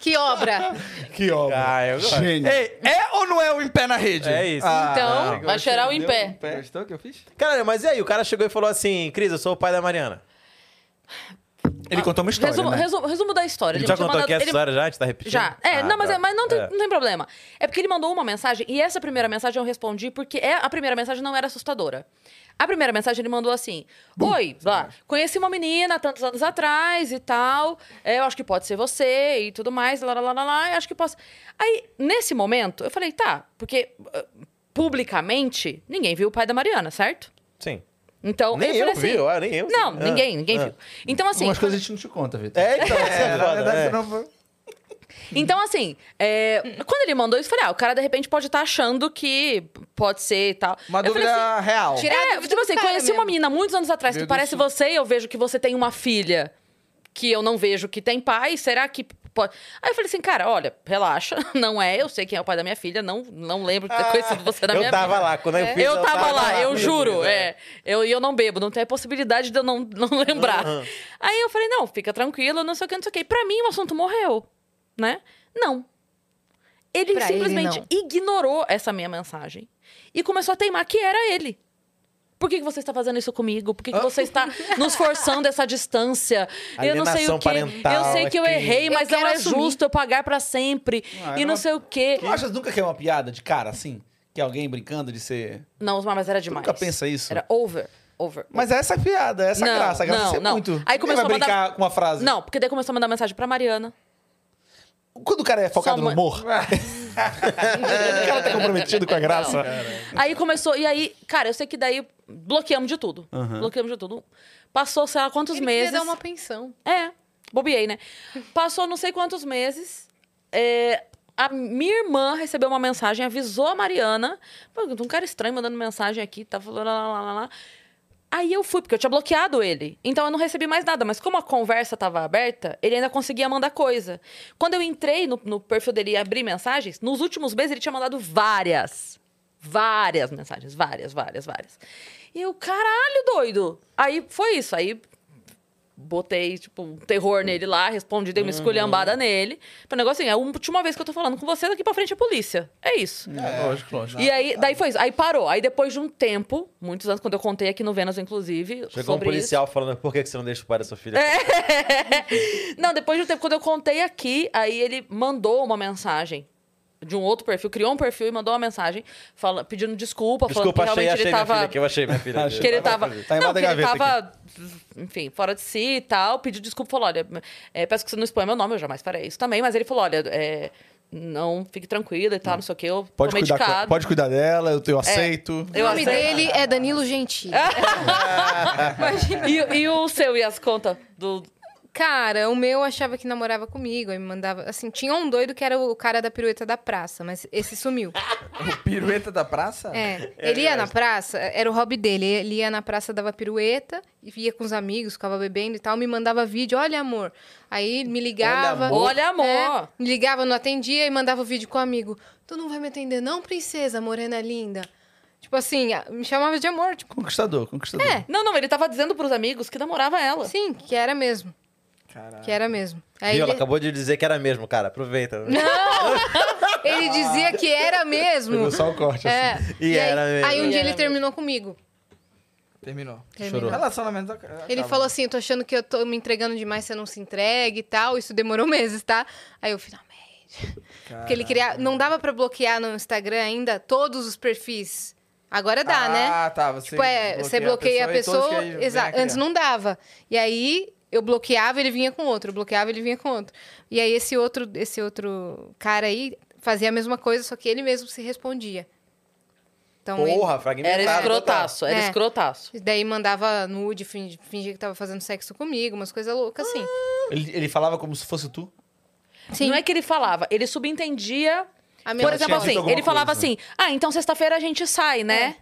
Que obra! Que obra. Ah, eu gosto. Gênio. Ei, é ou não é o em pé na rede? É isso. Ah, Então, Vai cheirar o em pé. Gostou que eu fiz? Caralho, mas e aí? O cara chegou e falou assim: Cris, eu sou o pai da Mariana. Ele contou uma história, resumo, né? resumo, resumo da história. Ele Ele já me tinha contou aqui mandado- essa ele- história já? A gente tá repetindo? Já. É, Ah, não, mas, tá. é- mas não, tem, É. não tem problema. É porque ele mandou uma mensagem e essa primeira mensagem eu respondi porque é, a primeira mensagem não era assustadora. A primeira mensagem ele mandou assim: Oi, blá, conheci uma menina tantos anos atrás e tal. é, eu acho que pode ser você e tudo mais, lá, lá, lá, lá, lá, eu acho que posso. Aí, nesse momento, eu falei, tá, porque ah, publicamente ninguém viu o pai da Mariana, certo? Sim. Então. Nem eu falei assim, vi, ó, nem eu. Não, Ah, ninguém, ninguém ah. viu. Então, assim. Umas coisas a gente não te conta, Vitor. É, então, isso é É, na foda. né? verdade, é. eu não... Então, assim, é, quando ele mandou isso, eu falei, ah, o cara de repente pode estar achando que pode ser e tal. Uma eu falei dúvida assim, real. Tira- Tirar a é, dúvida tipo do assim, cara conheci mesmo. uma menina muitos anos atrás que Veio do parece sul. você e eu vejo que você tem uma filha que eu não vejo que tem pai, será que pode... Aí eu falei assim, cara, olha, relaxa, não é, eu sei quem é o pai da minha filha, não, não lembro de ter conhecido você na Ah, eu minha tava vida. É. lá, quando eu É? fiz. Eu tava lá, eu comigo, juro. comigo, É. Eu, e eu não bebo, não tem a possibilidade de eu não, não lembrar. Aí eu falei, não, fica tranquilo, não sei o que, não sei o que. E Pra mim, o assunto morreu, né? Não. Ele Pra ele, simplesmente não. ignorou essa minha mensagem. E começou a teimar que era ele. Por que, que você está fazendo isso comigo? Por que, que você está nos forçando essa distância? eu não sei o Alienação quê. parental, eu sei que eu aqui. errei, Eu mas não quero é assumir. justo eu pagar pra sempre. Ah, e não- não sei o quê. Tu achas nunca que é uma piada de cara, assim? Que alguém brincando de ser... Não, Osmar, mas era Tu demais. nunca pensa isso? Era over, over. Mas é essa piada, é essa Não, graça. A graça não, é ser não. muito. Aí Ninguém começou vai a mandar- brincar com uma frase. Não, porque daí começou a mandar mensagem pra Mariana. Quando o cara é focado Só no uma- Ah. humor, o cara tá comprometido com a graça. Aí começou, e aí, cara, eu sei que daí bloqueamos de tudo. Bloqueamos de tudo. Passou, sei lá, quantos Ele meses. meses. dar uma pensão. É, bobiei, né? Passou não sei quantos meses. é, a minha irmã recebeu uma mensagem, avisou a Mariana. Pô, tem um cara estranho mandando mensagem aqui, tá falando lá, lá, lá, lá. Aí eu fui, porque eu tinha bloqueado ele. Então eu não recebi mais nada. Mas como a conversa tava aberta, ele ainda conseguia mandar coisa. Quando eu entrei no, no perfil dele e abri mensagens, nos últimos meses ele tinha mandado várias. Várias mensagens, várias, várias, várias. E eu, caralho, doido! Aí foi isso. Aí botei, tipo, um terror nele lá, respondi, dei uma esculhambada nele. Foi um negócio assim, é a última vez que eu tô falando com você, daqui pra frente é polícia. É isso. É, lógico, lógico. E aí, daí foi isso. Aí parou. Aí depois de um tempo, muitos anos, quando eu contei aqui no Vênus, inclusive, Chegou um sobre isso. É, policial falando: por que que você não deixa o pai da sua filha? aqui?" Não, depois de um tempo, quando eu contei aqui, aí ele mandou uma mensagem de um outro perfil, criou um perfil e mandou uma mensagem fala, pedindo desculpa, Desculpa, falando que realmente achei, achei ele minha tava. filha aqui. Eu achei minha filha. aqui. Que ele tava. Tá em não, uma que ele gaveta tava, enfim, fora de si e tal. Pediu desculpa, falou: olha, é, peço que você não exponha meu nome, eu jamais farei isso também. Mas ele falou: olha, é, não fique tranquila e tal, não sei o que, eu Hum. Pode tô cuidar, medicado. co- pode cuidar dela, eu, eu aceito. o É. Eu nome aceito. dele é Ah! Danilo Gentili. E, e o seu e as contas do. Cara, o meu achava que namorava comigo, aí me mandava. Assim, tinha um doido que era o cara da pirueta da praça, mas esse sumiu. O pirueta da praça? É, ele ia na praça, era o hobby dele. Ele ia na praça, dava pirueta, e ia com os amigos, ficava bebendo e tal, me mandava vídeo, olha amor. Aí me ligava. Olha, amor. é, Olha, amor. me ligava, não atendia e mandava o vídeo com o amigo. Tu não vai me atender, não, princesa, morena linda. Tipo assim, a- me chamava de amor, tipo. Conquistador, conquistador. É, Não, não, ele tava dizendo pros amigos que namorava ela. sim, que era mesmo. Caralho. Que é era mesmo. Aí Viu? Ela ele, acabou de dizer que era mesmo, cara. Aproveita. ele dizia que era mesmo. Pegou só o corte, É. assim. E era aí, mesmo. aí um E dia era ele terminou comigo. Terminou. Terminou. Chorou. Relacionamento. Ele acaba. falou assim: tô achando que eu tô me entregando demais, você não se entrega e tal. Isso demorou meses, tá? Aí eu finalmente. Porque ele queria. Não dava pra bloquear no Instagram ainda todos os perfis. Agora dá, né? Ah, tá. Você Tipo, é, você bloqueia a pessoa. exa- antes não dava. E aí eu bloqueava, ele vinha com outro, eu bloqueava, ele vinha com outro. E aí esse outro, esse outro cara aí fazia a mesma coisa, só que ele mesmo se respondia. Então Porra, fragmentado. Era escrotaço, era É. escrotaço. ele daí mandava nude, fin- fingia que tava fazendo sexo comigo, umas coisas loucas assim. Ele, ele falava como se fosse tu? Sim. Não é que ele falava, ele subentendia A minha Por Ela exemplo, tinha assim, dito ele alguma falava coisa. assim: Ah, então sexta-feira a gente sai, É. né?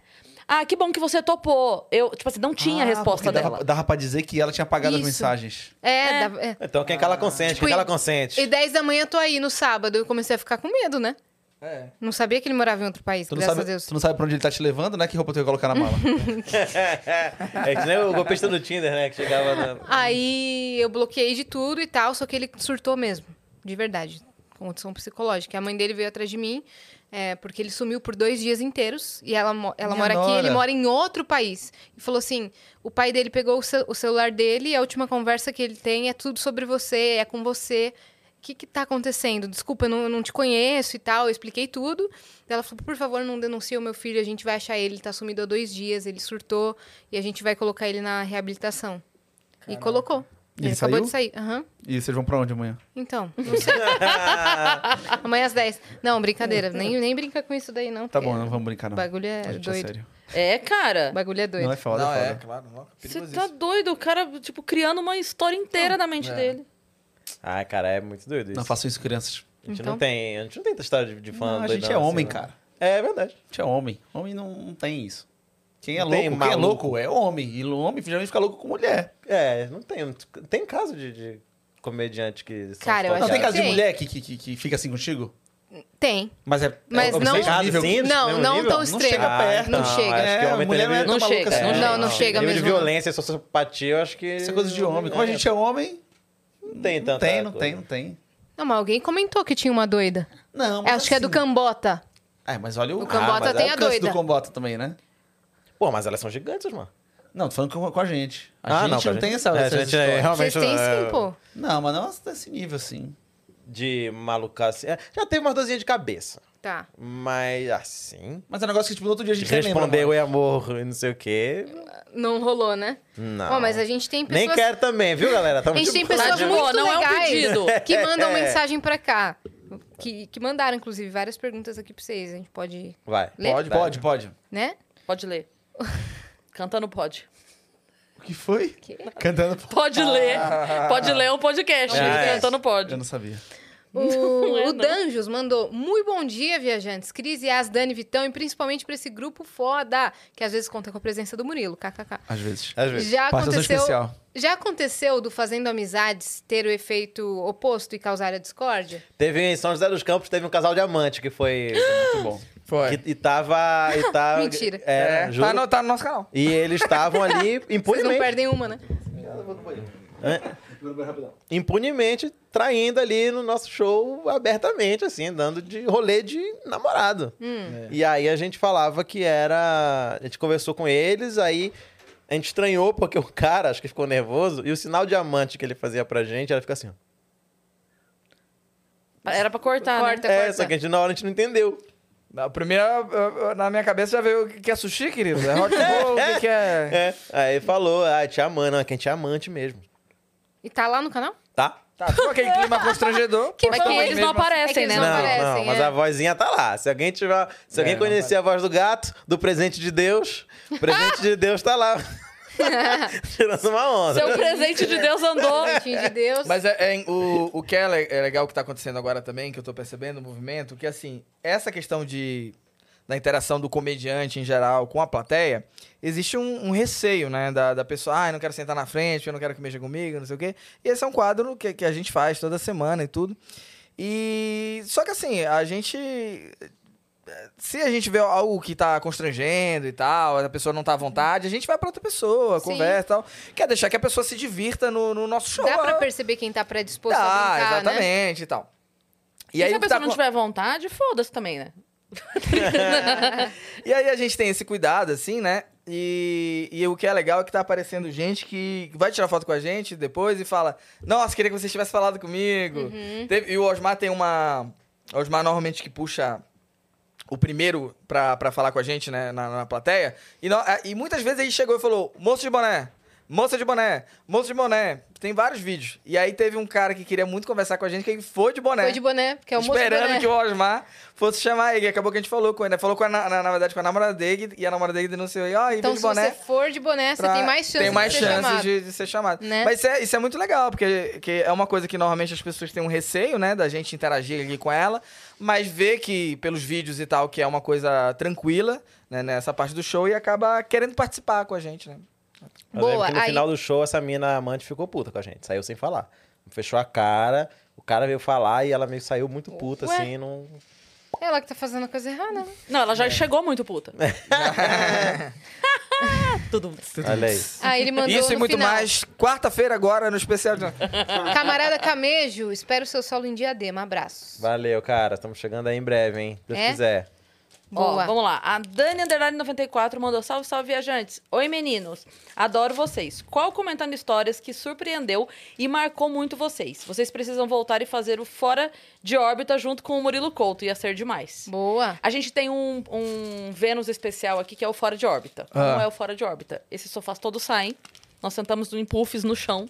Ah, que bom que você topou. Eu, tipo assim, não tinha a Ah, resposta porque dela. Dava, dava pra dizer que ela tinha apagado as Isso. mensagens. É, dava- é. Então quem que Ah. ela consente? Tipo, quem que ela e- consente? E 10 da manhã eu tô aí no sábado, eu comecei a ficar com medo, né? É. Não sabia que ele morava em outro país, Tu não, graças sabe, a Deus. tu não sabe pra onde ele tá te levando, né? Que roupa tu ia colocar na mala. É que nem o golpista do Tinder, né? Que chegava na... Aí eu bloqueei de tudo e tal, só que ele surtou mesmo, de verdade, com condição psicológica. A mãe dele veio atrás de mim, é, porque ele sumiu por dois dias inteiros e ela, mo- ela Minha mora aqui, nora. ele mora em outro país. E falou assim: o pai dele pegou o, cel- o celular dele e a última conversa que ele tem é tudo sobre você, é com você. O que, que tá acontecendo? Desculpa, eu não, eu não te conheço e tal. Eu expliquei tudo. Daí Ela falou: por favor, não denuncie o meu filho, a gente vai achar ele. Ele tá sumido há dois dias, ele surtou e a gente vai colocar ele na reabilitação. E colocou. E ele Ele, acabou saiu? de sair. Aham. E vocês vão pra onde amanhã? Então, não sei. Amanhã às 10. Não, brincadeira. Nem, nem brinca com isso daí, não. Tá porque bom, não vamos brincar, O não. bagulho é A gente é doido. sério. É, cara. O bagulho é doido. Não é foda, não, é é, foda. claro. Não, Você perigosíssimo. tá doido, o cara, tipo, criando uma história inteira na É. mente dele. Ah, cara, é muito doido isso. Não façam isso, crianças. A gente Então. não tem... A gente não tem essa história de, de fã Não, a doidão gente é assim, homem, não. cara. É verdade. A gente é homem. Homem não, não tem isso. Quem é Não louco, tem quem é maluco. louco é homem. E homem geralmente fica louco com mulher. É, não tem. Tem caso de, de comediante que. são Cara, eu Não, acho tem que stalkeados. caso de tem. mulher que, que, que, que fica assim contigo? Tem. Mas é. Mas é não- obsessivo? Caso assim, Não, mesmo não nível? tão Não extremo. chega perto. não não, chega. acho que É, homem mulher tem não nível- é tão Não maluca chega, assim. não chega. Não, não chega nível mesmo, de não. violência, sociopatia, eu acho que. Isso é coisa de homem. Como a gente é Então tá, homem, Não tem não tanta tem, não coisa. tem, não tem. Não, mas alguém comentou que tinha uma doida. Não, assim, É, acho que é do Cambota. Cambota. É, mas olha o. O Cambota mas tem olha a o alcance doida. do Cambota também, né? Pô, mas elas são gigantes, mano. Não, tô falando com, com a gente. Ah, A gente não, não, com a tem gente- essa. é, a essa gente é história. realmente- é, Vocês têm sim, é. pô. Não, mas não desse nível assim. De malucasse. É, Já teve umas dorzinhas de cabeça. Tá. Mas assim. Mas é um negócio que, tipo, no outro dia a De gente responder lembra, oi amor e não sei o quê. Não rolou, né? Não. Ó, mas a gente tem pessoas... Nem quero também, viu, galera? Tamo A gente tem tipo- pessoas de boa, muito não é um legais pedido. que mandam mensagem pra cá. Que, que mandaram, inclusive, várias perguntas aqui pra vocês. A gente pode, Vai. Lê? Pode, pode, pode. né? Pode ler. Cantando pode. O que foi? Cantando. Pode ler. Pode ler o podcast. Ah, é. Cantando Eu pode. não sabia. O, é, o não. Danjos mandou muito bom dia, viajantes. Cris e As, Dani Vitão, e principalmente pra esse grupo foda, que às vezes conta com a presença do Murilo, kkk. Às vezes. Às vezes. Já Participação aconteceu, especial. já aconteceu do Fazendo Amizades ter o efeito oposto e causar a discórdia? Teve em São José dos Campos, teve um casal de amante que foi muito bom. Foi. E, e tava. E tava Mentira. É, É, juro. tá, no, tá no nosso canal. E eles estavam ali Vocês não impunemente, perdem uma, né? impunemente traindo ali no nosso show abertamente, assim, andando de rolê de namorado. E aí a gente falava que era. A gente conversou com eles, aí a gente estranhou porque o cara, acho que ficou nervoso, e o sinal de amante que ele fazia pra gente era ficar assim. ó. Era pra cortar, né? Corta, É, corta. só que a gente na hora a gente não entendeu. Na primeira, eu- eu- na minha cabeça já veio o que que é sushi, querido. É rock and roll, o que que é... É. Aí falou, ah, te amando, ah, que a gente é amante mesmo. E tá lá no canal? Tá? Tá, ficou aquele clima constrangedor. Que Mas postamos que eles não mesmo assim. É que aparecem, eles né? não não, aparecem, não, mas é. a vozinha tá lá. Se alguém tiver, se alguém É, não conhecer a voz do gato, do presente de Deus, o presente de Deus tá lá. Tirando uma onda. Seu presente de Deus andou. Jeitinho de Deus. Mas é, é- o, o que é, le- é legal que tá acontecendo agora também, que eu tô percebendo o movimento, que assim, essa questão de da interação do comediante em geral com a plateia, existe um, um receio, né? Da, da pessoa, ah, eu não quero sentar na frente, eu não quero que mexa comigo, não sei o quê. E esse é um quadro que, que a gente faz toda semana e tudo. E. Só que assim, a gente se a gente vê algo que tá constrangendo e tal, a pessoa não tá à vontade, a gente vai pra outra pessoa, Sim. conversa e tal. Quer deixar que a pessoa se divirta no, no nosso show. Dá pra Ah, perceber quem tá predisposto a Dá, brincar, né? exatamente e tal. E, E aí, se o a que pessoa tá não acon- tiver vontade, foda-se também, né? e aí a gente tem esse cuidado, assim, né? E, e o que é legal é que tá aparecendo gente que vai tirar foto com a gente depois e fala: Nossa, queria que você tivesse falado comigo. Uhum. Teve- e o Osmar tem uma. O Osmar normalmente que puxa o primeiro pra, pra falar com a gente, né, na, na plateia. E, nó- e muitas vezes ele chegou e falou: Moço de boné, moça de boné, moço de boné. Tem vários vídeos. E aí teve um cara que queria muito conversar com a gente que ele foi de boné Foi de boné, porque é o moço de né? esperando boné. que o Osmar fosse chamar ele. Acabou que a gente falou com ele. né? Falou com a, na, na- na verdade com a namorada dele e a namorada dele denunciou ele. Ó, e Então, veio se de boné. você for de boné, você pra- tem mais chance tem mais de ser chances chamado. de, de ser chamado. Né? Mas isso é, isso é muito legal, porque que é uma coisa que normalmente as pessoas têm um receio, né? Da gente interagir ali com ela. Mas vê que, pelos vídeos e tal, que é uma coisa tranquila, né? Nessa parte do show e acaba querendo participar com a gente, né? Eu lembro Boa, que no aí- final do show, essa mina amante ficou puta com a gente. Saiu sem falar. Fechou a cara, o cara veio falar e ela meio que saiu muito puta, Ué? assim. Não... Ela que tá fazendo a coisa errada. né? Não, ela já É. chegou muito puta. Tudo. Olha aí. Aí ele mandou Isso e no muito final, mais. Quarta-feira agora no especial. de- Camarada Camejo, espero o seu solo em Um diadema. Abraços. Valeu, cara. Estamos chegando aí em breve, hein? Se Deus É? quiser. Ó, Boa. vamos lá. A Dani Underline 94 mandou salve, salve, viajantes. Oi, meninos. Adoro vocês. Qual comentando histórias que surpreendeu e marcou muito vocês? Vocês precisam voltar e fazer o Fora de Órbita junto com o Murilo Couto. Ia ser demais. Boa. A gente tem um, um Vênus especial aqui que é o Fora de Órbita. Ah. Como é o Fora de Órbita? Esses sofás todos saem. Nós sentamos em puffs no chão.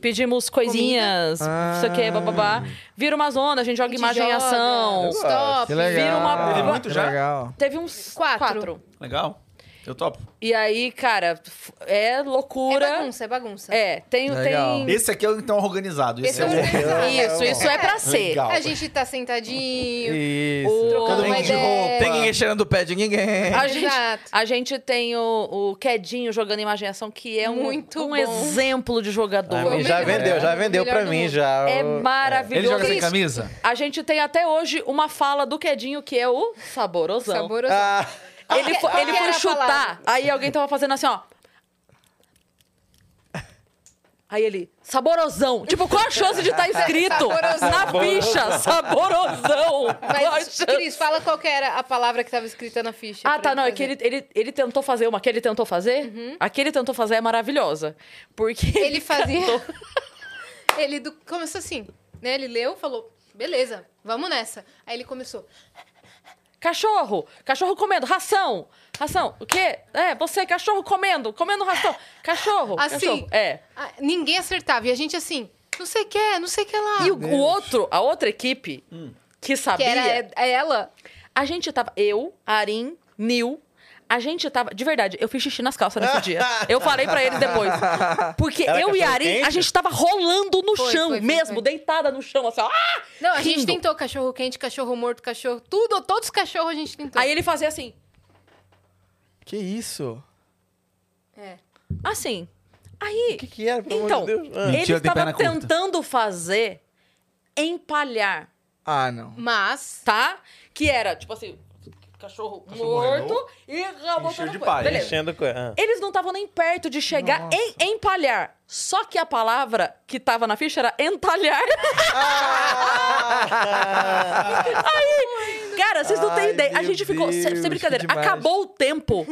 Pedimos coisinhas, Ah. isso aqui, bababá. Vira uma zona, a gente joga A gente imagem em joga, ação. Stop. Que legal. é Vira uma- Teve muito Que já? Legal. Teve uns Quatro. quatro. Legal. Eu topo. E aí, cara, f- é É loucura. bagunça, é bagunça. É, tem. Legal. tem... Esse aqui é o então organizado. Esse Esse, é é o organizado. Isso, isso é pra ser. Legal. A gente tá sentadinho. Isso. O- Trocando uma Tem de ideia. Tem ninguém cheirando o pé de ninguém. A gente, Tá Exato. a gente tem o, o Quedinho jogando imaginação, que é um, Muito um bom. exemplo de Pra jogador. Foi mim o Ah, já melhor. vendeu, já vendeu Melhor pra do mim mundo. já. É Eu- maravilhoso. Ele joga sem Isso. camisa? A gente tem até hoje uma fala do Quedinho, que é o saborosão. Saboroso. Ah, Ele, fo- Qual que ele era foi a chutar, palavra? aí alguém tava fazendo assim, ó. Aí ele, saborosão. Tipo, qual a chance de estar escrito Saborosão. na ficha? Saborosão. Qual a Mas, chance? Cris, fala qual que era a palavra que tava escrita na ficha. Ah, pra tá, não. É fazer. que ele, ele, ele tentou fazer uma que ele tentou fazer. A que ele tentou fazer é maravilhosa. Porque. Uhum. Ele fazia. cantou. Ele do- começou assim, né? Ele leu, falou, beleza, vamos nessa. Aí ele começou. Cachorro! Cachorro comendo, ração! Ração, o quê? É, você, cachorro comendo, comendo ração. Cachorro! Assim. Cachorro. É. ah, ninguém acertava. E a gente assim, não sei o que, é, não sei o que lá. E o, o outro, a outra equipe que que sabia. era é- é ela. A gente tava. Eu, Arim, Nil. A gente tava. De verdade, eu fiz xixi nas calças nesse dia. Eu falei pra eles depois. Porque Era eu e cachorro Arim, a quente? gente tava rolando no Foi, chão foi, foi, mesmo, foi. deitada no chão, assim, ó. Ah! Não, a gente Rindo. tentou cachorro quente, cachorro morto, cachorro, tudo, todos os cachorros a gente tentou. Aí ele fazia assim. Que isso? É. Assim. Aí. o que que era, pelo Então, amor de Deus? Ah. ele Mentira, tem estava perna curta. tentando fazer empalhar. Ah, não. Mas tá? Que era, tipo assim, cachorro, morto e rabo Encheu de palha, Beleza. Enchendo coisa. Ah. Eles não estavam nem perto de chegar em empalhar. Só que a palavra que tava na ficha era entalhar. aí, cara, vocês não têm Ah! Ai, ideia. A meu gente ficou, sem- Deus, sem que brincadeira, demais. acabou o tempo.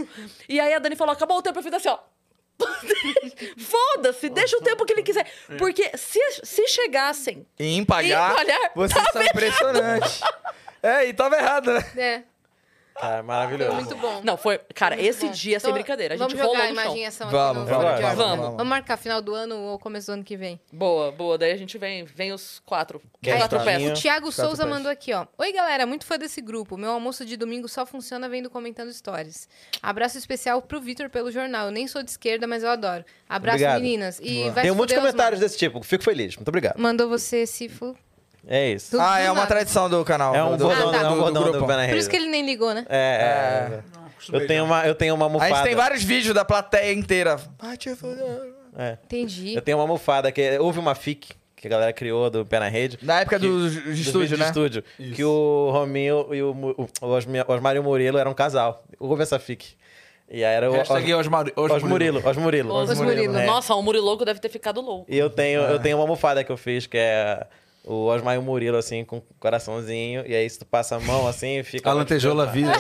E aí a Dani falou, acabou o tempo. Eu fiz assim, ó. Foda-se, deixa o tempo que ele quiser. Porque se, se chegassem E empalhar, E empalhar, vocês são impressionantes. É, e tava errado, né? É. Cara, tá, maravilhoso. Muito bom. Não, foi. Cara, Muito esse bom. dia, sem Então, brincadeira, a gente vamos jogar rolou a no chão. imaginação Vamos, aqui no vamos, Jordan. vamos, vamos. Vamos marcar final do ano ou começo do ano que vem. Boa, boa. Daí a gente vem, vem os quatro. Quer quatro estar? peças. O Thiago Quatro Souza pés. mandou aqui, ó. Oi, galera, muito fã desse grupo. Meu almoço de domingo só funciona vendo comentando stories. Abraço especial pro Vitor pelo jornal. Eu nem sou de esquerda, mas eu adoro. Abraço, Obrigado. meninas. E vai Tem se muitos fuder, comentários Osmar. desse tipo. Fico feliz. Muito obrigado. Mandou você, Cifo. É isso. Do- Ah, é do uma nada. tradição do canal. É do- um do- bordão, Ah, tá. é um do- do bordão do grupo. Banana Por isso que ele nem ligou, né? É, é. Eu tenho uma, eu tenho uma A almofada. gente tem vários vídeos da plateia inteira. Vai te fuder. É. Entendi. Eu tenho uma almofada que é- houve uma fic que a galera criou do pé na rede. Na época Que- do j- dos estúdio, vídeos né? de estúdio. Que o Rominho e o, Mu- o Osmi- Osmar e o Murilo eram um casal. Houve essa fic. E aí era o é Hashtag Os- os, Maru... os, Os Murilo. Os Murilo. Os Murilo. É. Nossa, o Muriloco deve ter ficado louco. E eu tenho, eu tenho uma almofada que eu fiz, que é o Osmar e o Murilo, assim, com um coraçãozinho. E aí, se tu passa a mão, assim, fica... A lantejola vida.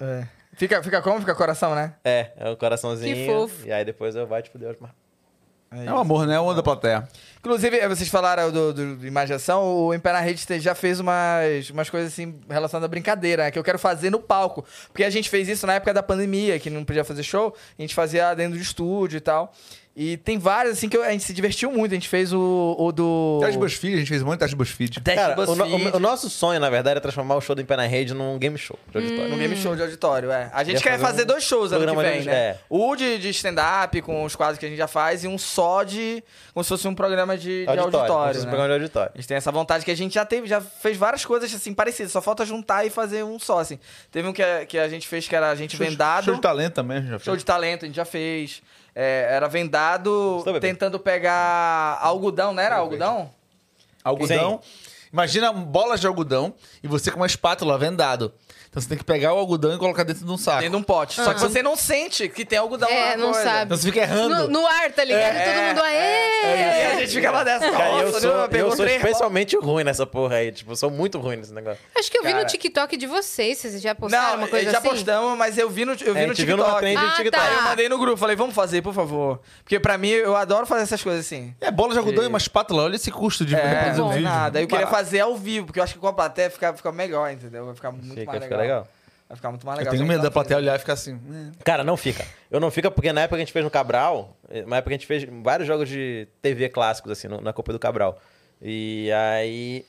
É. Fica, fica como? Fica coração, né? É, é um coraçãozinho. Que fofo. E aí, depois eu vai te fuder, Osmar. Aí. É um amor, né? Onda da plateia. Inclusive, eh, vocês falaram do, do, do imaginação, o Em Pé na Rede te- já fez umas, umas coisas assim relacionadas à brincadeira, né, que eu quero fazer no palco. Porque a gente fez isso na época da pandemia, que não podia fazer show, a gente fazia dentro do estúdio e tal. E tem várias, assim, que eu- a gente se divertiu muito. A gente fez o, o do. Teste BuzzFeed, a gente fez muito teste BuzzFeed. Teste Cara, o, no- BuzzFeed, o- o nosso sonho, na verdade, é transformar o show do Em Pé na Rede num game show de auditório. No game show de auditório, é. A gente Ia quer fazer um fazer dois shows ano que programa vem, de- né? é. O de, de stand-up, com os quadros que a gente já faz, e um só de. como se fosse um programa de, de auditório. auditório um né? programa de auditório. A gente tem essa vontade que a gente já teve, já fez várias coisas assim parecidas, só falta juntar e fazer um só, assim. Teve um que a, que a gente fez que era a gente Show de- vendado. Show de talento também, a gente já né? fez. show de talento, a gente já fez. É, era vendado Estou tá bebendo. Tá tentando pegar algodão, não era algodão? Algodão. Imagina bolas de algodão e você com uma espátula vendado. Então você tem que pegar o algodão e colocar dentro de um Ah. saco. Dentro de um pote. Só que você não sente que tem algodão Ah. É, na não coisa. sabe. Então você fica errando. No, no ar, tá ligado? É, Todo mundo, aê! E a gente fica lá dessa. É. Cara, Nossa, eu sou, né? Pegou eu sou três bolas. especialmente ruim nessa porra aí. Tipo, eu sou muito ruim nesse negócio. Acho que eu vi no Cara. TikTok de vocês. Vocês já postaram Não, uma coisa já assim? postamos, mas eu vi no, eu vi É, a no gente viu numa TikTok. trend de Ah, TikTok. tá. Aí eu mandei no grupo, falei, vamos fazer, por favor. Porque pra mim, eu adoro fazer essas coisas assim. É, bola de algodão e uma espátula. Olha esse custo de É, reproduzir um não é vídeo. nada. Eu queria fazer ao vivo, porque eu acho que com a plateia fica, fica melhor, entendeu? Vai ficar muito Fica, mais fica legal. legal. Vai ficar muito mais Eu legal. tenho Só medo que da tá- plateia olhar e ficar assim. "É". Cara, não fica. Eu não fica porque na época que a gente fez no Cabral, eh, na época a gente fez vários jogos de TV clássicos, assim, no- na Copa do Cabral. E aí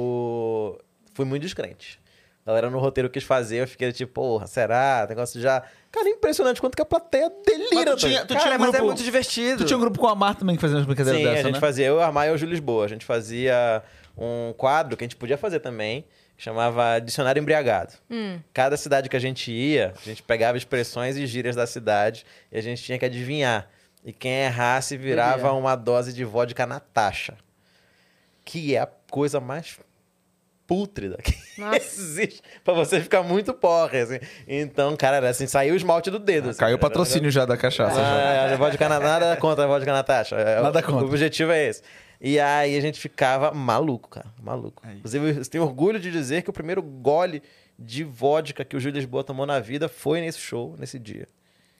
eu fui muito descrente. A galera no roteiro quis fazer, eu fiquei tipo, porra, será? Negócio já. Cara, é impressionante quanto que a plateia delira. Mas tu tinha- doido. tu Cara, tinha um mas é grupo- muito divertido. Tu tinha um grupo com a Marta também que fazia umas brincadeiras Sim, dessa, a gente né? fazia eu, o Armar e o Júlio Lisboa. A gente fazia um quadro que a gente podia fazer também, que chamava Dicionário Embriagado. Cada cidade que a gente ia, a gente pegava expressões e gírias da cidade e a gente tinha que adivinhar. E quem errasse virava Bebia. uma dose de vodka Natasha. Que é a coisa mais pútrida que Nossa. É existe. Pra você ficar muito porra, assim. Então, cara, era assim, saiu o esmalte do dedo. assim, Ah, Caiu o cara. patrocínio já da cachaça. já. Ah, é, vodka na, nada contra a vodka Natasha. É, Nada o- contra. O objetivo é esse. E aí a gente ficava maluco, cara. Maluco. Inclusive, eu tenho orgulho de dizer que o primeiro gole de vodka que o Júlio Lisboa tomou na vida foi nesse show, nesse dia.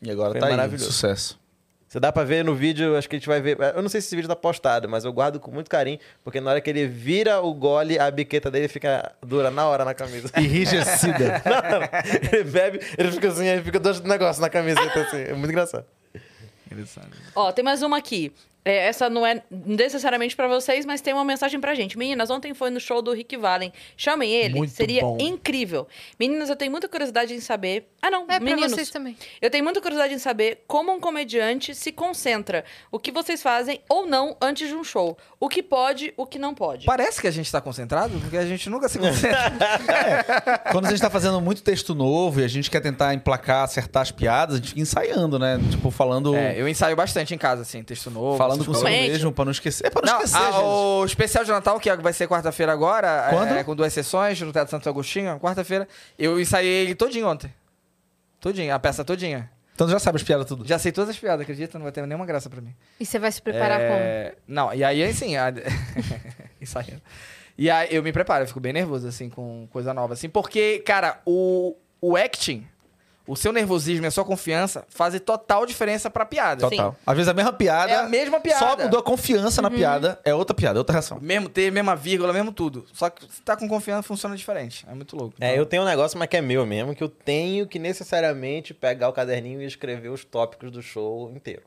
E agora Foi tá aí, maravilhoso. sucesso. Você dá pra ver no vídeo, acho que a gente vai ver. Eu não sei se esse vídeo tá postado, mas eu guardo com muito carinho, porque na hora que ele vira o gole, a biqueta dele fica dura na hora na camisa. É. Enrijecida. Não, não. Ele bebe, ele fica assim, aí fica dois negócios na camiseta, assim. É muito engraçado. Ó, tem mais uma aqui. É, essa não é necessariamente pra vocês, mas tem uma mensagem pra gente. Meninas, ontem foi no show do Rick Valen. Chamem ele, Muito seria bom. incrível. Meninas, eu tenho muita curiosidade em saber. Ah, não, É pra meninos. vocês também. Eu tenho muita curiosidade em saber como um comediante se concentra, o que vocês fazem ou não antes de um show, o que pode, o que não pode. Parece que a gente tá concentrado, porque a gente nunca se concentra. Quando a gente tá fazendo muito texto novo e a gente quer tentar emplacar, acertar as piadas, a gente fica ensaiando, né? Tipo, falando, é, eu ensaio bastante em casa, assim, texto novo. falando essas consigo coisas. Doente. mesmo pra não esquecer. É pra não, Não, esquecer, a- gente. o especial de Natal, que vai ser quarta-feira agora, é- Quando? É, com duas sessões, no Teatro Santo Agostinho, quarta-feira. Eu ensaiei ele todinho ontem. Todinho, a peça todinha. Então tu já sabe as piadas tudo. Já sei todas as piadas, acredita? Não vai ter nenhuma graça pra mim. E você vai se preparar como? É, Não, e aí assim, a... ensaiando. E aí eu me preparo, eu fico bem nervoso, assim, com coisa nova, assim, porque, cara, o, o acting, o seu nervosismo e a sua confiança fazem total diferença pra piada. Total. Às vezes a mesma piada. É a mesma piada. Só mudou a confiança na piada. É outra piada, é outra reação. Mesmo T, mesma vírgula, mesmo tudo. Só que se tá com confiança, funciona diferente. É muito louco. Tá. É, eu tenho um negócio, mas que é meu mesmo, que eu tenho que necessariamente pegar o caderninho e escrever os tópicos do show inteiro.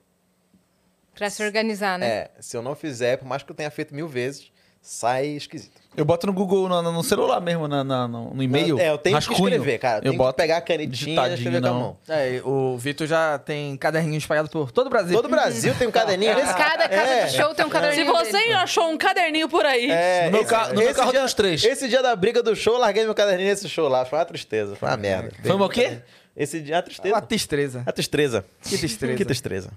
Pra se organizar, né? É, se eu não fizer, por mais que eu tenha feito mil vezes, sai esquisito. Eu boto no Google, no, no celular mesmo, na, na- no, no e-mail. É, eu tenho rascunho. que escrever, cara. Eu Eu tenho que boto. pegar a canetinha e digitadinho, escrever com a não. mão. É, e o Vitor já tem caderninho espalhado por todo o Brasil. Todo o Brasil tem um caderninho. desse. Cada casa É. de show tem um Se caderninho você dele. achou um caderninho por aí, É, No meu, esse- ca- no meu esse carro dia- tem uns três. Esse dia da briga do show, eu larguei meu caderninho nesse show lá. Foi uma tristeza, foi uma merda. Hum. Foi uma o quê? Esse dia, a tristeza. É Uma tristeza. A tristeza. Que tristeza. Que tristeza.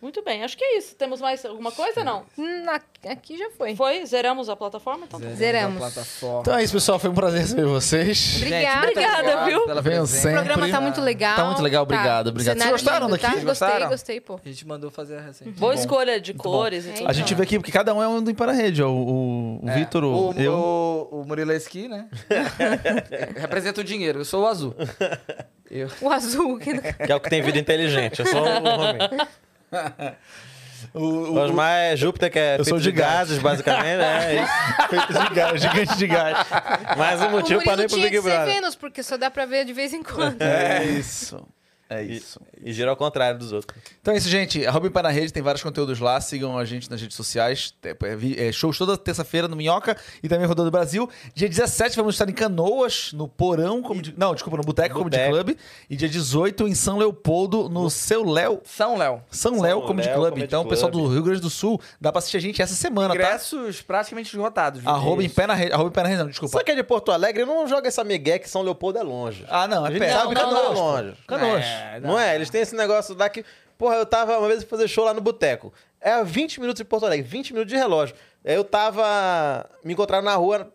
muito bem. Acho que é isso. Temos mais alguma coisa? Não. Hum, aqui- Aqui já foi. Foi? Zeramos a plataforma? Então tá. Zeramos. Plataforma. Então é isso, pessoal. Foi um prazer receber vocês. Obrigada. Obrigada, viu? pela Venham presença. O sempre. programa tá muito legal. Tá muito legal, obrigado, obrigado. O cenário Vocês gostaram lindo, daqui? tá? Vocês Gostei, gostaram? gostei, pô. A gente mandou fazer a receita. Boa escolha de cores e tudo. A gente veio aqui porque cada um é um do Impara-Rede. ó. O, o É. Vitor, o, o, eu. o, o Murilo é esqui, né? Representa o dinheiro, eu sou o azul. Eu. O azul. que- Que é o que tem vida inteligente. Eu sou um homem. O, o, o- Osmar é Júpiter, que é Eu feito sou de de gás. gases, basicamente. né? É isso. feito de gás, gigante de gás. Mais um O motivo para não Murilo ir pro tinha Big que ser Brother. Vênus, porque só dá pra ver de vez em quando. É isso. É isso. E gira ao contrário dos outros. Então é isso, gente. Arroba Impara Rede, tem vários conteúdos lá. Sigam a gente nas redes sociais. É, é, vi- é, shows toda terça-feira no Minhoca e também Rodando Brasil. Dia 17 vamos estar em Canoas, no Porão Comedy... Não, desculpa, no Boteco Comedy Boteco. Club. E dia 18 em São Leopoldo, no Seu Léo. São Léo. São São Léo Comedy Léo Club. Comedy então, o pessoal Club. do Rio Grande do Sul, dá pra assistir a gente essa semana, tá? Ingressos praticamente esgotados. viu? Arroba em Isso. pé na rede. Arroba em pé na rede, não, desculpa. Só que é de Porto Alegre, não joga essa migué que São Leopoldo é longe. Ah, não, A é gente pé. sabe que não, não é não. longe. Canoas. É, Não é? Eles têm esse negócio lá que. Porra, eu tava uma vez pra fazer show lá no boteco. É a 20 minutos de Porto Alegre, 20 minutos de relógio. Aí eu tava. Me encontraram na rua,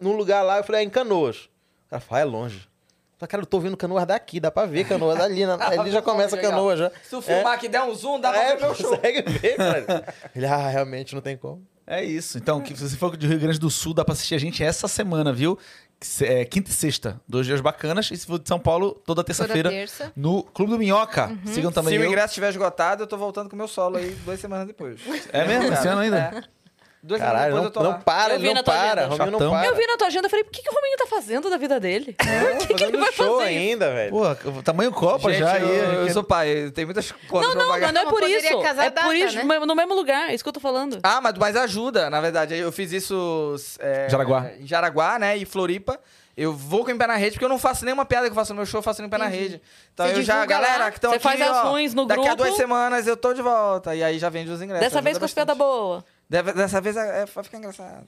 num lugar lá, eu falei, é em Canoas. O cara falou, ah, é longe. Eu falei, cara, eu tô ouvindo Canoas daqui, dá pra ver Canoas ali. na- ali já começa Legal. Canoas né? já. Se tu filmar que der um zoom, dá pra É, ver meu show. consegue ver, cara. Ele, ah, realmente não tem como. É isso. Então, que, se for de Rio Grande do Sul, dá pra assistir a gente essa semana, viu? Que se- é, quinta e sexta, dois dias bacanas. E se for de São Paulo, toda terça-feira terça. Uhum. no Clube do Minhoca. Sigam também Se o eu. ingresso estiver esgotado, eu tô voltando com o meu solo aí duas semanas depois. É mesmo? Esse ano ainda? É. Duas Caralho, semanas não, depois eu tô não lá. para, Eu ele vi não na tua para. agenda. Rominho não Chatão. para. Eu vi na tua agenda e falei, o que, que o Rominho tá fazendo da vida dele? Tô fazendo vai show fazer? ainda, velho. Pô, o tamanho Copa Gente, já. aí. eu, eu sou pai, tem muitas Não, contas pra não, pagar. mas não é Mas por poderia isso. casar É data, por isso, né? mesmo- no mesmo lugar. É isso que eu tô falando. Ah, mas, mas ajuda, na verdade. Eu fiz isso. É, Jaraguá. Em Jaraguá, né? E Floripa. Eu vou com o pé na rede, porque eu não faço nenhuma piada que eu faço no meu show, eu faço no pé na rede. Então Você eu já, divulga lá, galera, que estão você aqui, faz as ó, ruins no Daqui a grupo. duas semanas eu tô de volta. E aí já vende os ingressos. Dessa vez com as ajuda piadas bastante. boa. Deve- Dessa vez é, é- vai ficar engraçado.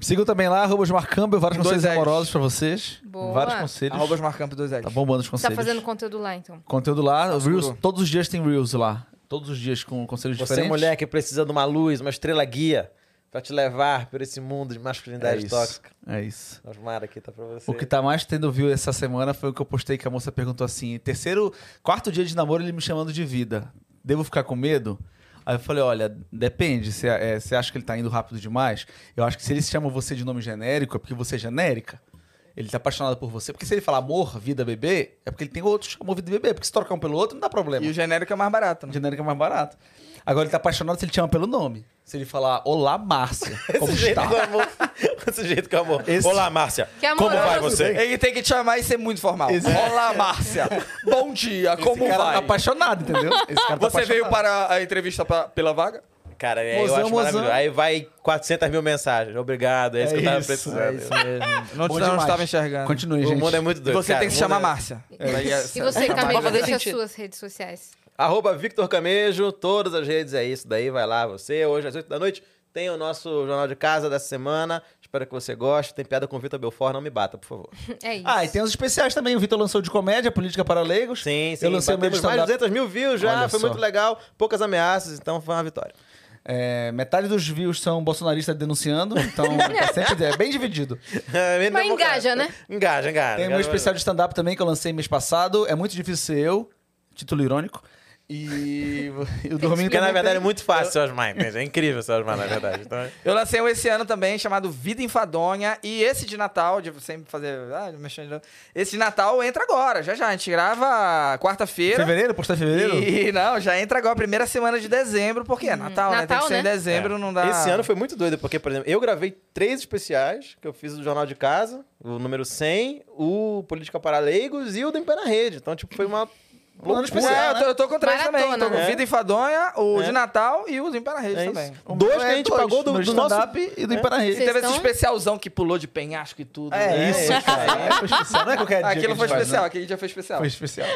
Sigam também lá, arroba Osmar Campbell, vários Dois conselhos L's. amorosos pra vocês. Boa. Vários conselhos. Arroba Osmar Campos 2 Tá bombando os Você tá conselhos. fazendo conteúdo lá, então. Conteúdo lá, Tá Reels, guru. todos os dias tem Reels lá. Todos os dias com conselhos é Você, diferentes. mulher que precisa de uma luz, uma estrela guia, pra te levar por esse mundo de é masculinidade isso. tóxica. É isso. Osmar aqui tá pra você. O que tá mais tendo view essa semana foi o que eu postei que a moça perguntou assim: terceiro, quarto dia de namoro, ele me chamando de vida. Devo ficar com medo? Aí eu falei, olha, depende. Você é, você acha que ele tá indo rápido demais? Eu acho que se ele chama você de nome genérico, é porque você é genérica. Ele tá apaixonado por você. Porque se ele falar amor, vida, bebê, é porque ele tem outro que chamou vida e bebê. Porque se trocar um pelo outro, não dá problema. E o genérico é mais O barato, né? genérico é mais barato. Agora ele tá apaixonado se ele te chama pelo nome. Se ele falar, olá, Márcia. Como Esse jeito está? que eu amo. Esse jeito que eu amo. Esse- Olá, Márcia. Que Como amoroso. É vai você? Ele tem que te chamar e ser muito formal. Esse- Olá, Márcia. Bom dia, como Esse cara vai? tá apaixonado, entendeu? Esse cara tá Você veio apaixonado. para a entrevista pra- pela vaga? Cara, é, eu Mozão, acho maravilhoso. mozão. Aí vai 400 mil mensagens. Obrigado, é isso É que eu tava isso, precisando. Não, Bom não demais. estava enxergando. Continue, o gente. mundo é muito E doido. você cara. tem que O chamar mundo é- Márcia. Daí é- E você, Vai Camila, fazer deixa as sentido. suas redes sociais. Arroba Victor Camejo, todas as redes é isso daí, vai lá você. Hoje às 8 da noite tem o nosso Jornal de Casa dessa semana. Espero que você goste. Tem piada com o Vitor Belfort, não me bata, por favor. É isso. Ah, e tem os especiais também. O Vitor lançou de comédia, política para leigos. Sim, sim. Eu lancei o meu batemos mais de stand-up. 200 mil views já, Olha foi só. muito legal. Poucas ameaças, então foi uma vitória. É, metade dos views são bolsonaristas denunciando, então tá sempre é bem dividido. É, meio Mas democrático. engaja, né? Engaja, engaja. Tem o engaja meu especial de stand-up também que eu lancei mês passado. É muito difícil ser eu, título irônico. E, e o Domingo Porque, na verdade, é muito fácil, seu Osmar, entende? É incrível, seu Osmar, na verdade. Então, Eu lancei um esse ano também, chamado Vida Enfadonha. E esse de Natal, de sempre fazer. Ah, mexendo de novo. Esse de Natal entra agora, já já. A gente grava é quarta-feira. Fevereiro? Postar em fevereiro? E não, já entra agora, primeira semana de dezembro, porque é Natal, né? Tem Natal, que ser em né? dezembro, É. não dá. Esse ano foi muito doido, porque, por exemplo, eu gravei três especiais que eu fiz do Jornal de Casa, o número 100, o Política para Leigos e o do Em Pé na Rede. Então, tipo, foi uma... ano especial, É, eu tô, né? eu tô contra isso Maratona, também. Tô com né? Vida Enfadonha, o É. de Natal e o Zimpé na Rede É também. isso. O Dois meu que é a gente pagou do, meu do nosso... stand-up e do é. Vocês Teve esse estão- especialzão que pulou de penhasco e tudo. É, né? isso, cara. É, foi especial. Não é qualquer dia que a Aquilo gente foi faz, especial, né? aquele dia foi então. especial. Foi especial.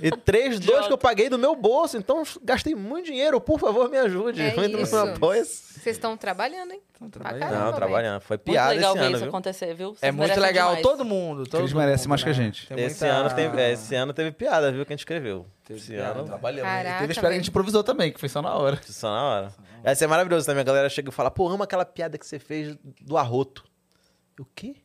E três, dois que eu paguei do meu bolso. Então, gastei muito dinheiro. Por favor, me ajude. É Muito isso. apoia. Vocês estão trabalhando, hein? trabalhando. Pra Não, caramba, velho. trabalhando. né? Foi Muito piada legal esse ver ano, isso viu? acontecer, viu? Vocês É muito merecem legal, demais. todo mundo. Todo Eles merecem mundo, mais que a né? gente. Tem Esse, muita- ano teve, é, esse ano teve piada, viu? Que a gente escreveu. Teve esse piada, ano. Trabalhamos. né? Caraca, Teve espera que a velho. gente improvisou também, que foi só na hora. Só na hora. Essa é maravilhosa também. A galera chega e fala, pô, amo aquela piada que você fez do arroto. O quê?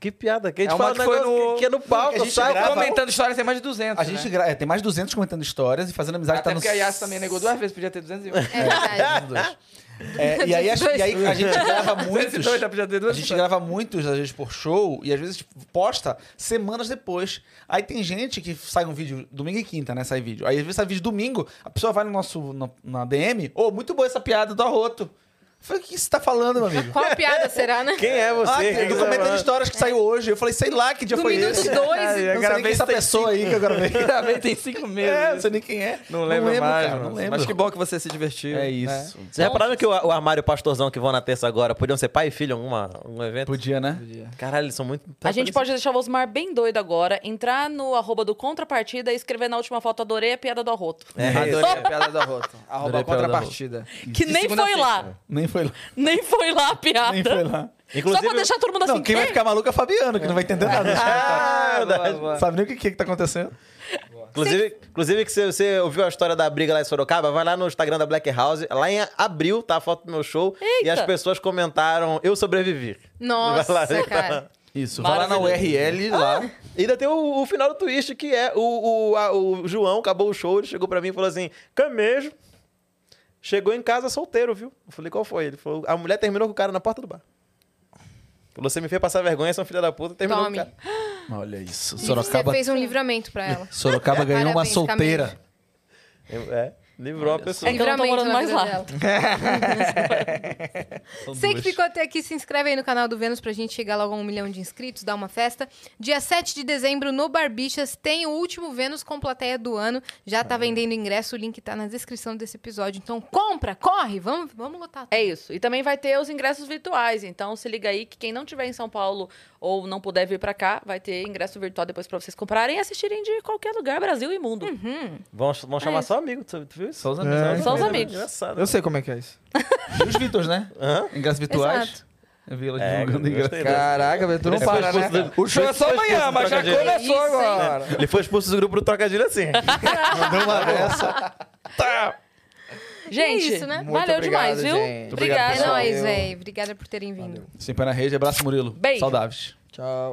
Que piada? Que a gente É uma fala um que foi negócio no- que, que é no que a palco, gente sai grava- comenta. Comentando histórias tem mais de 200, A gente né? gra- é, tem mais de 200 comentando histórias e fazendo amizade. Até tá no... porque a Yas também negou duas vezes, podia ter 201. É verdade. É, e, aí, a, e aí a gente grava muitos. 202, já podia ter A duas gente vezes. grava muitos, às vezes, por show, e às vezes tipo, posta semanas depois. Aí tem gente que sai um vídeo domingo e quinta, né? Sai vídeo. Aí às vezes sai vídeo domingo, a pessoa vai no nosso, na, na DM, ô, muito boa essa piada do arroto. Eu falei, o que você tá falando, meu amigo? Qual piada será, né? Quem é você? Ah, Quem tem que do você comentando fala? histórias que saiu hoje. Eu falei, sei lá que dia Do foi minuto esse. dois, Eu não sei nem quem é essa pessoa aí que eu gravei. Gravei tem cinco meses. É, não sei nem quem é. Não lembro mais, cara, não mano. lembro. Mas que bom que você se divertiu. É isso. Vocês repararam que o, o armário e o pastorzão que vão na terça agora podiam ser pai e filho em alguma, algum evento? Podia, né? Caralho, eles são muito. A gente pode deixar o Osmar bem doido agora, entrar no arroba do Contrapartida e escrever na última foto, adorei a piada do arroto. É, Adorei a piada do arroto. Arroba Adorei a piada do contrapartida. Que nem segunda a foi sexta, lá. Nem foi lá. Nem foi lá a piada. Nem foi lá. Só pra deixar todo mundo assim. Não, quem vai "Quê?" ficar maluco é o Fabiano, que não vai entender nada. Ah, boa, verdade. boa. Sabe nem o que, que que tá acontecendo? Inclusive, inclusive que você, você ouviu a história da briga lá em Sorocaba, vai lá no Instagram da Black House. Lá em abril tá a foto do meu show. E Eita. as pessoas comentaram: Eu sobrevivi. Nossa, Vai lá. cara. Isso, vai lá na URL lá. E Ah, é. ainda tem o, o final do twist, que é o, o, a- o João acabou o show, ele chegou pra mim e falou assim: Camejo. Chegou em casa solteiro, viu? Eu falei, qual foi? Ele falou, a mulher terminou com o cara na porta do bar. Falou, você me fez passar vergonha, são filha da puta, terminou Tome. com o cara. Olha isso. Você Sorocaba, fez um livramento pra ela. Sorocaba ganhou uma Parabéns, solteira. Camille. Eu- É, livrou a pessoa. É que eu não tô Livramento morando na mais vida lá. dela. São Você que duas. ficou até aqui, se inscreve aí no canal do Vênus pra gente chegar logo a um milhão de inscritos, dar uma festa. Dia 7 de dezembro, no Barbixas, tem o último Vênus com plateia do ano. Já tá vendendo ingresso, o link tá na descrição desse episódio. Então compra, corre, vamos, vamos lotar. É isso. E também vai ter os ingressos virtuais. Então se liga aí que quem não tiver em São Paulo ou não puder vir pra cá, vai ter ingresso virtual depois pra vocês comprarem e assistirem de qualquer lugar, Brasil e mundo. Vão, vão chamar só amigo, tu, tu viu isso? Só os amigos. É. É Só os amigos. Engraçado. né? Eu sei como é que é isso. E os Vitors, né? Hã? Ingressos virtuais. Exato. Eu vi ela É, divulgando gostei ingresso. dessa. Caraca, velho, tu não Ele para, foi né? expulso O show é só Ele foi amanhã, expulso mas do já trocadilho. começou Isso, hein? agora. Ele foi expulso do grupo do trocadilho assim. Mandou uma dessa. Tá. Gente, É isso, né? valeu Muito obrigado, demais, viu? gente. Obrigada. É pessoal. nóis, velho. Obrigada por terem vindo. Sem pé na rede, abraço, Murilo. Beijo. Saudáveis. Tchau.